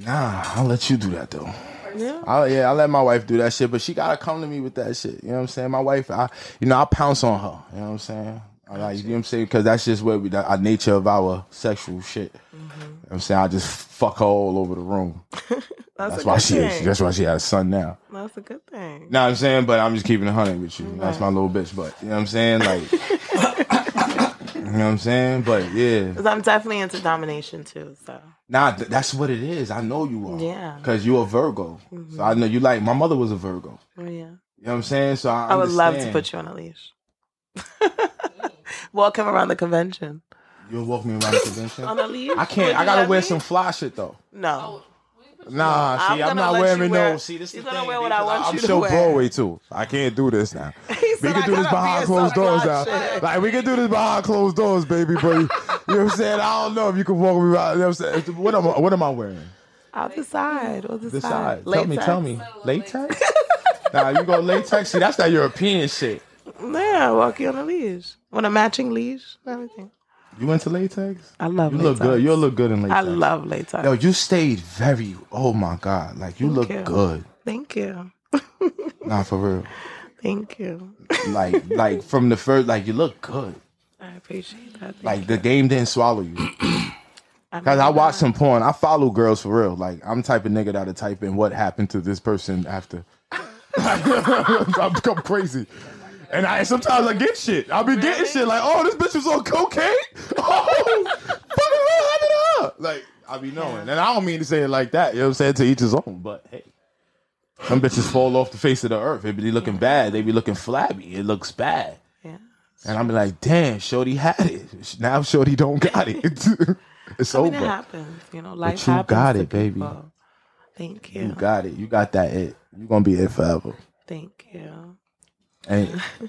B: Nah, I'll let you do that though.
C: Yeah.
B: I, yeah, I let my wife do that shit, but she gotta come to me with that shit. You know what I'm saying? My wife, I, you know, I pounce on her. You know what I'm saying? I like, you know what I'm saying? Because that's just what we, the, our nature of our sexual shit. You know what I'm saying? I just fuck her all over the room.
C: That's,
B: That's
C: a
B: why
C: good
B: she,
C: thing.
B: that's why she has a son now.
C: That's a good thing.
B: You know what I'm saying? But I'm just keeping it hunting with you. That's my little bitch. But you know what I'm saying? Like, you know what I'm saying? But yeah,
C: 'Cause I'm definitely into domination too. So
B: nah, th- that's what it is. I know you are.
C: yeah,
B: Cause you're a Virgo,
C: Mhm.
B: so I know you like. My mother was a Virgo.
C: Oh, yeah.
B: You know what I'm saying? So I,
C: I would love to
B: understand.
C: put you on a leash. Walk him around the convention.
B: You'll walk me around the convention.
C: On a leash?
B: I
C: Um, Would
B: can't. I
C: you
B: gotta
C: let
B: wear
C: me? Oh.
B: some fly shit though.
C: No.
B: Nah,
C: I'm
B: see, I'm,
C: gonna
B: not
C: let
B: wearing
C: you
B: no.
C: wear-
B: See, this
C: you're
B: the
C: gonna
B: thing,
C: wear what
B: because
C: I want
B: I'm
C: you to
B: so
C: wear.
B: Broadway too. I can't do this now. we
C: said,
B: can
C: "I
B: do this
C: gotta
B: behind
C: be
B: closed doors
C: inside
B: now.
C: my shit.
B: Like we can do this behind closed doors, baby. But you know what I'm saying? I don't know if you can walk me around. You know what I'm saying? What am I, what am I wearing?
C: I'll decide. We'll decide.
B: Decide. Tell
C: Latex.
B: me. Tell me. Latex. nah, you go latex. See, that's that European shit.
C: Yeah, walk you on a leash. Want a matching leash? Everything.
B: You went to latex.
C: I love.
B: You look
C: latex.
B: good. You look good in latex.
C: I love latex.
B: Yo, you stayed very. Oh my god, like you
C: Thank
B: look
C: you.
B: good.
C: Thank you.
B: Nah, for real.
C: Thank you.
B: Like, like from the first, like you look good.
C: I appreciate that. Thank
B: Like
C: you.
B: the game didn't swallow you.
C: I'm
B: Cause I watch some porn. I follow girls for real. Like I'm the type of nigga that'll type in what happened to this person after. I become crazy. And I sometimes I get shit. I'll be getting shit like, oh, this bitch was on cocaine. Oh, fucking what happened to her? Like, I be knowing. And I don't mean to say it like that. You know what I'm saying? To each his own. But hey. Some bitches fall off the face of the earth. They be looking bad. They be looking flabby. It looks bad.
C: Yeah.
B: And I'm like, damn, Shorty had it. Now Shorty don't got it. it's
C: I mean,
B: over.
C: it happens. You know, life
B: but you
C: happens.
B: got
C: to
B: it, baby.
C: people. Thank you.
B: You got it. You got that it. You gonna be it forever.
C: Thank you.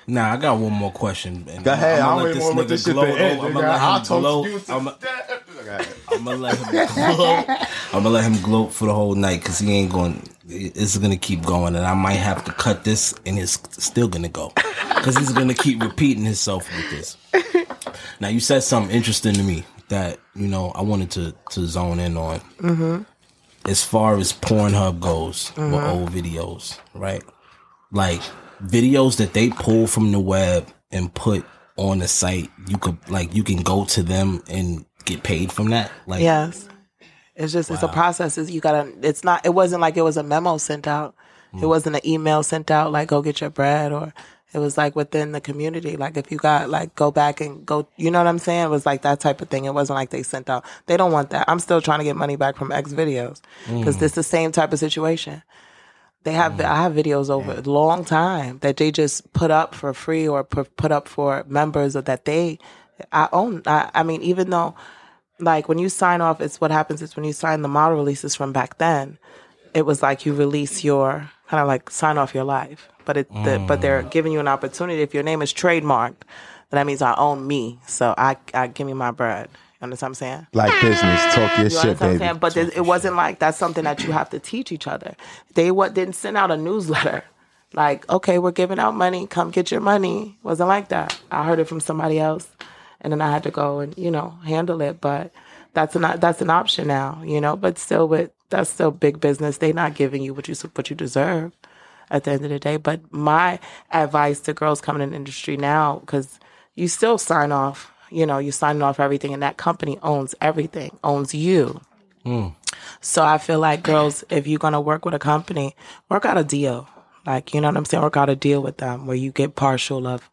D: Nah, I got one more question. and
B: Go ahead.
D: I'ma
B: I don't
D: let
B: even want
D: nigga
B: this shit to
D: gloat.
B: end.
D: I'ma
B: nigga.
D: let him
B: I'll talk
D: gloat.
B: to you. to
D: I'ma-
B: death.
D: I'm gonna let him gloat. I'm gonna let him gloat for the whole night because he ain't going. It's gonna keep going, and I might have to cut this, and it's still gonna go because he's gonna keep repeating himself with this. Now you said something interesting to me that you know I wanted to to zone in on
L: Mm-hmm.
D: as far as Pornhub goes with
L: Mhm.
D: old videos, right? Like videos that they pull from the web and put on the site. You could like you can go to them and get paid from that. Like
C: yes. It's just it's a process. It's, you gotta. It's not. It wasn't like it was a memo sent out. It wasn't an email sent out like go get your bread or. It was like within the community. Like if you got like go back and go. You know what I'm saying? It was like that type of thing. It wasn't like they sent out. They don't want that. I'm still trying to get money back from X videos because
L: Mm.
C: this the same type of situation. They have I have videos over a long time that they just put up for free or pu- put up for members or that they I own. I, I mean, even though like when you sign off, it's what happens is when you sign the model releases from back then, it was like you release your kind of like sign off your life, but it the, but they're giving you an opportunity. If your name is trademarked, then that means I own me, so I I give me my bread. You understand what I'm saying?
B: Like business, talk your
C: You
B: shit,
C: understand what I'm
B: baby.
C: saying? But it- it wasn't like that's something that you have to teach each other. They what didn't send out a newsletter. Like, okay, we're giving out money. Come get your money. Wasn't like that. I heard it from somebody else, and then I had to go and you know handle it. But that's an that's an option now, you know. But still, with that's still big business. They're not giving you what you what you deserve at the end of the day. But my advice to girls coming in the industry now, because you still sign off. You know, you signing off everything, and that company owns everything, owns you. So I feel like girls, if you're gonna work with a company, work out a deal. Like you know what I'm saying, work out a deal with them where you get partial of,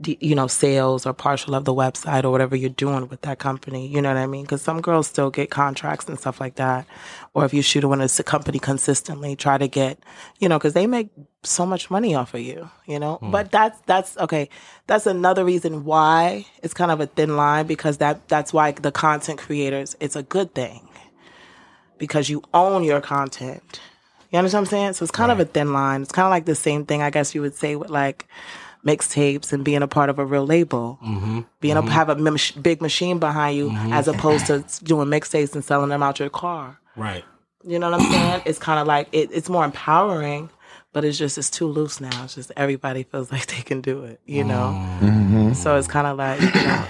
C: d- you know, sales or partial of the website or whatever you're doing with that company. You know what I mean? Because some girls still get contracts and stuff like that. Or if you shoot with a s- company consistently, try to get, you know, because they make so much money off of you. You know,
L: Hmm.
C: but that's that's okay. That's another reason why it's kind of a thin line because that that's why the content creators, it's a good thing because you own your content. You understand what I'm saying? So it's kind of a thin line. It's kind of like the same thing, I guess you would say, with like mixtapes and being a part of a real label,
L: Mm-hmm.
C: being a have a mim- big machine behind you, as opposed to doing mixtapes and selling them out your car.
D: Right.
C: You know what I'm saying? It's kind of like it, it's more empowering, but it's just it's too loose now. It's just everybody feels like they can do it. You know,
L: Mhm.
C: so it's kind of like you know,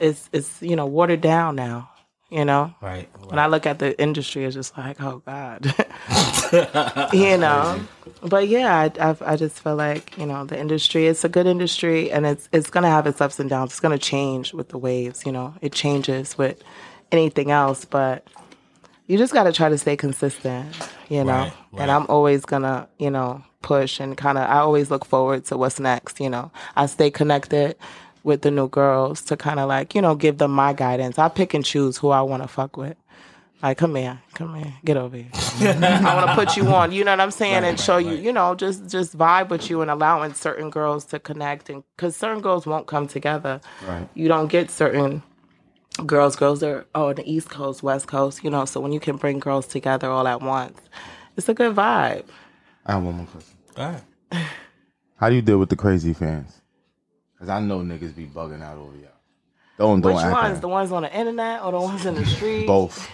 C: it's it's you know watered down now. You know,
D: Right.
C: When I look at the industry, it's just like, oh God, you know. But yeah, I, I I just feel like you know the industry. It's a good industry, and it's it's gonna have its ups and downs. It's gonna change with the waves. You know, it changes with anything else, but you just got to try to stay consistent, you know.
L: Right,
C: And I'm always gonna, you know, push and kind of. I always look forward to what's next. You know, I stay connected with the new girls to kind of like, you know, give them my guidance. I pick and choose who I want to fuck with. Like, come here, come here, get over here. I want to put you on. You know what I'm saying? and show you, you know, just just vibe with you and allowing certain girls to connect and because certain girls won't come together.
L: Right.
C: You don't get certain girls. Girls are oh, the East Coast, West Coast. You know, so when you can bring girls together all at once, it's a good vibe.
B: I have one more question.
D: All right.
B: How do you deal with the crazy fans? Cause I know niggas be bugging out over y'all. Don't don't
C: Which
B: act
C: ones?
B: like
C: The ones on the internet or the ones in the street?
B: both.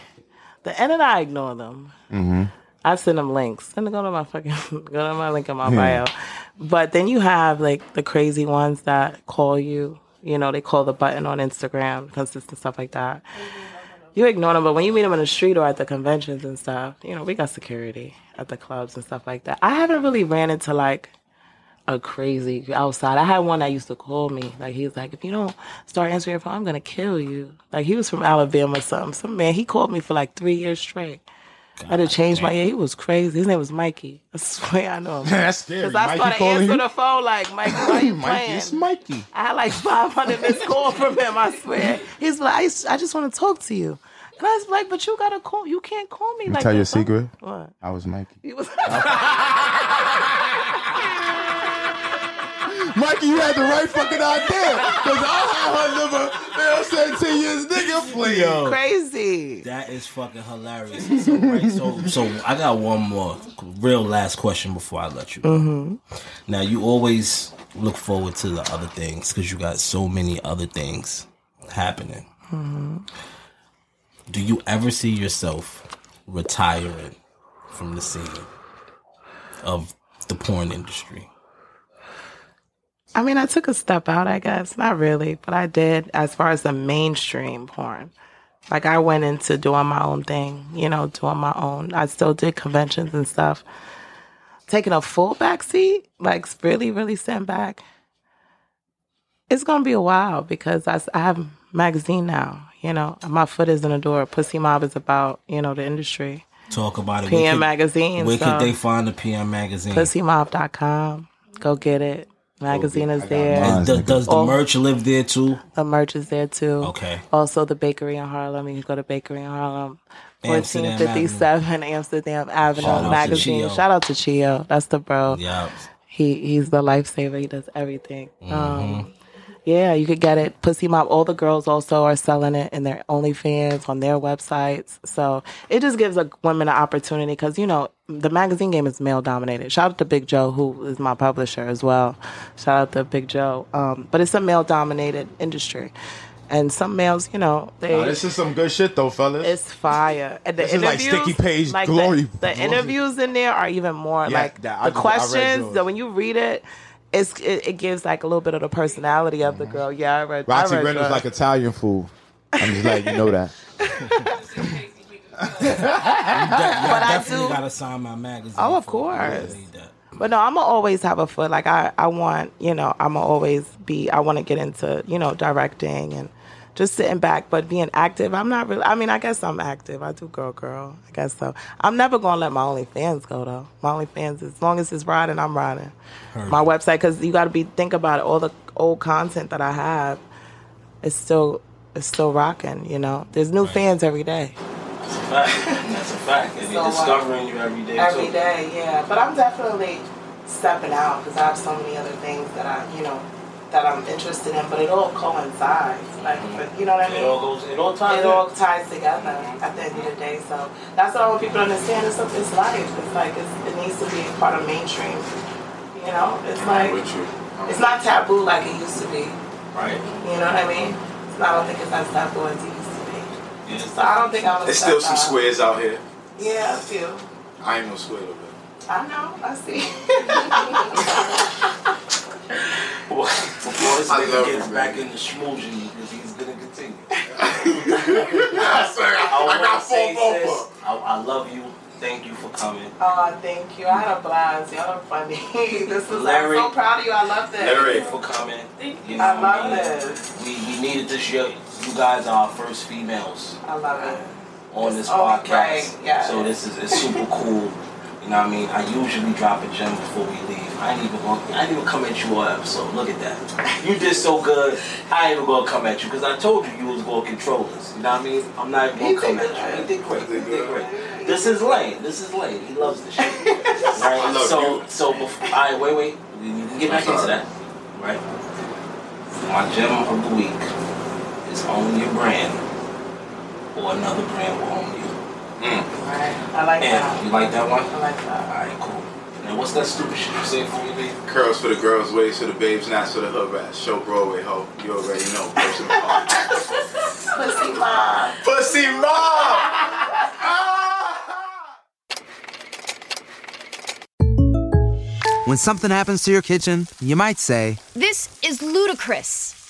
C: The internet, I ignore them.
B: Mm-hmm.
C: I send them links. Send them go to my fucking go to my link in my
L: Yeah.
C: bio. But then you have like the crazy ones that call you. You know, they call the button on Instagram, consistent stuff like that. You ignore them, but when you meet them in the street or at the conventions and stuff, you know, we got security at the clubs and stuff like that. I haven't really ran into like a crazy outside. I had one that used to call me. Like he was like, if you don't start answering your phone, I'm gonna kill you. Like he was from Alabama or something. Some man, he called me for like three years straight. I had to change my yeah. He was crazy. His name was Mikey. I swear I know him.
L: That's scary.
C: Because I
L: Mikey
C: started
L: calling
C: answering
L: you?
C: the phone like, Mike, why you playing?
L: it's
B: Mikey.
C: I had like 500 missed calls from him. I swear. He's like, I, just- I just want to talk to you. And I was like, but you gotta call. You can't call me
B: You
C: like
B: tell
C: that,
B: your
C: son."
B: secret.
C: What?
B: I was Mikey.
C: He was.
K: Mikey, you had the right fucking idea. Because I had her number, you know what I'm saying, 10 years, nigga, please.
D: Yo.
C: Crazy.
D: That is fucking hilarious. So, right, so, so I got one more real last question before I let you go.
L: Mhm.
D: Now you always look forward to the other things because you got so many other things happening. Do you ever see yourself retiring from the scene of the porn industry?
C: I mean, I took a step out, I guess. Not really, but I did as far as the mainstream porn. Like, I went into doing my own thing, you know, doing my own. I still did conventions and stuff. Taking a full back seat, like, really, really sitting back. It's going to be a while because I, s- I have magazine now, you know. My foot is in the door. Pussy Mob is about, you know, the industry.
O: Talk about it.
C: PM magazine,
O: Where
C: so-
O: could they find the PM magazine?
C: PussyMob.com. Go get it. Magazine is there.
O: Is the- does the
C: Oh.
O: merch live there too?
C: The merch is there too.
O: Okay.
C: Also, the bakery in Harlem. You can go to bakery in Harlem,
O: Amsterdam
C: fourteen fifty seven Amsterdam Avenue
O: Shout out to
C: magazine.
O: Chio.
C: Shout out to Chio. That's the bro.
O: Yeah.
C: He he's the lifesaver. He does everything.
P: Mm-hmm.
C: Um, yeah, you could get it. Pussy Mop. All the girls also are selling it in their OnlyFans on their websites. So it just gives a women an opportunity because you know the magazine game is male dominated. Shout out to Big Joe, who is my publisher as well. Shout out to Big Joe. Um, but it's a male dominated industry, and some males, you know, they
P: Nah, this is some good shit though, fellas.
C: it's fire. And the
P: This is like
C: interviews-
P: Sticky Page
C: like the-
P: Glory.
C: The,
P: Glory.
C: interviews in there are even more
P: Yeah,
C: like
P: that- I
C: the
P: just- I read
C: questions.
P: those.
C: That when you read it, it's it, it gives like a little bit of the personality of the girl. Yeah, I read.
P: Mm-hmm. Roxy
C: I read
P: Reynolds like
C: yours.
P: Italian food. I'm just letting you know that.
C: But I
O: definitely
C: do-
O: gotta sign my magazine.
C: Oh, of
O: for it.
C: course. But no, I'm gonna always have a foot. Like I, I want, you know, I'm gonna always be. I want to get into, you know, directing and just sitting back, but being active. I'm not really. I mean, I guess I'm active. I do girl, girl. I guess so. I'm never gonna let my OnlyFans go though. My OnlyFans, as long as it's riding, I'm riding.
O: Heard.
C: My website, because you got to be think about it. All the old content that I have, it's still, it's still rocking. You know, there's new fans every day.
D: That's a fact. That's a fact. And
C: So, uh,
D: they're discovering you every day.
C: Every
D: too.
C: day, yeah. But I'm definitely stepping out because I have so many other things that I, you know, that I'm interested in. But it all coincides, like, but you know what I mean.
D: It all goes. It all ties.
C: It all ties together at the end of the day. So that's what I want people to understand. It's, it's life. It's like it's, it needs to be part of mainstream. You know, it's like it's not taboo like it used to be.
D: Right.
C: You know what I mean? So I don't think it's as taboo as it used to be. So I don't think I was.
B: There's still some squares out here.
C: Yeah, a few.
B: I ain't no square over there.
C: I know. I see.
D: Before this
B: I
D: nigga
B: love
D: gets
B: you,
D: back in the schmoozing because he's gonna continue.
B: I swear, I- I
D: wanna
B: got four
D: say,
B: more
D: sis, I, I love you. Thank you for coming.
C: oh, thank you. I had a blast. Y'all are funny. this is.
D: Larry.
C: I'm so proud of you. I love this.
D: Larry for coming.
C: Thank
D: You
C: you.
D: know
C: I
D: what
C: love
D: mean?
C: this.
D: We we needed this year. You guys are our first females
C: I love it.
D: on this
C: only
D: podcast.
C: Oh, right, yes.
D: So this is it's super cool. You know what I mean? I usually drop a gem before we leave. I ain't even gonna, I ain't even come at you up. So look at that. You did so good. I ain't even gonna come at you because I told you you was gonna control us. You know what I mean? I'm not even gonna come at you. You did great. You did great. This is Lane. This is Lane. He loves this shit.
B: I
D: Right?
B: love
D: So so before, all right, wait, wait. You can get
B: I'm
D: back into
B: sorry.
D: that. Right? My gem of the week is own your brand or another brand will own you.
C: I like
D: Yeah,
C: that.
D: you like that one?
C: I like that.
D: Alright, cool. Now what's that stupid shit you say for me, babe?
B: Curls for the girls, waves for the babes, knots for the hood rats. Show Broadway ho, you already know. Person
C: Pussy mom.
B: Pussy mom.
J: When something happens to your kitchen, you might say,
H: This is ludicrous.